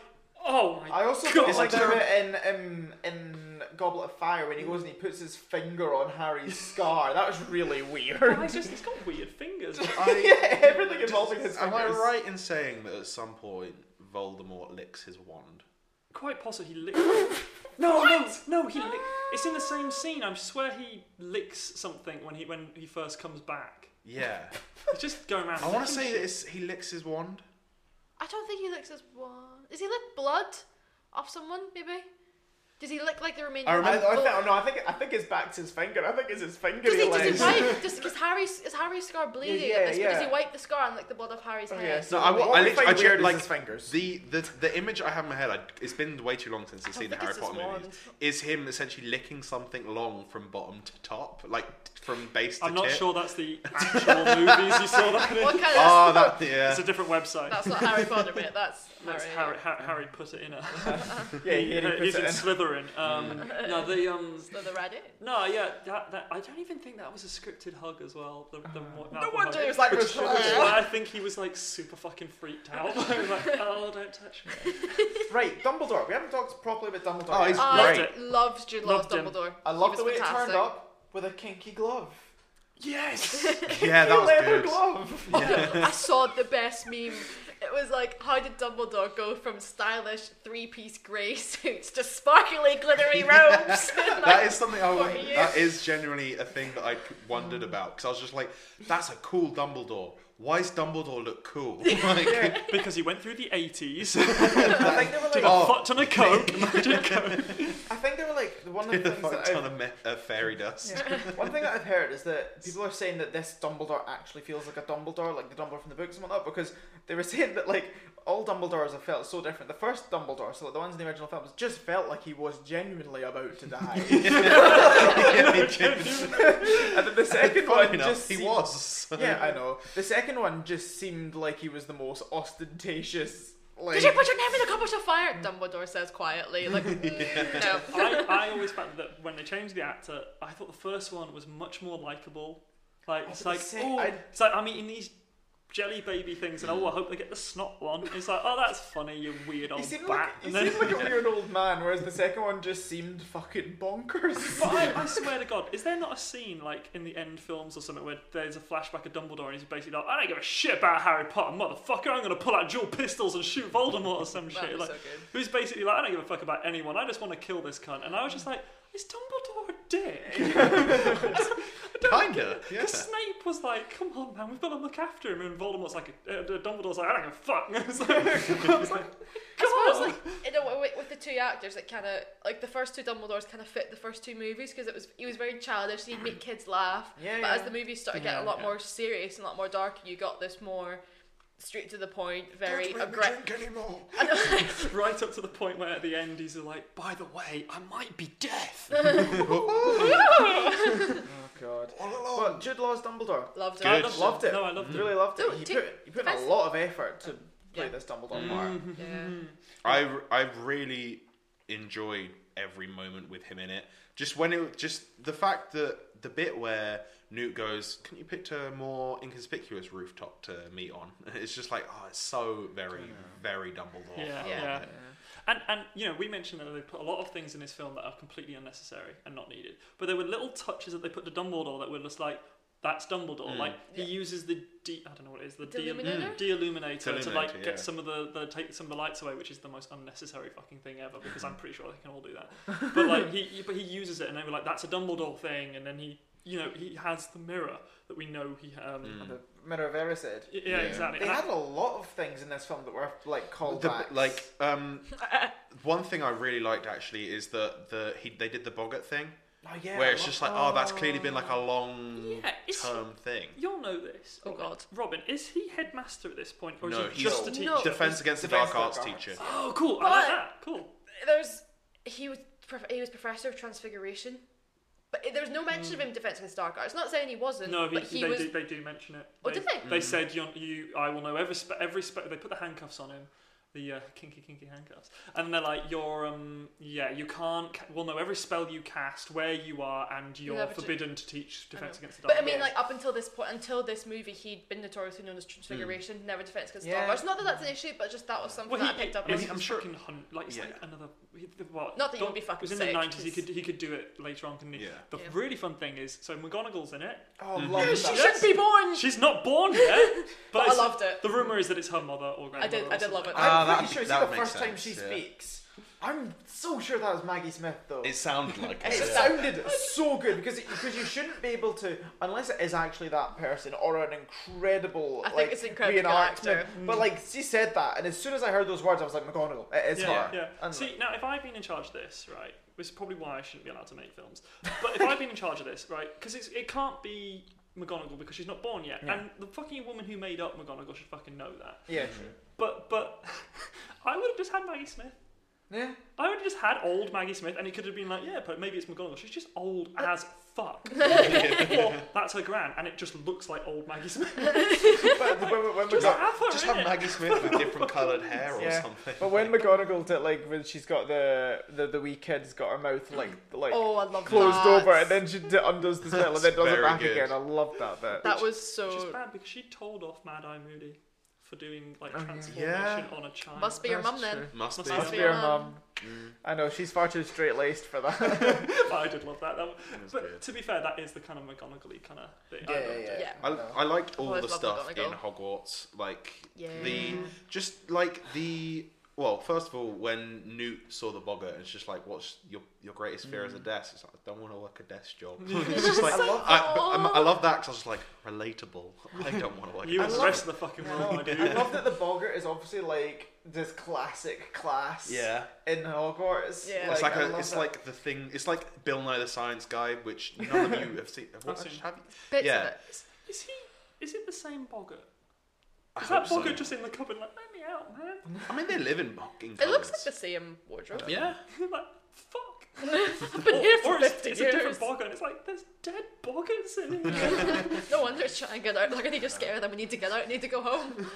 Speaker 4: oh my
Speaker 1: I also
Speaker 4: God.
Speaker 1: don't like
Speaker 2: It's
Speaker 1: that bit in um, in Goblet of Fire when he goes and he puts his finger on Harry's scar. That was really
Speaker 4: god.
Speaker 1: weird.
Speaker 4: He's, just, he's got weird fingers.
Speaker 2: I,
Speaker 1: yeah, everything involving his
Speaker 2: am
Speaker 1: fingers.
Speaker 2: I right in saying that at some point Voldemort licks his wand?
Speaker 4: Quite possibly he licks. Ah. No, no, no, he lick, It's in the same scene. I swear he licks something when he when he first comes back.
Speaker 2: Yeah,
Speaker 4: He's just going around.
Speaker 2: I want to
Speaker 4: licking
Speaker 2: say
Speaker 4: shit.
Speaker 2: that it's, he licks his wand.
Speaker 3: I don't think he licks as one. Is he lick blood off someone? Maybe. Does he lick like the remaining?
Speaker 2: I
Speaker 1: I,
Speaker 2: remember-
Speaker 1: I think, no, I think I think it's back to his finger. I think it's his finger.
Speaker 3: Does he,
Speaker 1: he
Speaker 3: does he
Speaker 1: licks.
Speaker 3: wipe? Does, is Harry's is Harry's scar bleeding?
Speaker 1: yeah,
Speaker 3: at this point? Does
Speaker 1: yeah.
Speaker 3: he wipe the scar and lick the blood off Harry's
Speaker 1: Oh,
Speaker 3: head?
Speaker 1: yeah, so
Speaker 2: No, I wa-
Speaker 1: what
Speaker 2: I
Speaker 1: we
Speaker 2: lit-
Speaker 1: find
Speaker 2: I ju-
Speaker 1: weird is
Speaker 2: like,
Speaker 1: his fingers.
Speaker 2: The, the the image I have in my head, I, it's been way too long since I've
Speaker 3: I
Speaker 2: seen the
Speaker 3: think
Speaker 2: Harry
Speaker 3: it's his
Speaker 2: Potter movies,
Speaker 3: wand.
Speaker 2: is him essentially licking something long from bottom to top, like from base to
Speaker 4: I'm not
Speaker 2: tip.
Speaker 4: sure that's the actual movies you saw that in.
Speaker 3: What kind of?
Speaker 2: Ah, that yeah.
Speaker 4: It's a different website.
Speaker 3: that's not Harry Potter, mate. That's
Speaker 4: That's
Speaker 3: Harry.
Speaker 4: Harry, Harry, Harry put it in. A,
Speaker 1: yeah, he, he puts
Speaker 4: he's
Speaker 1: it
Speaker 4: in
Speaker 1: in.
Speaker 4: Slytherin. Um, no, the um,
Speaker 3: So the Reddit.
Speaker 4: no, yeah, that, that, I don't even think that was a scripted hug as well. The, the what-
Speaker 1: No
Speaker 4: that one
Speaker 1: wonder
Speaker 4: hug.
Speaker 1: he was like,
Speaker 4: Which-
Speaker 1: "Ugh."
Speaker 4: I think he was like super fucking freaked out. I was like, oh, don't touch me.
Speaker 1: right, Dumbledore. We haven't talked properly about Dumbledore.
Speaker 2: Oh,
Speaker 1: yet.
Speaker 2: he's
Speaker 3: I
Speaker 2: great.
Speaker 4: it.
Speaker 3: loved Jude Law's
Speaker 4: Loved him.
Speaker 3: Dumbledore.
Speaker 1: I
Speaker 3: He
Speaker 1: love
Speaker 3: was
Speaker 1: the way it
Speaker 3: fantastic.
Speaker 1: turned up with a kinky glove.
Speaker 4: Yes.
Speaker 2: Yeah, that
Speaker 1: Kinky
Speaker 2: was
Speaker 1: leather
Speaker 2: good.
Speaker 1: glove.
Speaker 3: I saw the best meme. It was like, how did Dumbledore go from stylish three-piece grey suits to sparkly, glittery robes?
Speaker 2: That is something I
Speaker 3: for
Speaker 2: won-
Speaker 3: you.
Speaker 2: that is genuinely a thing that I c- wondered about because I was just like, that's a cool Dumbledore. Why's Dumbledore look cool? Like,
Speaker 1: Yeah.
Speaker 4: because he went through the 80s,
Speaker 1: I think they were
Speaker 4: did a
Speaker 1: like.
Speaker 2: Oh.
Speaker 4: fuck ton of coke, magic coke.
Speaker 1: I think they were like one of the
Speaker 2: a
Speaker 1: things
Speaker 2: fuck
Speaker 1: that.
Speaker 2: ton
Speaker 1: I've,
Speaker 2: of me- uh, fairy dust.
Speaker 1: yeah. One thing that I've heard is that people are saying that this Dumbledore actually feels like a Dumbledore, like the Dumbledore from the books and whatnot, because they were saying that like all Dumbledores have felt so different. The first Dumbledore, so like the ones in the original films, just felt like he was genuinely about to die, and then the second
Speaker 2: Funny
Speaker 1: one
Speaker 2: enough,
Speaker 1: just
Speaker 2: he
Speaker 1: seemed-
Speaker 2: was.
Speaker 1: Yeah, I know. The second one just seemed like he was the most ostentatious, Like,
Speaker 3: Did you put your name in the cupboard of fire? Dumbledore says quietly. Like, mm, no.
Speaker 4: I, I always found that when they changed the actor, I thought the first one was much more likable. Like it's
Speaker 1: but
Speaker 4: like,
Speaker 1: the sec-
Speaker 4: oh,
Speaker 1: I-
Speaker 4: it's like I'm eating these jelly baby things, and oh, I hope they get the snot one. It's like, oh, that's funny, you weird
Speaker 1: He
Speaker 4: old
Speaker 1: seemed, like,
Speaker 4: Oh, bat.
Speaker 1: he
Speaker 4: And then-
Speaker 1: seemed like a weird old man, whereas the second one just seemed fucking bonkers.
Speaker 4: But I, I swear to God, is there not a scene like in the end films or something where there's a flashback of Dumbledore and he's basically like, I don't give a shit about Harry Potter, motherfucker. I'm gonna pull out dual pistols and shoot Voldemort or some
Speaker 3: That
Speaker 4: shit.
Speaker 3: was
Speaker 4: Like,
Speaker 3: so good.
Speaker 4: who's basically like, I don't give a fuck about anyone. I just want to kill this cunt. And I was just like, is Dumbledore a dick?
Speaker 2: Kinda. Yeah.
Speaker 4: Because Snape was like, come on, man, we've got to look after him. And Voldemort's like, uh, Dumbledore's like, I don't give a fuck. I was like, I was like,
Speaker 3: I
Speaker 4: God.
Speaker 3: suppose, like, in a way, with, with the two actors, it kind of like the first two Dumbledores kind of fit the first two movies because it was he was very childish. He'd make kids laugh,
Speaker 1: Yeah,
Speaker 3: but
Speaker 1: yeah.
Speaker 3: as the movies started getting a
Speaker 4: Yeah,
Speaker 3: lot
Speaker 4: yeah.
Speaker 3: more serious and a lot more dark, you got this more straight to the point, very
Speaker 2: Don't make me
Speaker 3: aggressive.
Speaker 2: drink anymore.
Speaker 4: right up to the point where at the end he's like, by the way, I might be deaf.
Speaker 1: Oh god.
Speaker 2: All along.
Speaker 1: But Jude Law's Dumbledore.
Speaker 3: Loved it.
Speaker 2: Good.
Speaker 4: I
Speaker 1: Loved it.
Speaker 4: No, I loved it.
Speaker 1: Really loved it.
Speaker 3: No,
Speaker 1: He
Speaker 3: t-
Speaker 1: put, he put in a
Speaker 3: first-
Speaker 1: lot of effort to play
Speaker 3: Yeah.
Speaker 1: this Dumbledore part.
Speaker 4: Mm-hmm.
Speaker 3: Yeah.
Speaker 2: I, I really enjoyed every moment with him in it. Just when it just the fact that the bit where Newt goes, "Can you pick a more inconspicuous rooftop to meet on?" It's just like, oh, it's so very very Dumbledore.
Speaker 4: Yeah,
Speaker 3: Yeah.
Speaker 4: yeah. And and you know, we mentioned that they put a lot of things in this film that are completely unnecessary and not needed. But there were little touches that they put to Dumbledore that were just like, that's Dumbledore. Like he uses the de- I don't know what it is the de-
Speaker 3: Deluminator?
Speaker 4: Mm. de-illuminator to like
Speaker 2: Deluminator, yeah.
Speaker 4: get some of the, the take some of the lights away, which is the most unnecessary fucking thing ever because I'm pretty sure they can all do that. But like he, he but he uses it and they were like, that's a Dumbledore thing. And then he you know he has the mirror that we know he um
Speaker 1: And the Mirror of Erised.
Speaker 4: yeah,
Speaker 2: Yeah.
Speaker 4: exactly.
Speaker 1: They
Speaker 4: And I-
Speaker 1: had a lot of things in this film that were like
Speaker 2: The,
Speaker 1: callbacks.
Speaker 2: like um, one thing I really liked actually is that the he they did the Boggart thing
Speaker 1: oh, yeah,
Speaker 2: where
Speaker 1: I
Speaker 2: it's
Speaker 1: love-
Speaker 2: just like oh that's clearly been like a long
Speaker 4: Yeah, it's-
Speaker 2: term thing.
Speaker 4: You'll know this.
Speaker 3: Oh,
Speaker 4: Robin.
Speaker 3: God.
Speaker 4: Robin, is he headmaster at this point, or is
Speaker 2: No,
Speaker 4: he
Speaker 2: he's-
Speaker 4: just a
Speaker 1: No.
Speaker 4: teacher?
Speaker 2: Defense against the
Speaker 1: Defense
Speaker 2: dark,
Speaker 1: Dark
Speaker 2: arts,
Speaker 1: Arts.
Speaker 2: teacher.
Speaker 4: Oh, cool. I
Speaker 3: But-
Speaker 4: like that. Cool.
Speaker 3: There's he was prof- he was professor of transfiguration, but there was no mention of him defense against dark arts. Not saying he wasn't,
Speaker 4: No,
Speaker 3: but he
Speaker 4: they,
Speaker 3: was.
Speaker 4: do, they do mention it.
Speaker 3: Oh,
Speaker 4: they,
Speaker 3: did they?
Speaker 2: Mm.
Speaker 4: They said you, you, I will know every spe- every spe- They put the handcuffs on him, the uh, kinky kinky handcuffs, and they're like, "You're um, yeah, you can't. Ca- we'll know every spell you cast, where you are, and you're
Speaker 3: never do-
Speaker 4: forbidden to teach
Speaker 3: I
Speaker 4: defense
Speaker 3: know.
Speaker 4: against the dark."
Speaker 3: But I mean,
Speaker 4: arts."
Speaker 3: like up until this point, until this movie, he'd been notoriously known as Transfiguration, never defense against
Speaker 1: Yeah.
Speaker 3: Dark Arts. Not that that's an issue, but just that was something
Speaker 4: Hmm. Well, he,
Speaker 3: that I picked up.
Speaker 4: I
Speaker 3: on.
Speaker 4: mean, I'm
Speaker 2: He's
Speaker 4: sure.
Speaker 2: fucking
Speaker 4: like, it's
Speaker 2: Yeah.
Speaker 4: like another. he- the- Well,
Speaker 3: Not that you
Speaker 4: don't-
Speaker 3: would be fucking
Speaker 4: It was in the
Speaker 3: sick,
Speaker 4: 90s. He
Speaker 3: it's-
Speaker 4: could he could do it later on, couldn't he?
Speaker 2: Yeah.
Speaker 4: The
Speaker 3: Yeah.
Speaker 4: really fun thing is, so McGonagall's in it.
Speaker 1: oh,
Speaker 2: Mm-hmm.
Speaker 1: love
Speaker 3: She
Speaker 1: that.
Speaker 4: Yes.
Speaker 3: shouldn't be born.
Speaker 4: She's not born yet, but,
Speaker 3: But I
Speaker 4: it's-
Speaker 3: loved it.
Speaker 4: The rumor is that it's her mother or grandmother.
Speaker 3: I did.
Speaker 4: or
Speaker 3: I did love
Speaker 4: something.
Speaker 3: it.
Speaker 2: Ah,
Speaker 1: I'm
Speaker 2: that'd
Speaker 1: pretty sure
Speaker 2: be-
Speaker 1: it's
Speaker 2: that
Speaker 1: the
Speaker 2: would make
Speaker 1: first time she
Speaker 2: sense, yeah.
Speaker 1: speaks. I'm so sure that was Maggie Smith though.
Speaker 2: It sounded like
Speaker 1: And it
Speaker 2: it.
Speaker 1: sounded so good because it, because you shouldn't be able to unless it is actually that person or an incredible
Speaker 3: I think
Speaker 1: like
Speaker 3: it's an incredibly good
Speaker 1: reenactment.
Speaker 3: actor.
Speaker 1: But like she said that, and as soon as I heard those words, I was like McGonagall. It is
Speaker 4: Yeah,
Speaker 1: her.
Speaker 4: yeah.
Speaker 1: And
Speaker 4: See, now if I've been in charge of this, right, which is probably why I shouldn't be allowed to make films, but if I've been in charge of this, right, because it can't be McGonagall because she's not born yet,
Speaker 1: Yeah.
Speaker 4: and the fucking woman who made up McGonagall should fucking know that.
Speaker 1: yeah, true.
Speaker 4: But but I would have just had Maggie Smith.
Speaker 1: yeah.
Speaker 4: I would have just had old Maggie Smith, and it could have been like, yeah, but maybe it's McGonagall. She's just old as fuck. or that's her gran, and it just looks like old Maggie Smith.
Speaker 1: But when, when, when
Speaker 4: Just
Speaker 1: McGonagall-
Speaker 4: have her
Speaker 2: Just
Speaker 4: in
Speaker 2: have
Speaker 4: it.
Speaker 2: Maggie Smith with different coloured hair or
Speaker 1: Yeah.
Speaker 2: something.
Speaker 1: But when McGonagall did like when she's got the the, the wee kid's got her mouth like like
Speaker 3: Oh, I love
Speaker 1: closed
Speaker 3: that.
Speaker 1: over and then she d- undoes the spell and then
Speaker 2: That's
Speaker 1: does it
Speaker 2: very
Speaker 1: back
Speaker 2: good.
Speaker 1: again. I love that bit.
Speaker 3: that was
Speaker 4: Which is
Speaker 3: so.
Speaker 4: bad because she told off Mad Eye Moody for doing like
Speaker 1: Oh, yeah.
Speaker 4: transformation
Speaker 2: Yeah.
Speaker 4: on a child.
Speaker 3: Must be your
Speaker 1: That's
Speaker 3: mum then.
Speaker 1: true.
Speaker 2: Must,
Speaker 4: Must
Speaker 2: be. Mm,
Speaker 1: Must
Speaker 3: be
Speaker 1: be her
Speaker 3: your
Speaker 1: mum.
Speaker 3: mum.
Speaker 1: I know she's far too straight laced for that.
Speaker 4: I did love that. that was-
Speaker 2: was
Speaker 4: but
Speaker 2: good.
Speaker 4: to be fair, that is the kind of McGonagall-y kind of thing. I loved it.
Speaker 3: Yeah.
Speaker 2: I, I liked all
Speaker 3: Always
Speaker 2: the
Speaker 3: loved
Speaker 2: stuff in
Speaker 3: McGonagall.
Speaker 2: Hogwarts, like
Speaker 3: Yeah.
Speaker 2: the just like the well, first of all, when Newt saw the boggart, and it's just like, "What's your your greatest fear as a desk?" It's like, "I don't want to work a desk job." it's just like,
Speaker 1: I love
Speaker 2: I, but
Speaker 3: oh,
Speaker 2: I'm- I love that because I was just like, "Relatable." I don't want to work.
Speaker 4: You
Speaker 2: a
Speaker 4: and the
Speaker 2: desk
Speaker 4: rest of the fucking world, my
Speaker 1: I
Speaker 4: dude.
Speaker 1: love that the boggart is obviously like this classic class.
Speaker 2: Yeah.
Speaker 1: In Hogwarts.
Speaker 3: Yeah.
Speaker 2: It's like,
Speaker 1: I
Speaker 2: a,
Speaker 1: love
Speaker 2: it's
Speaker 1: that.
Speaker 2: like the thing. It's like Bill Nye the Science Guy, which none of you have seen. Have,
Speaker 4: seen it.
Speaker 2: have you?
Speaker 3: Bits
Speaker 2: Yeah.
Speaker 3: of it.
Speaker 4: Is, is he? Is it the same Boggart?
Speaker 2: I
Speaker 4: Is that
Speaker 2: hope so.
Speaker 4: Boggart just in the cupboard like, let me out, man?
Speaker 2: I mean, they live in fucking.
Speaker 3: It looks
Speaker 2: colours.
Speaker 3: like the same wardrobe.
Speaker 2: Yeah.
Speaker 4: like, fuck.
Speaker 3: I've been here for
Speaker 4: or it's,
Speaker 3: 50
Speaker 4: it's a
Speaker 3: years.
Speaker 4: different Boggart. And it's like there's dead Boggarts in here.
Speaker 3: No wonder it's trying to get out. Like, I need to get scared. Then we need to get out. I need to go home.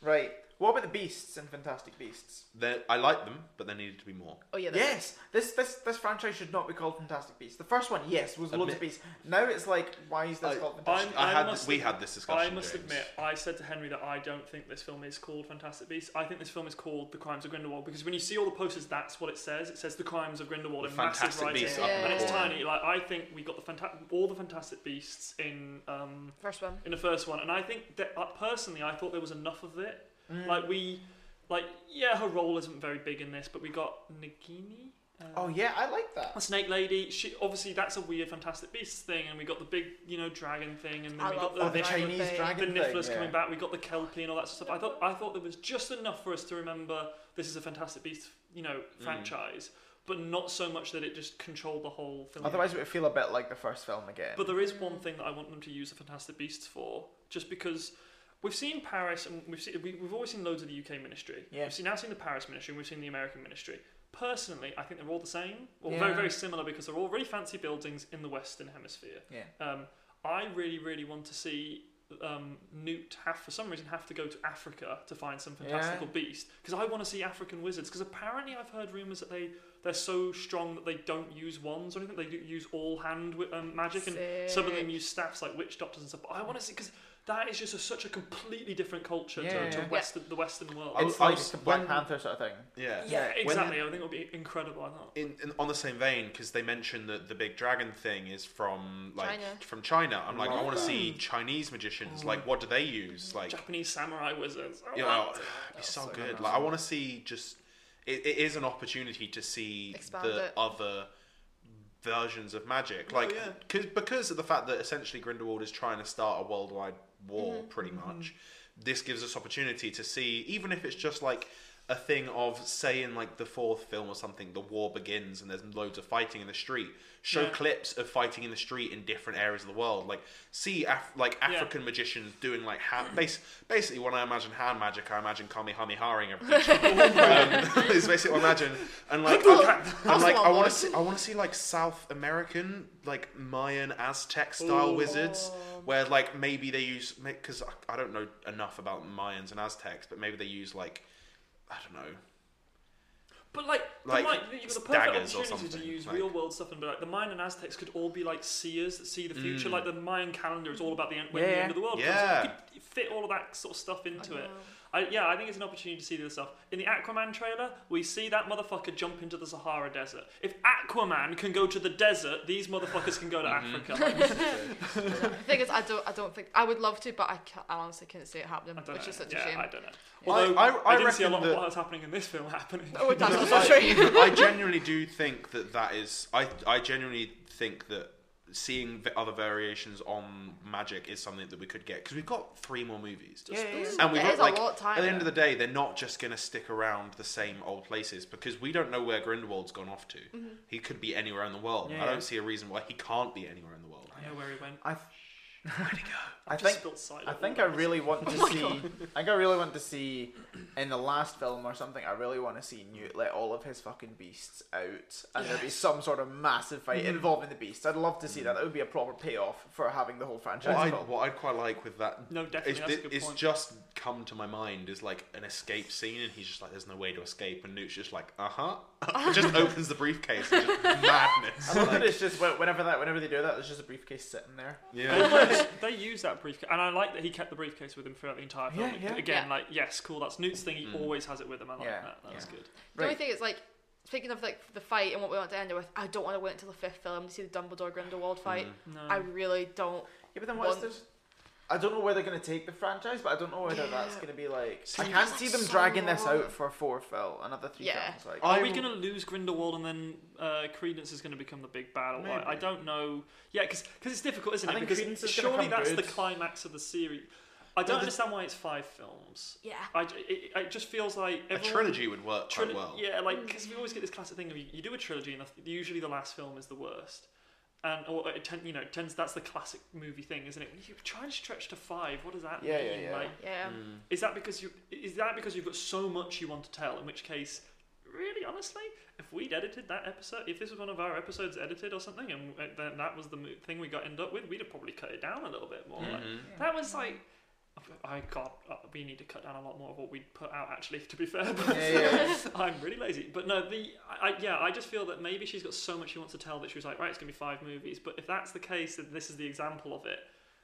Speaker 1: Right. What about the beasts and Fantastic Beasts?
Speaker 2: They're, I like them, but there needed to be more.
Speaker 3: Oh yeah. that's-
Speaker 1: Yes, this this this franchise should not be called Fantastic Beasts. The first one, yes, was loads of
Speaker 2: Admit-
Speaker 1: beasts. Now it's like, why is this
Speaker 2: I-
Speaker 1: called Fantastic?
Speaker 4: I'm-
Speaker 2: I
Speaker 4: I
Speaker 2: had
Speaker 4: must
Speaker 2: we
Speaker 4: admit-
Speaker 2: had this discussion.
Speaker 4: I must
Speaker 2: James.
Speaker 4: admit, I said to Henry that I don't think this film is called Fantastic Beasts. I think this film is called The Crimes of Grindelwald because when you see all the posters, that's what it says. It says The Crimes of Grindelwald
Speaker 2: The
Speaker 4: in
Speaker 2: Fantastic
Speaker 4: massive writing,
Speaker 2: Beasts
Speaker 3: up in
Speaker 4: and
Speaker 3: the
Speaker 4: it's
Speaker 2: corner.
Speaker 4: tiny. Like I think we got the fanta- all the Fantastic Beasts in um,
Speaker 3: First one.
Speaker 4: in the first one, and I think that uh, personally, I thought there was enough of it.
Speaker 2: Mm.
Speaker 4: Like we, like yeah, her role isn't very big in this, but we got Nagini. Uh,
Speaker 1: oh yeah, I like that.
Speaker 4: the snake lady. She obviously that's a weird Fantastic Beasts thing, and we got the big you know dragon thing, and then
Speaker 3: I
Speaker 4: we
Speaker 3: love
Speaker 4: got the,
Speaker 1: Oh, the
Speaker 3: that.
Speaker 4: dragon-
Speaker 1: Chinese
Speaker 3: thing.
Speaker 4: the
Speaker 1: dragon
Speaker 4: Nifflers
Speaker 1: thing.
Speaker 4: coming back. We got the Kelpie and all that sort of stuff. I thought I thought there was just enough for us to remember this is a Fantastic Beasts you know
Speaker 1: Mm.
Speaker 4: franchise, but not so much that it just controlled the whole film.
Speaker 1: Otherwise, it would feel a bit like the first film again.
Speaker 4: But there is one thing that I want them to use the Fantastic Beasts for, just because we've seen Paris and we've seen, we, we've always seen loads of the UK ministry.
Speaker 1: Yeah.
Speaker 4: We've seen, now seen the Paris ministry and we've seen the American ministry. Personally, I think they're all the same, or
Speaker 1: Yeah.
Speaker 4: very very similar because they're all really fancy buildings in the Western Hemisphere.
Speaker 1: yeah.
Speaker 4: Um, I really really want to see. Um, Newt have for some reason have to go to Africa to find some
Speaker 1: Yeah.
Speaker 4: fantastical beast because I want to see African wizards because apparently I've heard rumors that they they're so strong that they don't use wands or anything they do use all hand wi- um, magic and some of them
Speaker 3: Sick.
Speaker 4: use staffs like witch doctors and stuff. But I want to see because that is just a, such a completely different culture
Speaker 1: Yeah,
Speaker 4: to, to
Speaker 1: yeah.
Speaker 4: Western, the Western world.
Speaker 2: I
Speaker 1: It's
Speaker 2: w- I
Speaker 1: like
Speaker 2: was-
Speaker 1: the Black
Speaker 2: when-
Speaker 1: Panther sort of thing.
Speaker 2: Yeah.
Speaker 4: yeah,
Speaker 1: when-
Speaker 4: exactly. I think it'll be incredible. I thought.
Speaker 2: In, in, on the same vein, because they mentioned that the big dragon thing is from like
Speaker 3: China.
Speaker 2: from China. I'm like, I want to
Speaker 4: Mm.
Speaker 2: see Chinese magicians. Like, what do they use? Like,
Speaker 4: Japanese samurai wizards. I
Speaker 2: you
Speaker 4: want
Speaker 2: know,
Speaker 4: it.
Speaker 2: it'd be
Speaker 1: That's
Speaker 2: so
Speaker 1: so
Speaker 2: good.
Speaker 1: nice.
Speaker 2: Like, I want to see just. It, it is an opportunity to see
Speaker 3: Expand
Speaker 2: the
Speaker 3: it.
Speaker 2: other versions of magic, like
Speaker 4: yeah.
Speaker 2: cause, because of the fact that essentially Grindelwald is trying to start a worldwide war, pretty much. This gives us opportunity to see, even if it's just like a thing of say in like the fourth film or something, the war begins and there's loads of fighting in the street. Show
Speaker 4: Yeah.
Speaker 2: clips of fighting in the street in different areas of the world, like see Af- like African magicians doing like hand. Bas- basically, when I imagine hand magic, I imagine kamehamehaing everything. um, it's basically what I imagine, and like I, am
Speaker 3: That's
Speaker 2: like
Speaker 3: the
Speaker 2: I
Speaker 3: one,
Speaker 2: want
Speaker 3: boy.
Speaker 2: to see I want to see like South American like Mayan Aztec style
Speaker 4: Ooh.
Speaker 2: wizards. Where like maybe they use because I, I don't know enough about Mayans and Aztecs, but maybe they use like I don't know
Speaker 4: But like,
Speaker 2: Like,
Speaker 4: the Mayan, you've got the perfect
Speaker 2: daggers or
Speaker 4: opportunity to
Speaker 2: something,
Speaker 4: use
Speaker 2: like-
Speaker 4: real world stuff, and be like the Mayan and Aztecs could all be like seers that see the future.
Speaker 2: Mm.
Speaker 4: Like the Mayan calendar is all about the end, when
Speaker 1: Yeah,
Speaker 4: the
Speaker 1: yeah.
Speaker 4: end of the world
Speaker 2: Yeah.
Speaker 4: comes. You could fit all of that sort of stuff into
Speaker 3: I
Speaker 4: it.
Speaker 3: know.
Speaker 4: I, yeah, I think it's an opportunity to see the other stuff. In the Aquaman trailer, we see that motherfucker jump into the Sahara Desert. If Aquaman can go to the desert, these motherfuckers can go to Africa.
Speaker 3: The thing is, I don't, I don't think I would love to, but I, ca I honestly can't see it happening,
Speaker 4: I don't
Speaker 3: which
Speaker 4: know.
Speaker 3: is such
Speaker 4: yeah,
Speaker 3: a shame.
Speaker 4: I don't know.
Speaker 2: I-
Speaker 4: Although, I,
Speaker 2: I- I
Speaker 4: didn't see a
Speaker 2: reckon
Speaker 4: lot of
Speaker 2: that-
Speaker 4: what was happening in this film happening.
Speaker 3: Oh, that's
Speaker 2: No,
Speaker 3: not
Speaker 2: I,
Speaker 3: true.
Speaker 2: I genuinely do think that that is. I I genuinely think that seeing v- other variations on magic is something that we could get because we've got three more movies.
Speaker 1: Yeah, yeah, yeah.
Speaker 2: And we've
Speaker 3: It
Speaker 2: got
Speaker 3: is a
Speaker 2: like
Speaker 3: lot of time.
Speaker 2: at the end of the day, they're not just going to stick around the same old places because we don't know where Grindelwald's gone off to.
Speaker 1: Mm-hmm.
Speaker 2: He could be anywhere in the world.
Speaker 1: Yeah,
Speaker 2: I
Speaker 1: yeah.
Speaker 2: don't see a reason why he can't be anywhere in the world.
Speaker 4: I know where he went.
Speaker 1: I, th- I
Speaker 4: Just
Speaker 1: think
Speaker 4: spilled cider
Speaker 1: I
Speaker 4: all
Speaker 1: think I
Speaker 4: over his-
Speaker 1: really want
Speaker 3: Oh
Speaker 1: to see. I think I really want to see in the last film or something. I really want to see Newt let all of his fucking beasts out, and there'd be some sort of massive fight
Speaker 3: Mm-hmm.
Speaker 1: involving the beasts. I'd love to see that. That would be a proper payoff for having the whole
Speaker 2: What
Speaker 1: franchise.
Speaker 2: I'd,
Speaker 1: film.
Speaker 2: what I'd quite like with that
Speaker 4: No, definitely,
Speaker 2: is
Speaker 4: that's
Speaker 2: thi-
Speaker 4: a good
Speaker 2: it's
Speaker 4: point.
Speaker 2: just come to my mind is like an escape scene, and he's just like, "There's no way to escape," and Newt's just like, "Uh huh," just opens the briefcase, and just madness.
Speaker 1: I love that
Speaker 2: Like,
Speaker 1: it's just wh- whenever that whenever they do that, there's just a briefcase sitting there.
Speaker 2: yeah,
Speaker 4: they use that briefcase, and I like that he kept the briefcase with him throughout the entire film.
Speaker 1: Yeah, yeah.
Speaker 4: Again,
Speaker 3: Yeah.
Speaker 4: like yes, cool. That's Newt's thing. He
Speaker 2: Mm.
Speaker 4: always has it with him. I like
Speaker 1: Yeah,
Speaker 4: that. That's
Speaker 1: yeah.
Speaker 4: good.
Speaker 3: The only
Speaker 1: Right.
Speaker 3: thing is, like, speaking of like the fight and what we want to end it with, I don't want to wait until the fifth film to see the Dumbledore
Speaker 2: Mm-hmm.
Speaker 3: Grindelwald fight.
Speaker 4: No.
Speaker 3: I
Speaker 2: Mm.
Speaker 3: really don't.
Speaker 1: Yeah, but then what's
Speaker 3: One-
Speaker 1: this? I don't know where they're gonna take the franchise, but I don't know whether
Speaker 3: Yeah.
Speaker 1: that's gonna be like.
Speaker 3: See,
Speaker 1: I can't
Speaker 3: that's,
Speaker 1: see
Speaker 3: like,
Speaker 1: them
Speaker 3: so
Speaker 1: dragging this
Speaker 3: long.
Speaker 1: out for four fil, another three
Speaker 3: Yeah. Oh.
Speaker 1: films. Like,
Speaker 4: Are
Speaker 2: I
Speaker 4: we
Speaker 2: will-
Speaker 4: going to lose Grindelwald and then uh, Credence is going to become the big battle? Like, I
Speaker 1: Maybe.
Speaker 4: don't know. Yeah, because it's difficult, isn't
Speaker 1: I
Speaker 4: it?
Speaker 1: think
Speaker 4: because
Speaker 1: Credence is gonna
Speaker 4: surely
Speaker 1: come
Speaker 4: that's the
Speaker 1: good.
Speaker 4: climax of the series. I don't
Speaker 1: the-
Speaker 4: understand why it's five films.
Speaker 3: Yeah.
Speaker 4: I, j- it, it just feels like
Speaker 2: a
Speaker 4: everyone-
Speaker 2: trilogy would work
Speaker 4: Trilo-
Speaker 2: quite well.
Speaker 4: Yeah, like because we always get this classic thing of you, you do a trilogy, and the, usually the last film is the worst, and or it ten, you know it tends that's the classic movie thing, isn't it? When you try and stretch to five, what does that
Speaker 1: Yeah, yeah,
Speaker 4: mean?
Speaker 1: yeah.
Speaker 4: Like,
Speaker 2: Mm.
Speaker 3: Yeah.
Speaker 4: is that because you is that because you've got so much you want to tell? In which case, really honestly, if we'd edited that episode, if this was one of our episodes edited or something, and uh, then that was the mo- thing we got end up with, we'd have probably cut it down a little bit more. Like,
Speaker 2: Mhm.
Speaker 4: that was like I can't. Uh, we need to cut down a lot more of what we put out. Actually, to be fair, but
Speaker 1: Yeah, yeah.
Speaker 4: I'm really lazy. But no, the I, I, yeah, I just feel that maybe she's got so much she wants to tell that she was like, right, it's gonna be five movies. But if that's the case, then this is the example of it.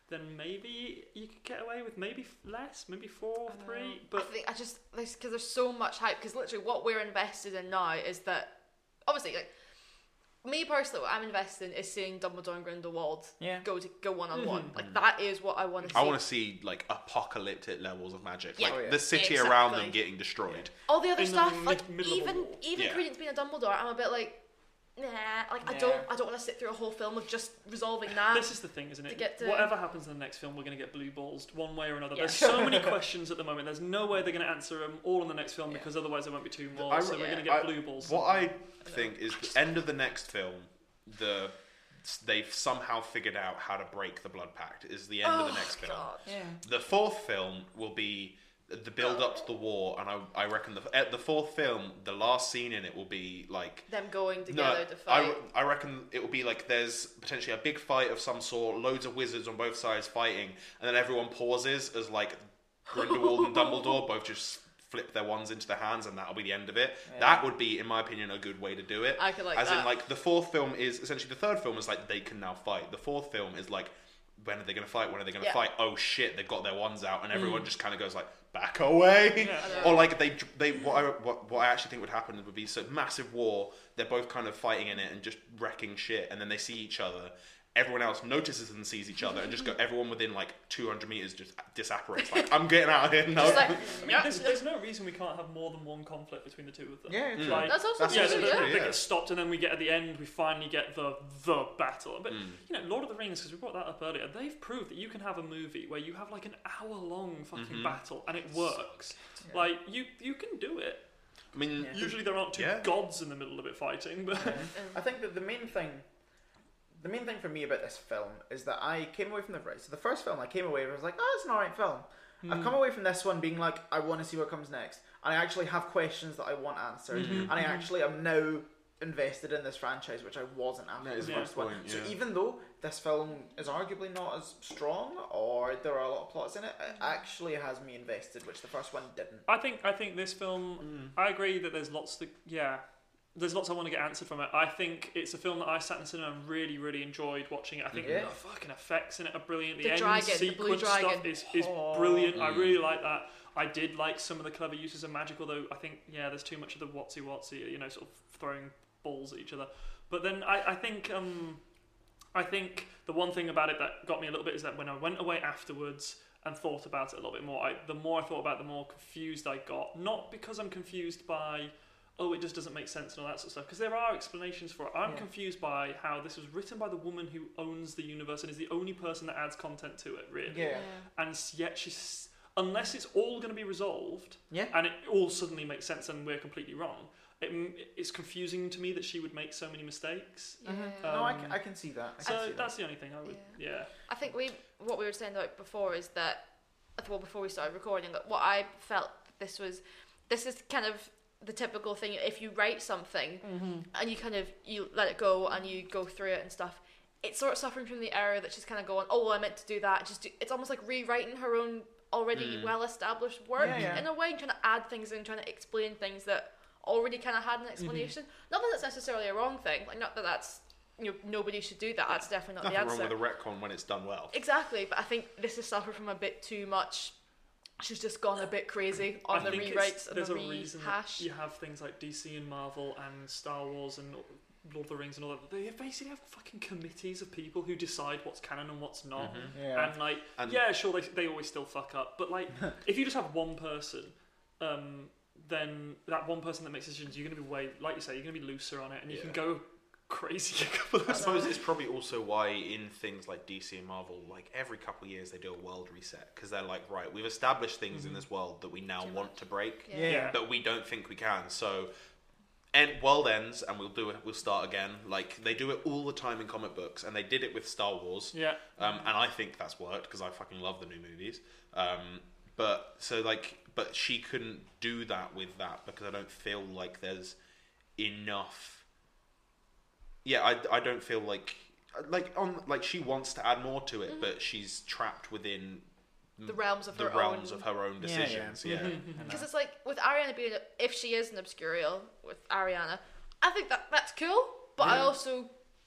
Speaker 4: Then maybe you could get away with maybe f- less, maybe four or three. But
Speaker 3: I think I just because there's so much hype. Because literally, what we're invested in now is that obviously, like me personally, what I'm invested in is seeing Dumbledore and Grindelwald
Speaker 1: Yeah.
Speaker 3: go to go one on one. Like that is what I want to see.
Speaker 2: Mm-hmm. I want to see like apocalyptic levels of magic,
Speaker 3: Yeah.
Speaker 2: like
Speaker 1: Oh, yeah.
Speaker 2: the city around them
Speaker 3: Exactly.
Speaker 2: getting destroyed.
Speaker 3: All the other
Speaker 4: in the
Speaker 3: stuff,
Speaker 4: mid-
Speaker 3: like
Speaker 4: middle of a
Speaker 3: even
Speaker 4: war.
Speaker 3: even
Speaker 2: Yeah.
Speaker 3: Credence being a Dumbledore, I'm a bit like, nah. Like I
Speaker 1: Nah.
Speaker 3: don't I don't want to sit through a whole film of just resolving that.
Speaker 4: this is the thing, isn't it?
Speaker 3: to get to-
Speaker 4: Whatever happens in the next film, we're going to get blue balls one way or another.
Speaker 3: Yeah.
Speaker 4: There's so many questions at the moment. There's no way they're going to answer them all in the next film
Speaker 3: Yeah.
Speaker 4: because otherwise there won't be two more.
Speaker 2: I-
Speaker 4: so we're going
Speaker 3: yeah.
Speaker 4: to get
Speaker 2: I-
Speaker 4: blue balls.
Speaker 2: What I think is the end of the next film, the they've somehow figured out how to break the blood pact. Is the end
Speaker 3: oh
Speaker 2: of the next film.
Speaker 3: god.
Speaker 2: The fourth film will be the build up to the war, and I, I reckon the at the fourth film, the last scene in it will be like
Speaker 3: Them going
Speaker 2: No,
Speaker 3: together to
Speaker 2: I,
Speaker 3: fight.
Speaker 2: re- I reckon it will be like there's potentially a big fight of some sort, loads of wizards on both sides fighting, and then everyone pauses as like Grindelwald and Dumbledore both just flip their wands into their hands, and that'll be the end of it. That would be, in my opinion, a good way to do it.
Speaker 3: I could like
Speaker 2: as in
Speaker 3: that.
Speaker 2: like the fourth film is essentially the third film is like they can now fight. The fourth film is like when are they going to fight? When are they going to
Speaker 3: Yeah. Mm.
Speaker 2: fight? Oh shit, they've got their wands out, and everyone just kind of goes like back away
Speaker 4: Yeah.
Speaker 2: or like they they what I what, what I actually think would happen would be so massive war. They're both kind of fighting in it and just wrecking shit, and then they see each other. Everyone else notices and sees each other, and just go. Everyone within like 200 meters just disapparates. Like I'm getting out of here. No,
Speaker 3: Just
Speaker 4: I
Speaker 3: like,
Speaker 4: mean,
Speaker 3: yeah.
Speaker 4: there's, there's no reason we can't have more than one conflict between the two of them.
Speaker 1: Yeah, true.
Speaker 4: Like,
Speaker 3: That's also
Speaker 2: That's
Speaker 4: yeah,
Speaker 3: true,
Speaker 4: they,
Speaker 2: also
Speaker 3: yeah.
Speaker 2: true.
Speaker 4: they
Speaker 2: yeah.
Speaker 4: get stopped, and then we get at the end, we finally get the the battle. But you know, Lord of the Rings, because we brought that up earlier, they've proved that you can have a movie where you have like an hour long fucking battle, and it works. Like you, you can do it.
Speaker 2: I mean,
Speaker 1: Yeah.
Speaker 4: Usually there aren't two
Speaker 2: Yeah.
Speaker 4: gods in the middle of it fighting, but
Speaker 1: I think that the main thing, the main thing for me about this film is that I came away from the right. So the first film I came away, I was like, oh, it's an alright film.
Speaker 4: Hmm.
Speaker 1: I've come away from this one being like, I want to see what comes next. And I actually have questions that I want answered,
Speaker 4: Mm-hmm.
Speaker 1: and
Speaker 2: Mm-hmm.
Speaker 1: I actually am now invested in this franchise, which I wasn't after
Speaker 2: That is
Speaker 1: the
Speaker 4: a good
Speaker 1: first one.
Speaker 2: point,
Speaker 1: So
Speaker 2: yeah.
Speaker 1: even though this film is arguably not as strong, or there are a lot of plots in it,
Speaker 4: Mm-hmm.
Speaker 1: it actually has me invested, which the first one didn't.
Speaker 4: I think I think this film.
Speaker 1: Mm.
Speaker 4: I agree that there's lots to yeah. There's lots I want to get answered from it. I think it's a film that I sat in cinema and really, really enjoyed watching it. I think
Speaker 1: Yeah.
Speaker 4: the fucking effects in it are brilliant. The,
Speaker 3: The
Speaker 4: end
Speaker 3: dragon, the
Speaker 4: sequence
Speaker 3: blue
Speaker 4: stuff
Speaker 3: dragon.
Speaker 4: is, is
Speaker 1: Oh.
Speaker 4: brilliant. I really like that. I did like some of the clever uses of magic, although I think yeah, there's too much of the watsy watsy, you know, sort of throwing balls at each other. But then I, I think um, I think the one thing about it that got me a little bit is that when I went away afterwards and thought about it a little bit more, I, the more I thought about it, the more confused I got. Not because I'm confused by, oh, it just doesn't make sense and all that sort of stuff, because there are explanations for it. I'm
Speaker 1: Yeah.
Speaker 4: confused by how this was written by the woman who owns the universe and is the only person that adds content to it, really.
Speaker 1: Yeah.
Speaker 4: And s- yet she's. Unless it's all going to be resolved,
Speaker 1: Yeah.
Speaker 4: and it all suddenly makes sense and we're completely wrong, it, m- it's confusing to me that she would make so many mistakes.
Speaker 3: Yeah.
Speaker 1: no, I,
Speaker 4: Um,
Speaker 1: c- I can see that. I can
Speaker 4: So
Speaker 1: see that.
Speaker 4: that's the only thing I would. Yeah.
Speaker 3: I think we what we were saying about before is that well before we started recording that what I felt this was this is kind of the typical thing if you write something
Speaker 1: Mm-hmm.
Speaker 3: and you kind of you let it go and you go through it and stuff it's sort of suffering from the error that she's kind of going oh well, I meant to do that just do, it's almost like rewriting her own
Speaker 2: Mm.
Speaker 3: already well established work
Speaker 1: Yeah, yeah.
Speaker 3: in a way trying to add things in trying to explain things that already kind of had
Speaker 1: Mm-hmm.
Speaker 3: an explanation not that that's necessarily a wrong thing like not that that's you know, nobody should do that that's definitely not
Speaker 2: nothing
Speaker 3: the
Speaker 2: wrong
Speaker 3: answer
Speaker 2: with a retcon when it's done well.
Speaker 3: Exactly, but I think this has suffered from a bit too much. She's just gone a bit crazy
Speaker 4: I
Speaker 3: on the
Speaker 4: think it's-
Speaker 3: rewrites and
Speaker 4: there's
Speaker 3: the
Speaker 4: a reason that
Speaker 3: rehash.
Speaker 4: you have things like DC and Marvel and Star Wars and Lord of the Rings and all that. They basically have fucking committees of people who decide what's canon and what's not.
Speaker 1: Yeah.
Speaker 4: And like,
Speaker 2: Mm-hmm. And-
Speaker 4: yeah, sure, they they always still fuck up. But like, if you just have one person, um, then that one person that makes decisions, you're gonna be way, like you say, you're gonna be looser on it, and you can
Speaker 2: Yeah.
Speaker 4: go crazy a couple of
Speaker 2: I suppose it's probably also why in things like DC and Marvel, like every couple of years they do a world reset because they're like, right, we've established things in this world that we now
Speaker 3: Mm-hmm. Too
Speaker 2: want to break.
Speaker 3: Yeah.
Speaker 4: Yeah.
Speaker 2: but we don't think we can. So, and world ends, and we'll do it. We'll start again. Like they do it all the time in comic books, and they did it with Star Wars.
Speaker 4: Yeah.
Speaker 2: Um, and I think that's worked because I fucking love the new movies. Um, but so like, but she couldn't do that with that because I don't feel like there's enough. Yeah, I, I don't feel like like on like she wants to add more to it, but she's trapped within
Speaker 3: the realms Mm-hmm. of
Speaker 2: the
Speaker 3: her
Speaker 2: realms
Speaker 3: own. Mm-hmm.
Speaker 2: of her own
Speaker 1: Yeah, yeah.
Speaker 2: decisions. Yeah,
Speaker 3: Because it's like with Ariana being, a- if she is an obscurial with Ariana, I think that that's cool. But I also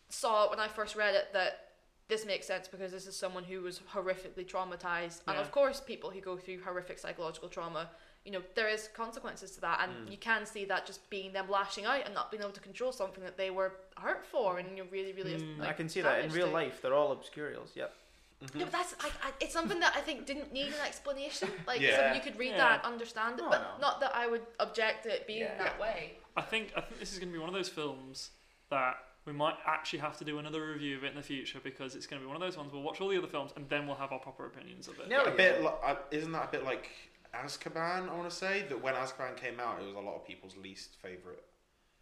Speaker 3: saw when I first read it that this makes sense because this is someone who was horrifically traumatized, and
Speaker 4: Yeah.
Speaker 3: of course, people who go through horrific psychological trauma, you know, there is consequences to that,
Speaker 1: Mm.
Speaker 3: and you can see that just being them lashing out and not being able to control something that they were hurt for, and you're really, really. like,
Speaker 1: Mm, I can see that in
Speaker 3: damaged
Speaker 1: real
Speaker 3: to.
Speaker 1: life. They're all obscurials. Yep.
Speaker 3: No, but that's I, I, it's something that I think didn't need an explanation. Like
Speaker 2: Yeah.
Speaker 3: something you could read
Speaker 4: Yeah.
Speaker 3: that, understand it,
Speaker 1: No,
Speaker 3: but
Speaker 1: no.
Speaker 3: not that I would object to it being
Speaker 1: Yeah.
Speaker 3: that way.
Speaker 4: I think I think this is going to be one of those films that we might actually have to do another review of it in the future because it's going to be one of those ones we'll watch all the other films and then we'll have our proper opinions of it.
Speaker 1: No,
Speaker 2: a bit. Li- uh, isn't that a bit like Azkaban? I want to say that when Azkaban came out, it was a lot of people's least favorite.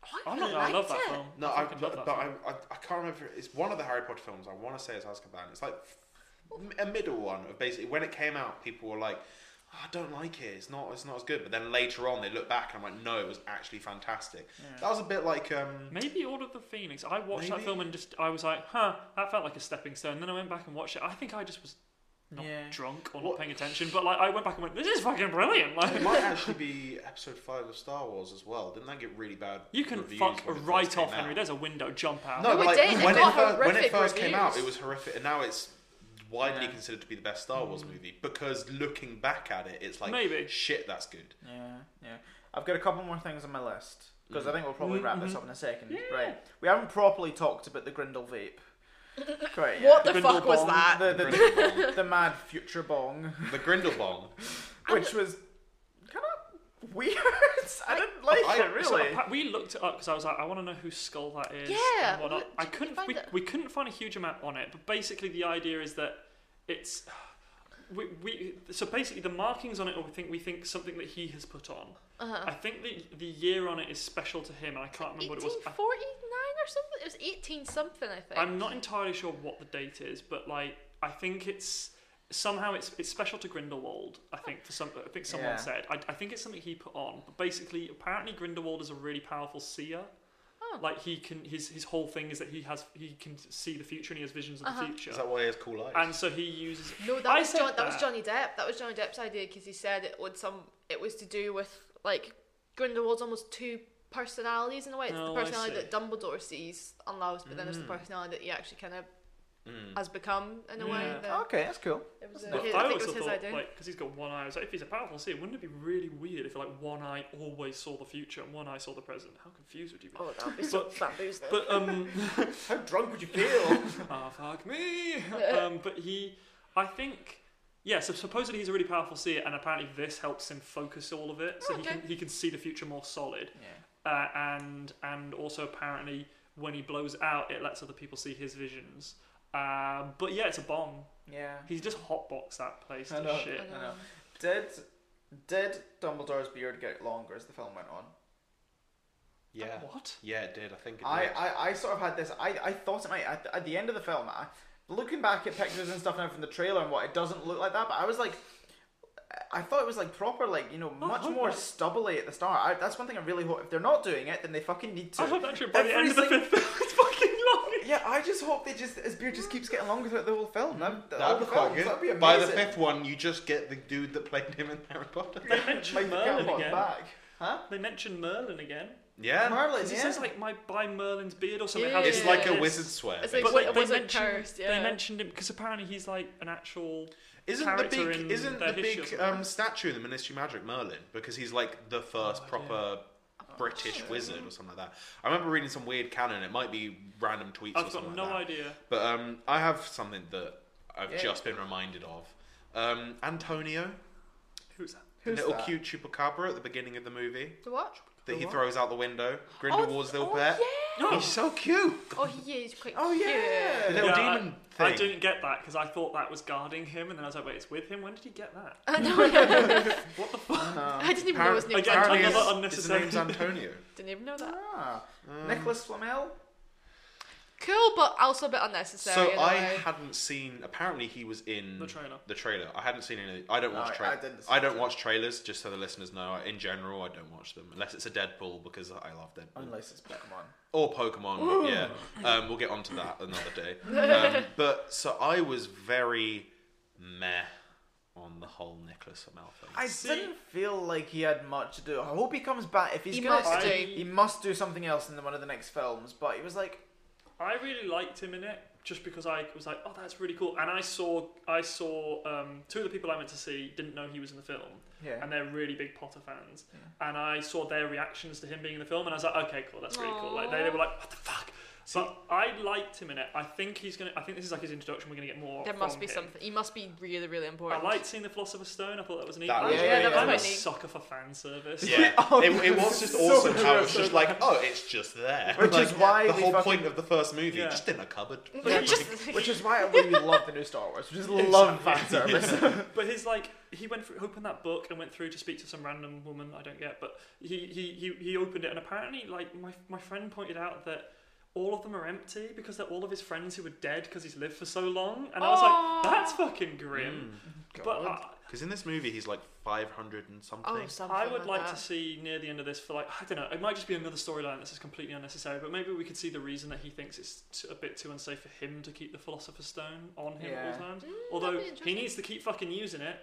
Speaker 3: I,
Speaker 4: I'm
Speaker 3: really
Speaker 4: not gonna- I love
Speaker 3: liked
Speaker 4: that
Speaker 3: it.
Speaker 4: film.
Speaker 2: No, I,
Speaker 4: fucking
Speaker 2: but,
Speaker 4: love that
Speaker 2: but
Speaker 4: film.
Speaker 2: I, I, I can't remember. It's one of the Harry Potter films. I want to say it's Azkaban. It's like m- a middle one. Of basically, when it came out, people were like, "Oh, "I don't like it. It's not. It's not as good." But then later on, they look back and I'm like, "No, it was actually fantastic." That was a bit like um,
Speaker 4: Maybe Order of the Phoenix. I watched that
Speaker 2: Maybe.
Speaker 4: film and just I was like, huh, that felt like a stepping stone. Then I went back and watched it. I think I just was not
Speaker 1: Yeah.
Speaker 4: drunk or
Speaker 2: What-
Speaker 4: not paying attention, but like I went back and went, this is fucking brilliant.
Speaker 2: it
Speaker 4: Like
Speaker 2: might actually be Episode Five of Star Wars as well. Didn't that get really bad?
Speaker 4: you can
Speaker 2: reviews
Speaker 4: fuck
Speaker 2: when it first
Speaker 4: right
Speaker 2: came
Speaker 4: off,
Speaker 2: out?
Speaker 4: Henry. There's a window. Jump out.
Speaker 2: No,
Speaker 3: No,
Speaker 2: but
Speaker 3: it
Speaker 2: like
Speaker 3: did. It
Speaker 2: when, it
Speaker 3: got
Speaker 2: first, when it
Speaker 3: horrific
Speaker 2: first came out,
Speaker 3: reviews.
Speaker 2: it was horrific, and now it's widely
Speaker 1: Yeah.
Speaker 2: considered to be the best Star Wars movie because looking back at it, it's like
Speaker 4: Maybe.
Speaker 2: shit, that's good.
Speaker 1: Yeah, yeah. Mm. Mm-hmm, I've got a couple more things on my list because I think we'll probably wrap this up in a second.
Speaker 4: Yeah.
Speaker 1: Right. We haven't properly talked about the Grindel vape. Right. yeah.
Speaker 3: What the
Speaker 4: Grindelwald.
Speaker 3: fuck was that?
Speaker 1: The,
Speaker 2: The
Speaker 1: the,
Speaker 2: Grindelbong.
Speaker 1: the mad future bong,
Speaker 2: the Grindelbong.
Speaker 1: which was kind of weird. I didn't like
Speaker 2: I-
Speaker 1: it
Speaker 4: So
Speaker 1: really.
Speaker 4: appa- we looked it up because I was like, I want to know whose skull that is.
Speaker 3: Yeah,
Speaker 4: and what
Speaker 3: well,
Speaker 4: not. I
Speaker 3: did you
Speaker 4: couldn't.
Speaker 3: find
Speaker 4: We,
Speaker 3: it?
Speaker 4: we couldn't find a huge amount on it, but basically the idea is that it's. We, we so basically the markings on it are we think we think something that he has put on.
Speaker 3: Uh-huh.
Speaker 4: I think the the year on it is special to him, and I can't remember what it was.
Speaker 3: 1849 or something? It was 18 something, I think.
Speaker 4: I, am not entirely sure what the date is, but like I think it's somehow it's it's special to Grindelwald. I think for some I think someone
Speaker 1: Yeah.
Speaker 4: said I, I think it's something he put on. But basically, apparently Grindelwald is a really powerful seer.
Speaker 3: Oh.
Speaker 4: Like he can his his whole thing is that he has he can see the future and he has visions of the
Speaker 3: Uh-huh.
Speaker 4: future.
Speaker 2: Is that why he has cool eyes?
Speaker 4: and so he uses
Speaker 3: no, that
Speaker 4: I
Speaker 3: was
Speaker 4: said
Speaker 3: John, that. was
Speaker 4: that.
Speaker 3: Johnny Depp. That was Johnny Depp's idea because he said it would some. It was to do with like Grindelwald's almost two personalities in a way. It's
Speaker 4: Oh, I
Speaker 3: the personality
Speaker 4: see. Mm.
Speaker 3: that Dumbledore sees and loves, but then there's the personality that he actually kind of
Speaker 2: Mm,
Speaker 3: has become in a way.
Speaker 4: Yeah.
Speaker 3: That
Speaker 1: Okay, that's cool.
Speaker 3: it was,
Speaker 4: But
Speaker 3: his,
Speaker 4: I
Speaker 3: I think it
Speaker 4: also
Speaker 3: was his
Speaker 4: thought,
Speaker 3: idea.
Speaker 4: like, because he's got one eye. I was like, if he's a powerful seer, wouldn't it be really weird if, like, one eye always saw the future and one eye saw the present? How confused would you be?
Speaker 3: oh, that would be so bamboozling.
Speaker 4: But um,
Speaker 1: How drunk would you feel?
Speaker 4: ah, fuck me. Um, but he, I think, yeah. So supposedly he's a really powerful seer, and apparently this helps him focus all of it, so he
Speaker 3: Okay.
Speaker 4: can he can see the future more solid.
Speaker 1: yeah.
Speaker 4: Uh, and and also apparently when he blows out, it lets other people see his visions. Uh, but yeah, it's a bomb.
Speaker 1: Yeah.
Speaker 4: He's just hotboxed that place
Speaker 1: I
Speaker 4: to
Speaker 1: know.
Speaker 4: shit.
Speaker 3: I
Speaker 1: I know. Did did Dumbledore's beard get longer as the film went on?
Speaker 2: yeah.
Speaker 4: What?
Speaker 2: Yeah, it did. I think it
Speaker 1: I,
Speaker 2: did.
Speaker 1: I, I sort of had this. I, I thought it might at, at the end of the film. I, looking back at pictures and stuff now from the trailer and what it doesn't look like that, but I was like, I thought it was like proper, like you know, much
Speaker 4: hope
Speaker 1: more
Speaker 4: not.
Speaker 1: stubbly at the start. I, that's one thing I really hope. If they're not doing it, then they fucking need to.
Speaker 4: I hope actually by the
Speaker 1: Every
Speaker 4: end of the
Speaker 1: single-
Speaker 4: fifth film it's fucking long.
Speaker 1: yeah, I just hope they just his beard just keeps getting longer throughout the whole film. That, that, all
Speaker 2: That'd
Speaker 1: the
Speaker 2: be quite
Speaker 1: films,
Speaker 2: good.
Speaker 1: that'd be amazing.
Speaker 2: By the fifth one, you just get the dude that played him in Harry Potter.
Speaker 4: They mentioned
Speaker 1: like the
Speaker 4: Merlin
Speaker 1: Gilmore
Speaker 4: again.
Speaker 1: back, huh?
Speaker 4: They mentioned Merlin again.
Speaker 2: Yeah.
Speaker 1: Merlin,
Speaker 4: 'Cause he
Speaker 1: yeah.
Speaker 4: says like my by Merlin's beard or something. how
Speaker 3: Yeah.
Speaker 2: It's
Speaker 4: does
Speaker 2: like
Speaker 4: it
Speaker 2: a
Speaker 4: is?
Speaker 2: wizard swear.
Speaker 3: It's like
Speaker 4: But
Speaker 2: basically.
Speaker 4: like,
Speaker 3: a
Speaker 4: they
Speaker 3: wizard
Speaker 4: mentioned
Speaker 3: cursed, yeah.
Speaker 4: they mentioned him because apparently he's like an actual.
Speaker 2: isn't the
Speaker 4: character
Speaker 2: big
Speaker 4: in
Speaker 2: isn't
Speaker 4: their
Speaker 2: the
Speaker 4: history or
Speaker 2: big
Speaker 4: something. Oh,
Speaker 2: um, statue in the Ministry of Magic Merlin because he's like the first proper British wizard or something like that. I remember reading some weird canon. It might be random tweets or
Speaker 4: I've
Speaker 2: something
Speaker 4: got
Speaker 2: like
Speaker 4: no
Speaker 2: that.
Speaker 4: idea.
Speaker 2: But um, I have something that I've
Speaker 1: Yeah.
Speaker 2: just been reminded of. Um, Antonio,
Speaker 4: Who's that?
Speaker 1: Who's
Speaker 2: the little
Speaker 1: that?
Speaker 2: cute chupacabra at the beginning of the movie
Speaker 3: to watch?
Speaker 2: that
Speaker 1: The
Speaker 2: he
Speaker 1: what?
Speaker 2: throws out the window. Grindelwald's
Speaker 3: oh,
Speaker 2: little
Speaker 3: oh,
Speaker 2: pet.
Speaker 3: Yeah.
Speaker 4: No.
Speaker 2: He's so cute.
Speaker 3: Oh, he is quite
Speaker 1: Oh
Speaker 3: cute.
Speaker 1: yeah.
Speaker 2: The little
Speaker 4: Yeah,
Speaker 2: demon
Speaker 4: I,
Speaker 2: thing.
Speaker 4: I didn't get that because I thought that was guarding him, and then I was like, wait, it's with him. When did he get that?
Speaker 3: I know.
Speaker 4: What the fuck?
Speaker 3: I didn't even know
Speaker 2: Appar-
Speaker 3: his name.
Speaker 4: Again,
Speaker 3: was
Speaker 4: another
Speaker 2: Apparently,
Speaker 3: Antonio.
Speaker 2: his- his
Speaker 4: unnecessary-
Speaker 2: name's Antonio.
Speaker 3: Didn't even know that.
Speaker 1: Ah, Nicholas Flamel.
Speaker 3: Cool, but also a bit unnecessary.
Speaker 2: So
Speaker 3: in a
Speaker 2: I
Speaker 3: way.
Speaker 2: hadn't seen. Apparently, he was in
Speaker 4: The trailer.
Speaker 2: The trailer. I hadn't seen any. I don't
Speaker 1: No,
Speaker 2: watch
Speaker 1: I- I
Speaker 2: trailers.
Speaker 1: didn't see
Speaker 2: I,
Speaker 1: the
Speaker 2: don't
Speaker 1: trailer.
Speaker 2: watch trailers. Just so the listeners know, in general, I don't watch them unless it's a Deadpool because I love Deadpool
Speaker 1: Unless it's Pokemon.
Speaker 2: or Pokemon. Yeah, um, we'll get onto that another day. Um, but so I was very meh on done the whole Nicholas Flamel thing.
Speaker 1: I
Speaker 4: See-
Speaker 1: didn't feel like he had much to do. I hope he comes back. If he's
Speaker 3: He
Speaker 1: gonna,
Speaker 3: must do.
Speaker 1: he must do something else in the, one of the next films. But he was like,
Speaker 4: I really liked him in it just because I was like, oh, that's really cool. And I saw I saw um, two of the people I went to see didn't know he was in the film,
Speaker 1: yeah,
Speaker 4: and they're really big Potter fans. And I saw their reactions to him being in the film, and I was like, okay, cool, that's really cool. Like they, they were like, what the fuck. But I liked him in it. I think he's gonna. I think this is like his introduction. We're gonna get more.
Speaker 3: There must
Speaker 4: from
Speaker 3: be
Speaker 4: him.
Speaker 3: something. He must be really, really
Speaker 4: I
Speaker 3: important.
Speaker 4: liked seeing the Philosopher's Stone. I thought that was neat.
Speaker 2: That
Speaker 4: I'm
Speaker 2: was
Speaker 4: a-
Speaker 1: Yeah, yeah, yeah.
Speaker 4: I'm a
Speaker 1: quite
Speaker 3: neat.
Speaker 4: sucker for fan service.
Speaker 2: Yeah,
Speaker 1: Oh,
Speaker 2: it, it was just
Speaker 1: so
Speaker 2: awesome how it was
Speaker 1: good.
Speaker 2: just like, oh, it's just there.
Speaker 1: Which
Speaker 2: Like,
Speaker 1: is why
Speaker 2: the
Speaker 1: we
Speaker 2: whole
Speaker 1: fucking-
Speaker 2: point of the first movie,
Speaker 4: Yeah.
Speaker 2: just in a cupboard. Mm.
Speaker 3: Yeah, just-
Speaker 1: which is why we love the new Star Wars. We just love fan service.
Speaker 4: But his like he went through, opened that book and went through to speak to some random woman I don't get, but he he he, he opened it and apparently like my my friend pointed out that all of them are empty because they're all of his friends who were dead because he's lived for so long, and I was
Speaker 3: Aw.
Speaker 4: like, that's fucking grim.
Speaker 2: Mm.
Speaker 4: But uh,
Speaker 1: God.
Speaker 4: I,
Speaker 2: Because in this movie, he's like 500 and something.
Speaker 3: oh, something.
Speaker 4: I would like
Speaker 3: that.
Speaker 4: to see near the end of this for like I don't know. It might just be another storyline that's just completely unnecessary, but maybe we could see the reason that he thinks it's t- a bit too unsafe for him to keep the Philosopher's Stone on him at
Speaker 1: Yeah.
Speaker 4: all times.
Speaker 3: Mm,
Speaker 4: Although
Speaker 3: that'd be
Speaker 4: he
Speaker 3: interesting.
Speaker 4: needs to keep fucking using it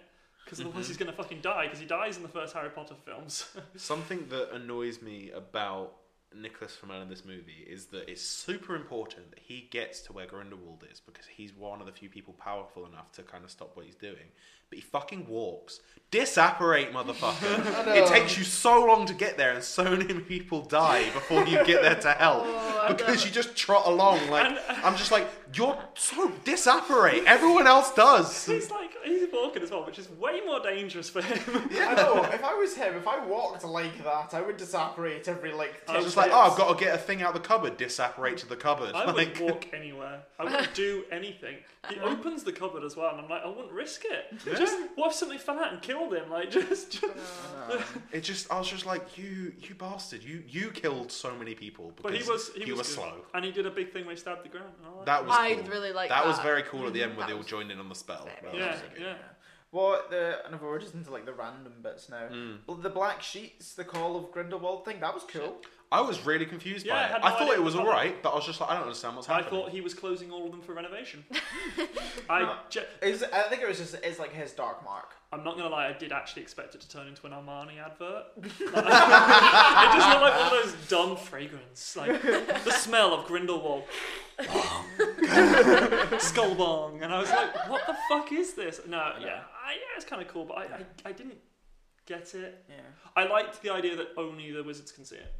Speaker 4: because otherwise
Speaker 2: Mhm.
Speaker 4: he's gonna fucking die because he dies in the first Harry Potter films.
Speaker 2: Something that annoys me about Nicholas Flamel in this movie is that it's super important that he gets to where Grindelwald is because he's one of the few people powerful enough to kind of stop what he's doing. But he fucking walks. Disapparate, motherfucker. it takes you so long to get there, and so many people die before you get there to help. because you just trot along like I'm just like you're so disapparate. Everyone else does.
Speaker 4: he's like he's walking as well, which is way more dangerous for him.
Speaker 1: I know. If I was him, if I walked like that, I would disapparate every like.
Speaker 4: I
Speaker 1: ten
Speaker 2: I'm just like,
Speaker 1: minutes.
Speaker 2: oh, I've got to get a thing out of the cupboard. Disapparate to the cupboard.
Speaker 4: I
Speaker 2: like,
Speaker 4: wouldn't walk anywhere. I wouldn't do anything. He opens the cupboard as well, and I'm like, I wouldn't risk it. Just what if something fell out and killed him? Like just, just
Speaker 3: Oh.
Speaker 2: It just, I was just like, you, you bastard, you, you killed so many people because
Speaker 4: But he was he
Speaker 2: you
Speaker 4: was
Speaker 2: were
Speaker 4: good.
Speaker 2: slow.
Speaker 4: and he did a big thing where he stabbed the ground. Oh, and all
Speaker 2: That was
Speaker 3: I
Speaker 2: cool.
Speaker 3: really like
Speaker 2: that. was
Speaker 3: that.
Speaker 2: very cool at the end where
Speaker 3: That
Speaker 2: they all
Speaker 3: was
Speaker 2: joined in on the spell.
Speaker 3: very
Speaker 4: that.
Speaker 2: That was
Speaker 3: cool.
Speaker 4: yeah,
Speaker 2: really good.
Speaker 4: yeah.
Speaker 1: What the? And if we're just into like the random bits now,
Speaker 2: Mm.
Speaker 1: Well, the black sheets, the call of Grindelwald thing, that was cool.
Speaker 2: I was really confused
Speaker 4: Yeah, I
Speaker 2: by it.
Speaker 4: had
Speaker 2: I
Speaker 4: no
Speaker 2: thought
Speaker 4: idea
Speaker 2: it was
Speaker 4: what
Speaker 2: all
Speaker 4: happened.
Speaker 2: right, but I was just like, I don't understand what's
Speaker 4: I
Speaker 2: happening.
Speaker 4: thought he was closing all of them for renovation. I je-
Speaker 1: It's, I think it was just it's like his dark mark.
Speaker 4: I'm not gonna lie, I did actually expect it to turn into an Armani advert. Like, it just looked like one of those dumb fragrance, like the smell of Grindelwald, Skullbong, and I was like, "What the fuck is this?" No, yeah, I, yeah it's kind of cool, but I, I, I didn't get it.
Speaker 1: Yeah.
Speaker 4: I liked the idea that only the wizards can see it.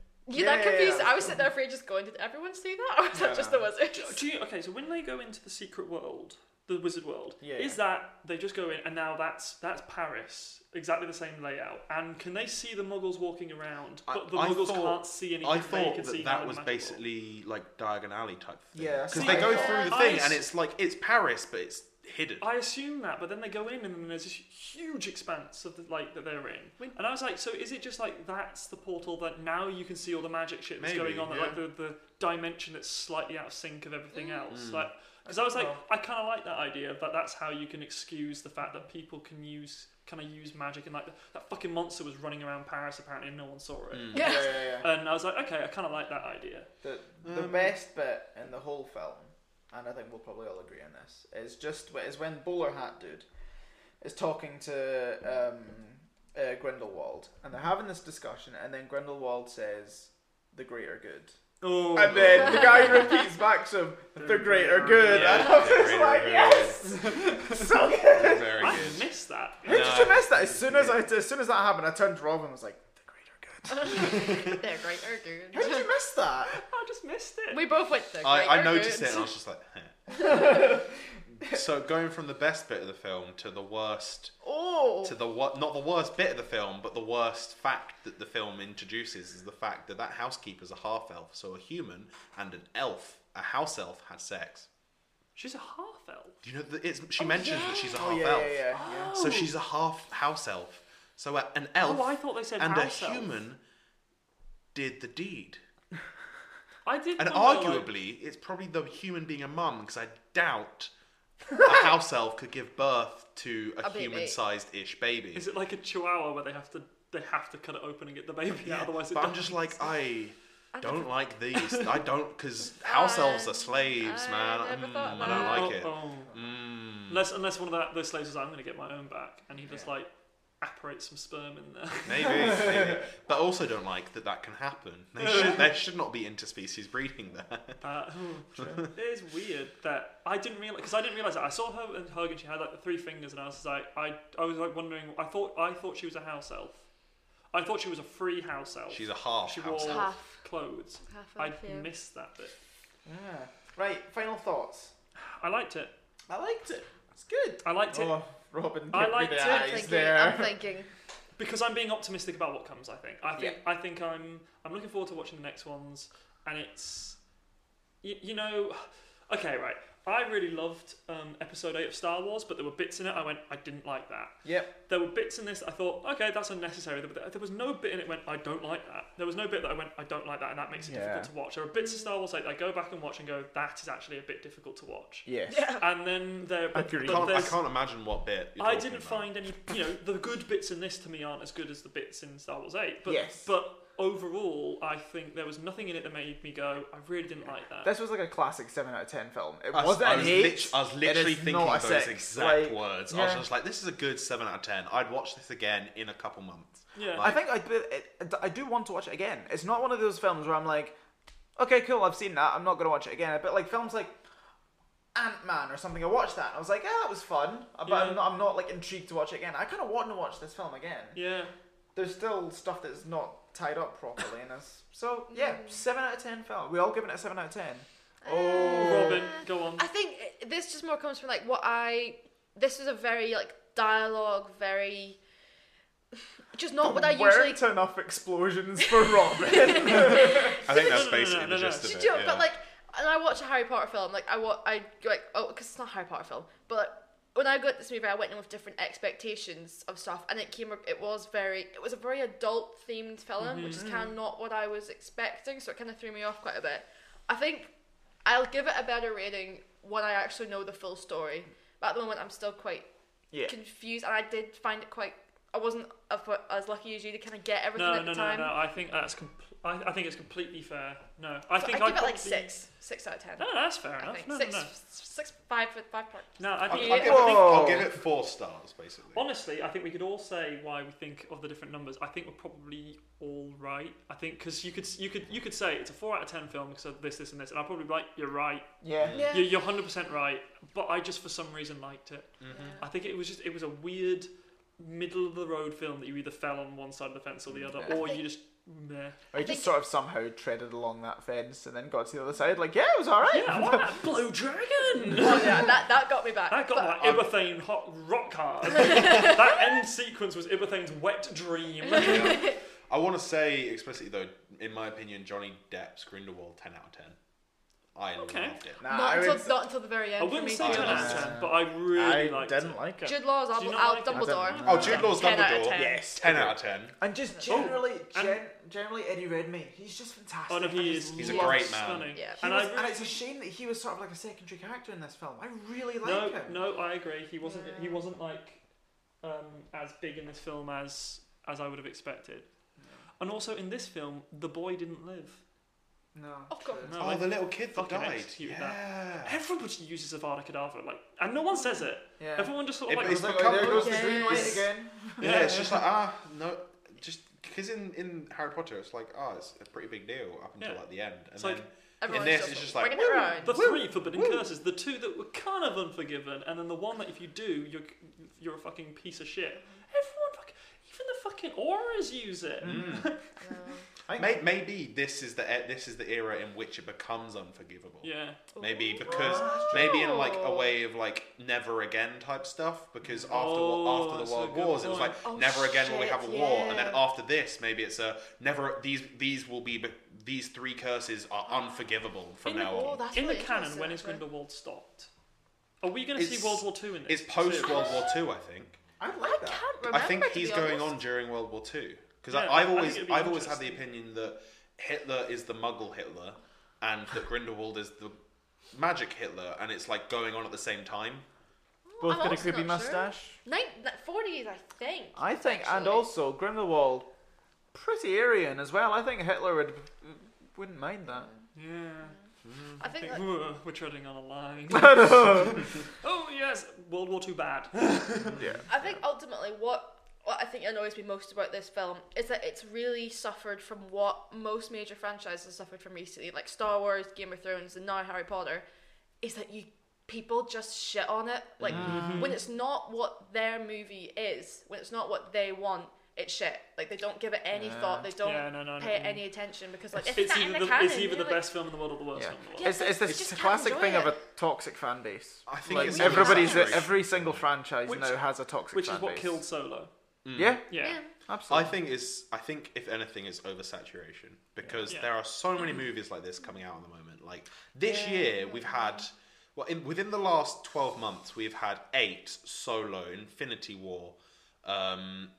Speaker 1: Yeah,
Speaker 3: Yeah, that
Speaker 1: yeah, yeah,
Speaker 3: confused.
Speaker 1: that was
Speaker 3: I was sitting there for ages going, did everyone see that? Or was that just the wizards?
Speaker 4: Do you, okay, so when they go into the secret world, the wizard world,
Speaker 1: Yeah.
Speaker 4: is that they just go in and now that's that's Paris, exactly the same layout, and can they see the Muggles walking around?
Speaker 2: I-
Speaker 4: But the
Speaker 2: I
Speaker 4: Muggles
Speaker 2: thought-
Speaker 4: can't see anything.
Speaker 2: I
Speaker 4: they
Speaker 2: thought
Speaker 4: can see
Speaker 2: that
Speaker 4: how
Speaker 2: that was
Speaker 4: magical.
Speaker 2: basically like Diagon Alley type thing.
Speaker 1: Yeah,
Speaker 2: because
Speaker 1: see,
Speaker 2: they
Speaker 1: I
Speaker 2: go
Speaker 1: thought-
Speaker 2: through the
Speaker 4: I
Speaker 2: thing
Speaker 4: s-
Speaker 2: and it's like it's Paris, but it's hidden.
Speaker 4: I assume that, but then they go in and then there's this huge expanse of the like that they're in, and I was like, so is it just like that's the portal that now you can see all the magic shit that's
Speaker 2: Maybe,
Speaker 4: going on, that, like
Speaker 2: yeah.
Speaker 4: the, the dimension that's slightly out of sync of everything else,
Speaker 2: Mm.
Speaker 4: like because I was like, I kind of like that idea, but that's how you can excuse the fact that people can use kind of use magic and like that fucking monster was running around Paris apparently and no one saw
Speaker 2: Mm.
Speaker 4: it,
Speaker 3: Yeah.
Speaker 1: yeah, yeah, yeah.
Speaker 4: and I was like, okay, I kind of like that idea.
Speaker 1: The the
Speaker 2: Um,
Speaker 1: best bit in the whole film, and I think we'll probably all agree on this, is just wh- is when Bowler Hat Dude is talking to um, uh, Grindelwald, and they're having this discussion, and then Grindelwald says, "The greater good."
Speaker 4: Oh,
Speaker 1: And then the guy repeats back to him, the greater good.
Speaker 4: Yeah.
Speaker 1: And I was
Speaker 2: The
Speaker 1: just
Speaker 2: greater
Speaker 1: like,
Speaker 2: good.
Speaker 1: yes! so good.
Speaker 2: Very
Speaker 4: I
Speaker 2: good.
Speaker 4: missed that.
Speaker 1: How did you miss that? As soon as I, as soon as that happened, I turned to Robin and was like, the greater
Speaker 3: They're great
Speaker 1: good. How
Speaker 3: or
Speaker 1: did
Speaker 3: good.
Speaker 1: you miss that?
Speaker 4: I just missed it.
Speaker 3: We both went there.
Speaker 2: I, I noticed it and I was just like, huh. so going from the best bit of the film to the worst,
Speaker 1: Oh!
Speaker 2: to the what? Not the worst bit of the film, but the worst fact that the film introduces is the fact that that housekeeper's a half elf, so a human and an elf, a house elf, had sex.
Speaker 4: She's a half elf.
Speaker 2: Do you know that it's, she mentions that she's a half
Speaker 1: Oh, yeah,
Speaker 2: elf,
Speaker 1: yeah, yeah, yeah.
Speaker 2: so she's a half house elf. So a, an elf
Speaker 4: Oh, I thought they said
Speaker 2: and
Speaker 4: house
Speaker 2: a
Speaker 4: elf.
Speaker 2: human did the deed.
Speaker 4: I did.
Speaker 2: And
Speaker 4: wonder, like-
Speaker 2: arguably, it's probably the human being a mum because I doubt a house elf could give birth to a,
Speaker 3: A baby.
Speaker 2: human-sized-ish baby.
Speaker 4: is it like a chihuahua where they have to they have to cut it open and get the baby
Speaker 2: Yeah,
Speaker 4: out? Otherwise, it
Speaker 2: but I'm
Speaker 4: dies?
Speaker 2: just like I don't like these. I don't because house elves are slaves,
Speaker 3: I
Speaker 2: man.
Speaker 3: never thought
Speaker 2: Mm, I don't
Speaker 4: Oh,
Speaker 2: like it.
Speaker 4: oh.
Speaker 2: Mm.
Speaker 4: Unless unless one of that, those slaves was like, I'm going to get my own back, and he just like apparates some sperm in there.
Speaker 2: Maybe, maybe. But I also don't like that that can happen. They should, there should not be interspecies breeding there.
Speaker 4: That it is weird that I didn't realize because I didn't realize that I saw her and hug and she had like the three fingers and I was just like I I was like wondering I thought I thought she was a house elf. I thought she was a free house elf.
Speaker 2: She's a half
Speaker 4: she wore
Speaker 2: house elf.
Speaker 3: Half.
Speaker 4: clothes.
Speaker 3: Half
Speaker 4: I
Speaker 3: of you.
Speaker 4: missed that bit.
Speaker 1: Yeah. Right, final thoughts.
Speaker 4: I liked it.
Speaker 1: I liked it. It's good.
Speaker 4: I liked it
Speaker 1: Oh, Robin,
Speaker 4: I
Speaker 1: give me
Speaker 4: liked
Speaker 1: the
Speaker 4: it.
Speaker 3: I'm
Speaker 1: eyes
Speaker 3: thinking,
Speaker 1: there.
Speaker 3: I'm thinking.
Speaker 4: because I'm being optimistic about what comes. I think. I think. I think I'm. I'm looking forward to watching the next ones, and it's. You, you know, okay, right. I really loved um, episode eight of Star Wars, but there were bits in it I went, I didn't like that.
Speaker 1: Yep.
Speaker 4: There were bits in this that I thought, okay, that's unnecessary. But there- there was no bit in it went, I don't like that. There was no bit that I went, I don't like that, and that makes it
Speaker 1: Yeah.
Speaker 4: difficult to watch. There are bits of Star Wars eight that I go back and watch and go, that is actually a bit difficult to watch.
Speaker 1: Yes.
Speaker 4: And then there, but,
Speaker 1: Agreed.
Speaker 2: I
Speaker 4: but
Speaker 2: can't, I
Speaker 4: there's-
Speaker 2: can't imagine what bit. You're
Speaker 4: I
Speaker 2: talking
Speaker 4: didn't
Speaker 2: about.
Speaker 4: find any. You know, the good bits in this to me aren't as good as the bits in Star Wars Eight. But
Speaker 1: Yes.
Speaker 4: but overall, I think there was nothing in it that made me go, I really didn't like that.
Speaker 1: This was like a classic seven out of ten film. It
Speaker 2: I was,
Speaker 1: wasn't
Speaker 2: I
Speaker 1: an
Speaker 2: was
Speaker 1: eight.
Speaker 2: lit- I was
Speaker 1: it
Speaker 2: literally
Speaker 1: is
Speaker 2: thinking
Speaker 1: not a
Speaker 2: those
Speaker 1: six.
Speaker 2: exact
Speaker 1: Like,
Speaker 2: words. I was
Speaker 1: yeah.
Speaker 2: just like, this is a good 7 out of 10. I'd watch this again in a couple months.
Speaker 4: yeah.
Speaker 1: I think I, but I do want to watch it again. It's not one of those films where I'm like, okay, cool, I've seen that. I'm not going to watch it again. But like films like Ant Man or something, I watched that and I was like, yeah, that was fun. But
Speaker 4: Yeah.
Speaker 1: I'm, not, I'm not like intrigued to watch it again. I kind of want to watch this film again.
Speaker 4: yeah.
Speaker 1: There's still stuff that's not tied up properly in us. So yeah,
Speaker 3: Mm.
Speaker 1: seven out of ten film. We all giving it a seven out of ten.
Speaker 3: Eh.
Speaker 1: Oh,
Speaker 4: Robin, go on.
Speaker 3: I think it- this just more comes from like what I. This was a very like dialogue, very. Just not what I
Speaker 1: weren't
Speaker 3: usually.
Speaker 1: enough explosions for Robin.
Speaker 2: I think
Speaker 4: no,
Speaker 2: that's
Speaker 4: no, no,
Speaker 2: basically
Speaker 4: no,
Speaker 2: the
Speaker 4: no.
Speaker 2: gist
Speaker 3: Do
Speaker 2: of
Speaker 3: you
Speaker 2: it.
Speaker 3: know,
Speaker 2: yeah.
Speaker 3: But like, and I watch a Harry Potter film. Like, I wa- I go, like, oh, because it's not a Harry Potter film. But like, when I got this movie, I went in with different expectations of stuff, and it came. up- It was very. It was a very adult themed film, which
Speaker 4: Mm-hmm.
Speaker 3: is kind of not what I was expecting. So it kind of threw me off quite a bit. I think I'll give it a better rating when I actually know the full story. But at the moment, I'm still quite
Speaker 1: yeah.
Speaker 3: confused, and I did find it quite. I wasn't a- as lucky as you to kind of get everything
Speaker 4: no,
Speaker 3: at
Speaker 4: no,
Speaker 3: the
Speaker 4: no,
Speaker 3: time.
Speaker 4: no. I think that's. Compl- I, I think it's completely fair. No, I
Speaker 3: So I
Speaker 4: think
Speaker 3: give it
Speaker 4: probably-
Speaker 3: like six, six out of ten.
Speaker 4: No, that's fair
Speaker 3: I
Speaker 4: enough.
Speaker 3: think
Speaker 4: No,
Speaker 3: six,
Speaker 4: no, no.
Speaker 3: six, five, with five parts.
Speaker 4: No, I
Speaker 2: I'll,
Speaker 4: think.
Speaker 2: I'll give it,
Speaker 1: Whoa.
Speaker 2: I'll give it four stars, basically.
Speaker 4: Honestly, I think we could all say why we think of the different numbers. I think we're probably all right. I think because you could you could you could say it's a four out of ten film because of this this and this, and I'll probably be like you're right.
Speaker 1: Yeah.
Speaker 3: Yeah.
Speaker 4: You're, you're 100% right, but I just for some reason liked it.
Speaker 3: Mm-hmm.
Speaker 4: I think it was just it was a weird middle of the road film that you either fell on one side of the fence or the other,
Speaker 1: Yeah.
Speaker 4: or
Speaker 3: I think-
Speaker 4: you just meh.
Speaker 1: Or he
Speaker 3: I think-
Speaker 1: just sort of somehow treaded along that fence and then got to the other side, like, yeah, it was alright.
Speaker 4: Yeah, I want that blue dragon.
Speaker 3: Oh, yeah, that, that got me back.
Speaker 4: That
Speaker 3: But-
Speaker 4: got my Ibothane hot rock hard. that end sequence was Ibathane's wet dream.
Speaker 2: Yeah. I want to say explicitly, though, in my opinion, Johnny Depp's Grindelwald 10 out of 10. I
Speaker 4: Okay.
Speaker 2: loved it.
Speaker 1: Nah,
Speaker 3: not,
Speaker 1: I
Speaker 3: until,
Speaker 1: would-
Speaker 3: not until the very
Speaker 4: I
Speaker 3: end. for
Speaker 4: wouldn't
Speaker 3: me,
Speaker 4: say
Speaker 3: to be
Speaker 4: 10 out
Speaker 3: honest.
Speaker 4: of
Speaker 1: honest.
Speaker 4: 10, but I really
Speaker 1: I
Speaker 4: liked
Speaker 1: didn't
Speaker 4: it.
Speaker 1: like it.
Speaker 3: Jude Law's
Speaker 4: Do you
Speaker 3: Al,
Speaker 4: not
Speaker 3: Al
Speaker 4: like it? I
Speaker 1: don't know.
Speaker 3: Dumbledore.
Speaker 2: Oh, Jude Law's
Speaker 3: 10 out of
Speaker 2: Dumbledore.
Speaker 3: 10.
Speaker 1: Yes.
Speaker 2: 10 out of 10.
Speaker 1: And just generally, gen- generally Eddie Redmayne, he's just fantastic.
Speaker 4: Oh no,
Speaker 1: I
Speaker 4: he
Speaker 1: just
Speaker 4: is.
Speaker 2: He's a
Speaker 1: love-
Speaker 4: loved
Speaker 2: great man.
Speaker 4: Stunning.
Speaker 3: Yeah.
Speaker 1: He
Speaker 4: And
Speaker 1: was,
Speaker 4: I
Speaker 1: and
Speaker 4: really-
Speaker 1: it's a shame that he was sort of like a secondary character in this film. I really like
Speaker 4: no,
Speaker 1: him.
Speaker 4: no, I agree. He wasn't. He wasn't like um, as big in this film as as I would have expected. And also in this film, the boy didn't live.
Speaker 1: No.
Speaker 3: Of course.
Speaker 4: No,
Speaker 2: Oh,
Speaker 4: I-
Speaker 2: the little kid that
Speaker 4: fucking
Speaker 2: died.
Speaker 4: executed
Speaker 2: Yeah.
Speaker 4: that. everybody uses Avada Kedavra, like, and no one says it.
Speaker 1: Yeah.
Speaker 4: Everyone just sort
Speaker 2: It-
Speaker 4: of like.
Speaker 1: It's
Speaker 2: it's
Speaker 1: like,
Speaker 2: become-
Speaker 1: there goes
Speaker 3: Yeah.
Speaker 1: the green light
Speaker 3: It's-
Speaker 1: again.
Speaker 2: Yeah,
Speaker 4: Yeah.
Speaker 2: it's just like ah no, just because in in Harry Potter it's like ah it's a pretty big deal up until
Speaker 4: Yeah.
Speaker 2: like the end, and
Speaker 4: It's
Speaker 2: then
Speaker 4: like-
Speaker 3: Everyone's
Speaker 2: this, it's just like,
Speaker 3: bringing it around.
Speaker 4: the three forbidden curses, the two that were kind of unforgiven, and then the one that if you do, you're you're a fucking piece of shit. Everyone, fucking, even the fucking auras use it.
Speaker 2: Mm. may, maybe this is the e- this is the era in which it becomes unforgivable.
Speaker 4: Yeah, Oh.
Speaker 2: Maybe because maybe in like a way of like never again type stuff. Because after
Speaker 4: Oh,
Speaker 2: after
Speaker 4: that's
Speaker 2: the
Speaker 4: a
Speaker 2: world
Speaker 4: good
Speaker 2: wars, it was
Speaker 4: point.
Speaker 2: like
Speaker 3: Oh,
Speaker 2: never again will we have a
Speaker 3: shit,
Speaker 2: war, and then
Speaker 3: yeah.
Speaker 2: after this, maybe it's a never these these will be, be- these three curses are
Speaker 3: Ah.
Speaker 2: unforgivable from
Speaker 4: In the
Speaker 2: now
Speaker 3: Oh,
Speaker 2: on.
Speaker 3: that's
Speaker 4: in the
Speaker 3: really
Speaker 4: canon,
Speaker 3: interesting,
Speaker 4: when is
Speaker 3: actually.
Speaker 4: Grindelwald stopped? Are we going to see
Speaker 2: It's-
Speaker 4: World War Two in this?
Speaker 2: It's post
Speaker 4: too?
Speaker 2: World War Two, I think.
Speaker 1: I like
Speaker 3: I
Speaker 1: that.
Speaker 3: can't remember.
Speaker 2: I think
Speaker 3: to
Speaker 2: he's
Speaker 3: be
Speaker 2: going
Speaker 3: honest.
Speaker 2: on during World War Two because
Speaker 4: Yeah, I
Speaker 2: I've
Speaker 4: think
Speaker 2: always
Speaker 4: it'd be
Speaker 2: I've always had the
Speaker 4: interesting.
Speaker 2: opinion that Hitler is the Muggle Hitler and that Grindelwald is the magic Hitler, and it's like going on at the same time.
Speaker 3: I'm also not sure. Nine, forties, I think.
Speaker 1: I think, and
Speaker 3: actually.
Speaker 1: also Grindelwald, pretty Aryan as well. I think Hitler would wouldn't mind that.
Speaker 4: Yeah.
Speaker 3: I think
Speaker 4: Think,
Speaker 3: that,
Speaker 4: "Ugh, we're treading on a line.
Speaker 1: yeah.
Speaker 4: oh yes, World War Two bad.
Speaker 3: I think ultimately what what I think annoys me most about this film is that it's really suffered from what most major franchises have suffered from recently, like Star Wars, Game of Thrones, and now Harry Potter, is that you people just shit on it. Like when it's not what their movie is, when it's not what they want, it's shit. Like they don't give it any thought, they don't
Speaker 4: Yeah, no, no, no,
Speaker 3: pay it
Speaker 4: no.
Speaker 3: any attention because like it's,
Speaker 4: it's
Speaker 3: not
Speaker 4: either
Speaker 3: in the,
Speaker 4: the,
Speaker 3: canon.
Speaker 4: it's either the
Speaker 3: you're like-
Speaker 4: best film in the world or the worst
Speaker 1: Yeah.
Speaker 4: film in the world.
Speaker 3: Yeah.
Speaker 1: It's, it's
Speaker 3: You just
Speaker 1: this
Speaker 3: can't
Speaker 1: classic
Speaker 3: enjoy
Speaker 1: thing of
Speaker 3: it.
Speaker 1: a toxic fan base.
Speaker 2: I think
Speaker 1: Like,
Speaker 2: it's
Speaker 3: really
Speaker 1: everybody's
Speaker 3: toxic.
Speaker 1: every single franchise
Speaker 4: Which-
Speaker 1: now has a toxic
Speaker 4: Which
Speaker 1: fan
Speaker 4: is what
Speaker 1: base.
Speaker 4: killed Solo.
Speaker 1: Yeah,
Speaker 4: Yeah.
Speaker 3: Yeah.
Speaker 2: Mm. I
Speaker 1: absolutely.
Speaker 2: think is I think if anything is oversaturation because
Speaker 4: Yeah. Mm-hmm.
Speaker 2: there are so many movies like this coming out at the moment. Like this year we've had well in, within the last 12 months we've had 8 solo Infinity War um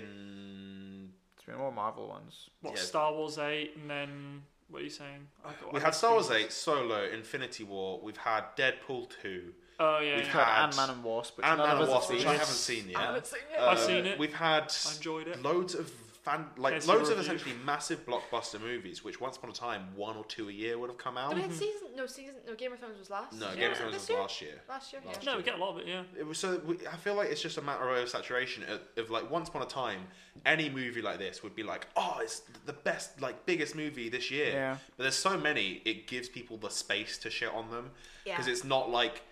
Speaker 2: fucking
Speaker 1: It's been more Marvel ones.
Speaker 4: What
Speaker 2: Yeah.
Speaker 4: Star Wars eight and then what are you saying? Oh, I got-
Speaker 2: we
Speaker 4: I
Speaker 2: had
Speaker 4: got
Speaker 2: Star Wars
Speaker 4: confused.
Speaker 2: 8 solo Infinity War we've had Deadpool 2
Speaker 4: Oh yeah,
Speaker 2: We've
Speaker 4: yeah.
Speaker 1: We've had
Speaker 2: had
Speaker 1: Ant Man and Wasp, which
Speaker 2: and
Speaker 1: none
Speaker 2: Man
Speaker 1: of
Speaker 2: of
Speaker 1: us
Speaker 2: Wasp
Speaker 1: have
Speaker 2: which
Speaker 1: seen.
Speaker 2: I haven't seen yet.
Speaker 3: I haven't seen it.
Speaker 4: I've
Speaker 2: Uh,
Speaker 4: seen it.
Speaker 2: We've had
Speaker 4: I enjoyed it.
Speaker 2: loads of fan, like
Speaker 4: Yes,
Speaker 2: loads
Speaker 4: your
Speaker 2: of
Speaker 4: review.
Speaker 2: essentially massive blockbuster movies, which once upon a time one or two a year would have come out.
Speaker 3: But we had season no season no Game of Thrones was last.
Speaker 2: No,
Speaker 3: year.
Speaker 2: Game of Thrones
Speaker 3: This
Speaker 2: was
Speaker 3: year?
Speaker 2: last year.
Speaker 3: Last year, yeah.
Speaker 2: Last
Speaker 4: No, we get a lot of it. Yeah.
Speaker 2: It was so we, I feel like it's just a matter of saturation of, of like once upon a time any movie like this would be like oh it's the best like biggest movie this year.
Speaker 1: Yeah.
Speaker 2: But there's so many it gives people the space to shit on them
Speaker 3: Yeah.
Speaker 2: because it's not like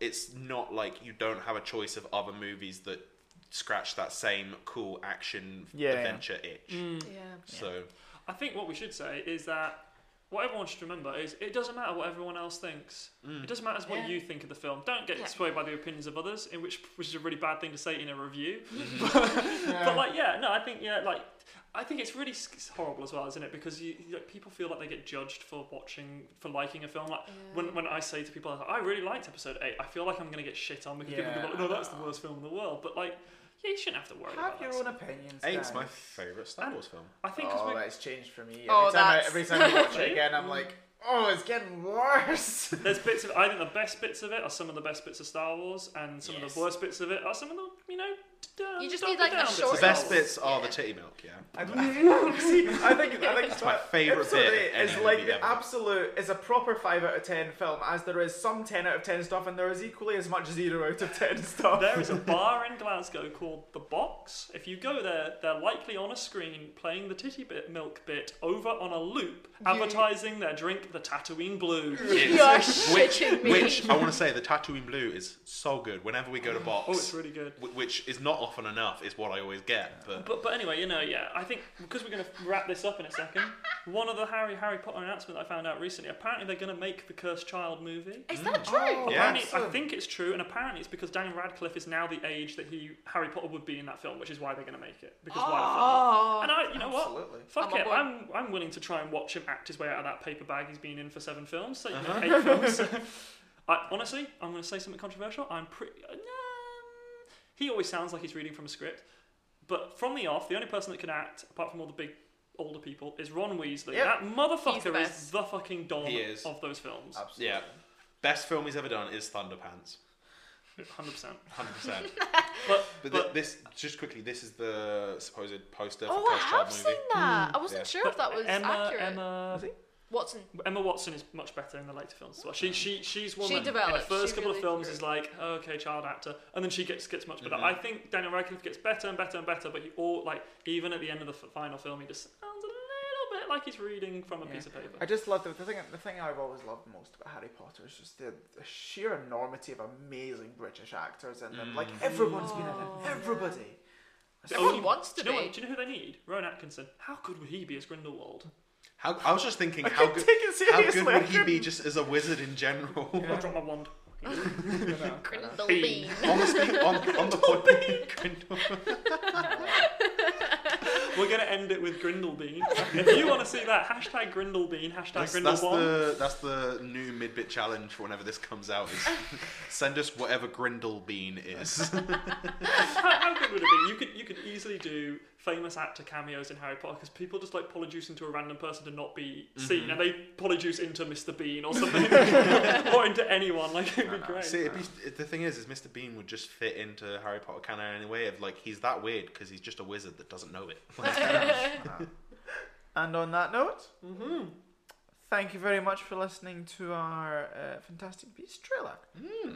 Speaker 2: it's not like you don't have a choice of other movies that scratch that same cool action
Speaker 1: Yeah, yeah.
Speaker 2: adventure itch.
Speaker 3: Mm. Yeah.
Speaker 2: So
Speaker 4: I think what we should say is that what everyone should remember is it doesn't matter what everyone else thinks.
Speaker 2: mm.
Speaker 4: It doesn't matter what
Speaker 3: Yeah.
Speaker 4: you think of the film. Don't get
Speaker 3: Yeah.
Speaker 4: swayed by the opinions of others, in which which is a really bad thing to say in a review. but like, yeah, no, I think yeah, like. I think it's really s- it's horrible as well, isn't it? Because you, you- like, people feel like they get judged for watching, for liking a film. Like when, when I say to people, like, I really liked episode eight, I feel like I'm going to get shit on because people
Speaker 1: Yeah.
Speaker 4: people go, no, that's the worst film in the world. But like, yeah, you shouldn't have to worry
Speaker 1: Have
Speaker 4: about
Speaker 1: your
Speaker 4: that.
Speaker 1: own
Speaker 4: stuff.
Speaker 1: opinions.
Speaker 2: eight's my
Speaker 1: guys.
Speaker 2: favorite Star
Speaker 4: And-
Speaker 2: Wars film.
Speaker 4: I think because
Speaker 1: Oh,
Speaker 4: we
Speaker 1: that's changed for me. Every,
Speaker 3: Oh,
Speaker 1: time, I,
Speaker 3: that's-
Speaker 1: every time I watch it
Speaker 4: Really?
Speaker 1: again, I'm like, oh, it's getting worse.
Speaker 4: There's bits of I think the best bits of it are some of the best bits of Star Wars, and some
Speaker 1: Yes.
Speaker 4: of the worst bits of it are some of the you know. d- uh,
Speaker 3: You just
Speaker 4: dumb
Speaker 3: need, like, a
Speaker 4: down bits of
Speaker 3: short-
Speaker 2: The
Speaker 3: Or
Speaker 4: Star
Speaker 2: best
Speaker 4: Wars.
Speaker 2: bits are the
Speaker 3: Yeah.
Speaker 2: titty milk, yeah.
Speaker 1: I don't- See, I think I think
Speaker 2: It's my
Speaker 1: that
Speaker 2: favourite
Speaker 1: episode
Speaker 2: bit of
Speaker 1: eight
Speaker 2: any
Speaker 1: is like
Speaker 2: movie
Speaker 1: the
Speaker 2: ever.
Speaker 1: absolute is a proper five out of ten film, as there is some ten out of ten stuff, and there is equally as much zero out of ten stuff.
Speaker 4: There is a bar in Glasgow called the Box. If you go there, they're likely on a screen playing the titty bit milk bit over on a loop, advertising their drink, the Tatooine Blue.
Speaker 3: You are shitting me.
Speaker 2: Which I want to say, the Tatooine Blue is so good. Whenever we go to box,
Speaker 4: Oh, it's really good.
Speaker 2: wh- which is not often enough, is what I always get. But
Speaker 4: But, but anyway, you know, yeah, I think because we're going to wrap this up in a second, one of the Harry Harry Potter announcement that I found out recently, apparently they're going to make the Cursed Child movie.
Speaker 3: Is that true?
Speaker 1: Oh.
Speaker 2: Yeah.
Speaker 4: Apparently, I
Speaker 1: Awesome.
Speaker 4: think it's true, and apparently it's because Daniel Radcliffe is now the age that he Harry Potter would be in that film, which is why they're going to make it. Because why the fuck? not?
Speaker 3: Oh.
Speaker 4: And I, you know
Speaker 1: Absolutely.
Speaker 4: what? Fuck
Speaker 3: I'm on
Speaker 4: it.
Speaker 3: board.
Speaker 4: I'm I'm willing to try and watch him act his way out of that paper bag he's been in for seven films. So you
Speaker 3: Uh-huh.
Speaker 4: know, eight films. So, I, honestly, I'm going to say something controversial. I'm pretty. Um, he always sounds like he's reading from a script, but from the off, the only person that can act apart from all the big. Older people is Ron Weasley.
Speaker 1: Yep.
Speaker 4: That
Speaker 3: He's the
Speaker 4: motherfucker is
Speaker 3: best.
Speaker 4: the fucking don
Speaker 2: He is.
Speaker 4: of those films.
Speaker 1: Absolutely.
Speaker 2: yeah, best film he's ever done is Thunderpants,
Speaker 4: Hundred percent.
Speaker 2: hundred percent.
Speaker 4: But,
Speaker 2: But,
Speaker 4: but
Speaker 2: thi- this, just quickly, this is the supposed poster for
Speaker 3: Oh, I
Speaker 2: Cursed Child
Speaker 3: have
Speaker 2: movie.
Speaker 3: seen that. I wasn't
Speaker 2: Yeah.
Speaker 3: sure if that was
Speaker 4: Emma,
Speaker 3: accurate.
Speaker 4: Emma,
Speaker 3: Watson.
Speaker 4: Emma Watson is much better in the later films as well. She she she's one
Speaker 3: She
Speaker 4: that in
Speaker 3: develops,
Speaker 4: the first
Speaker 3: she
Speaker 4: couple of
Speaker 3: really
Speaker 4: films
Speaker 3: grew.
Speaker 4: is like "Oh, okay child actor, and then she gets gets much better.
Speaker 2: Mhm.
Speaker 4: I think Daniel Radcliffe gets better and better and better, but he all like even at the end of the f- final film, he just sounds a little bit like he's reading from a
Speaker 1: Yeah.
Speaker 4: piece of paper.
Speaker 1: I just love the, the thing. The thing I've always loved most about Harry Potter is just the, the sheer enormity of amazing British actors in them. Like everyone's been in
Speaker 3: Oh,
Speaker 1: it.
Speaker 3: yeah.
Speaker 1: Everybody.
Speaker 4: The
Speaker 3: Everyone
Speaker 4: only-
Speaker 3: wants
Speaker 4: do
Speaker 3: to
Speaker 4: Oh, you know
Speaker 3: be.
Speaker 4: What, do you know who they need? Rowan Atkinson. How good would he be as Grindelwald?
Speaker 2: How, I was just thinking,
Speaker 1: I
Speaker 2: how
Speaker 1: couldn't
Speaker 2: good,
Speaker 1: take it
Speaker 2: how good
Speaker 1: seriously,
Speaker 2: would
Speaker 1: I
Speaker 2: he be
Speaker 1: couldn't.
Speaker 2: just as a wizard in general?
Speaker 4: I dropped my wand.
Speaker 3: Grindelwald.
Speaker 2: Honestly, on, on the pod- Grindel-
Speaker 4: We're gonna end it with Grindelbean. if you want to see that, hashtag Grindelbean, hashtag
Speaker 2: That's, that's
Speaker 4: Grindelwald.
Speaker 2: the that's the new midbit challenge for whenever this comes out. Is send us whatever Grindel bean is.
Speaker 4: how, how good would it be? You could you could easily do famous actor cameos in Harry Potter because people just like polyjuice into a random person to not be seen,
Speaker 2: Mm-hmm.
Speaker 4: and they polyjuice into Mr. Bean or something, or into anyone. Like it'd be great.
Speaker 2: Ah, See, it'd be, it- the thing is, is Mr. Bean would just fit into Harry Potter canon in a way of like he's that weird because he's just a wizard that doesn't know it.
Speaker 4: Mm-hmm.
Speaker 1: And on that note, Thank you very much for listening to our uh, Fantastic Beasts trailer.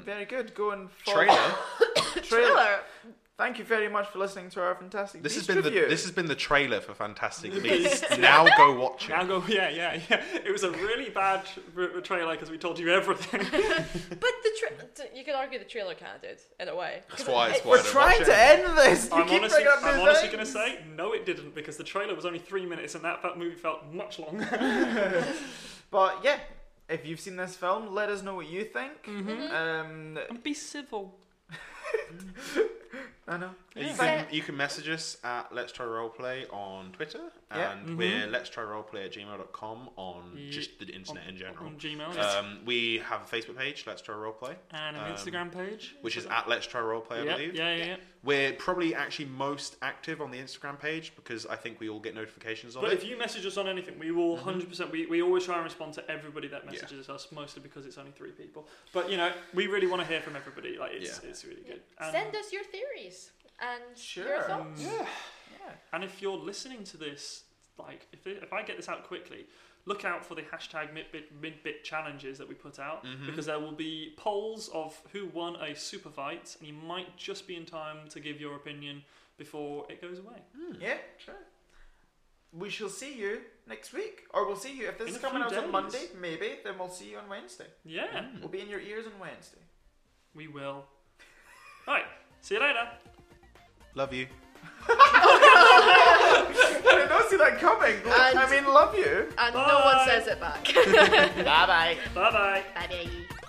Speaker 1: Very good. Go and follow
Speaker 2: Hmm. Trailer.
Speaker 1: trailer. Thank you very much for listening to our Fantastic
Speaker 2: This has
Speaker 1: Beasts
Speaker 2: been the
Speaker 1: review.
Speaker 2: this has been the trailer for Fantastic Beasts. now go watch
Speaker 4: Now
Speaker 2: it.
Speaker 4: go, yeah, yeah, yeah. It was a really bad r- trailer because we told you everything.
Speaker 3: But the tra- t- you could argue the trailer kind of did in a way.
Speaker 2: That's why it's why
Speaker 1: We're
Speaker 2: I don't
Speaker 1: trying
Speaker 2: watch
Speaker 1: to
Speaker 2: it.
Speaker 1: end this. You
Speaker 4: I'm
Speaker 1: keep
Speaker 4: honestly,
Speaker 1: bringing up new
Speaker 4: I'm honestly
Speaker 1: things.
Speaker 4: going to say no, it didn't because the trailer was only three minutes and that felt, movie felt much longer.
Speaker 1: But yeah, if you've seen this film, let us know what you think.
Speaker 3: Mm-hmm.
Speaker 1: Um,
Speaker 4: And be civil.
Speaker 1: I know.
Speaker 2: You can, you can message us at Let's Try Roleplay on Twitter,
Speaker 1: Yeah.
Speaker 2: and we're Let's Try Roleplay at gmail.com on
Speaker 4: Mm-hmm. Ye-
Speaker 2: just the internet in general.
Speaker 4: On Gmail yes.
Speaker 2: Um, we have a Facebook page, Let's Try Roleplay,
Speaker 4: and an
Speaker 2: um,
Speaker 4: Instagram page,
Speaker 2: which is at Let's Try Roleplay, I
Speaker 4: yeah, yeah,
Speaker 2: believe.
Speaker 4: yeah, yeah.
Speaker 2: We're probably actually most active on the Instagram page because I think we all get notifications on
Speaker 4: But
Speaker 2: it.
Speaker 4: if you message us on anything, we will 100%. We, we always try and respond to everybody that messages us, mostly because it's only three people. But you know, we really want to hear from everybody. Like it's
Speaker 2: Yeah.
Speaker 4: it's really
Speaker 3: Yeah.
Speaker 4: good. Um, And,
Speaker 3: Send us your theories and your
Speaker 1: Sure.
Speaker 3: thoughts.
Speaker 1: Yeah.
Speaker 4: and if you're listening to this, like if it, if I get this out quickly, look out for the hashtag midbit midbit challenges that we put out because there will be polls of who won a super fight, and you might just be in time to give your opinion before it goes away.
Speaker 1: Yeah, sure. We shall see you next week, or we'll see you if this
Speaker 4: In
Speaker 1: is
Speaker 4: a
Speaker 1: coming
Speaker 4: few
Speaker 1: out on
Speaker 4: days. Hmm.
Speaker 1: Monday. Maybe then we'll see you on Wednesday.
Speaker 4: Yeah,
Speaker 1: We'll be in your ears on Wednesday.
Speaker 4: we will. right, see you later.
Speaker 2: Love you.
Speaker 1: I did not see that coming. I
Speaker 3: And-
Speaker 1: mean, love you.
Speaker 3: And no one
Speaker 4: Bye.
Speaker 3: says it back.
Speaker 1: Bye bye.
Speaker 4: Bye bye.
Speaker 3: Bye.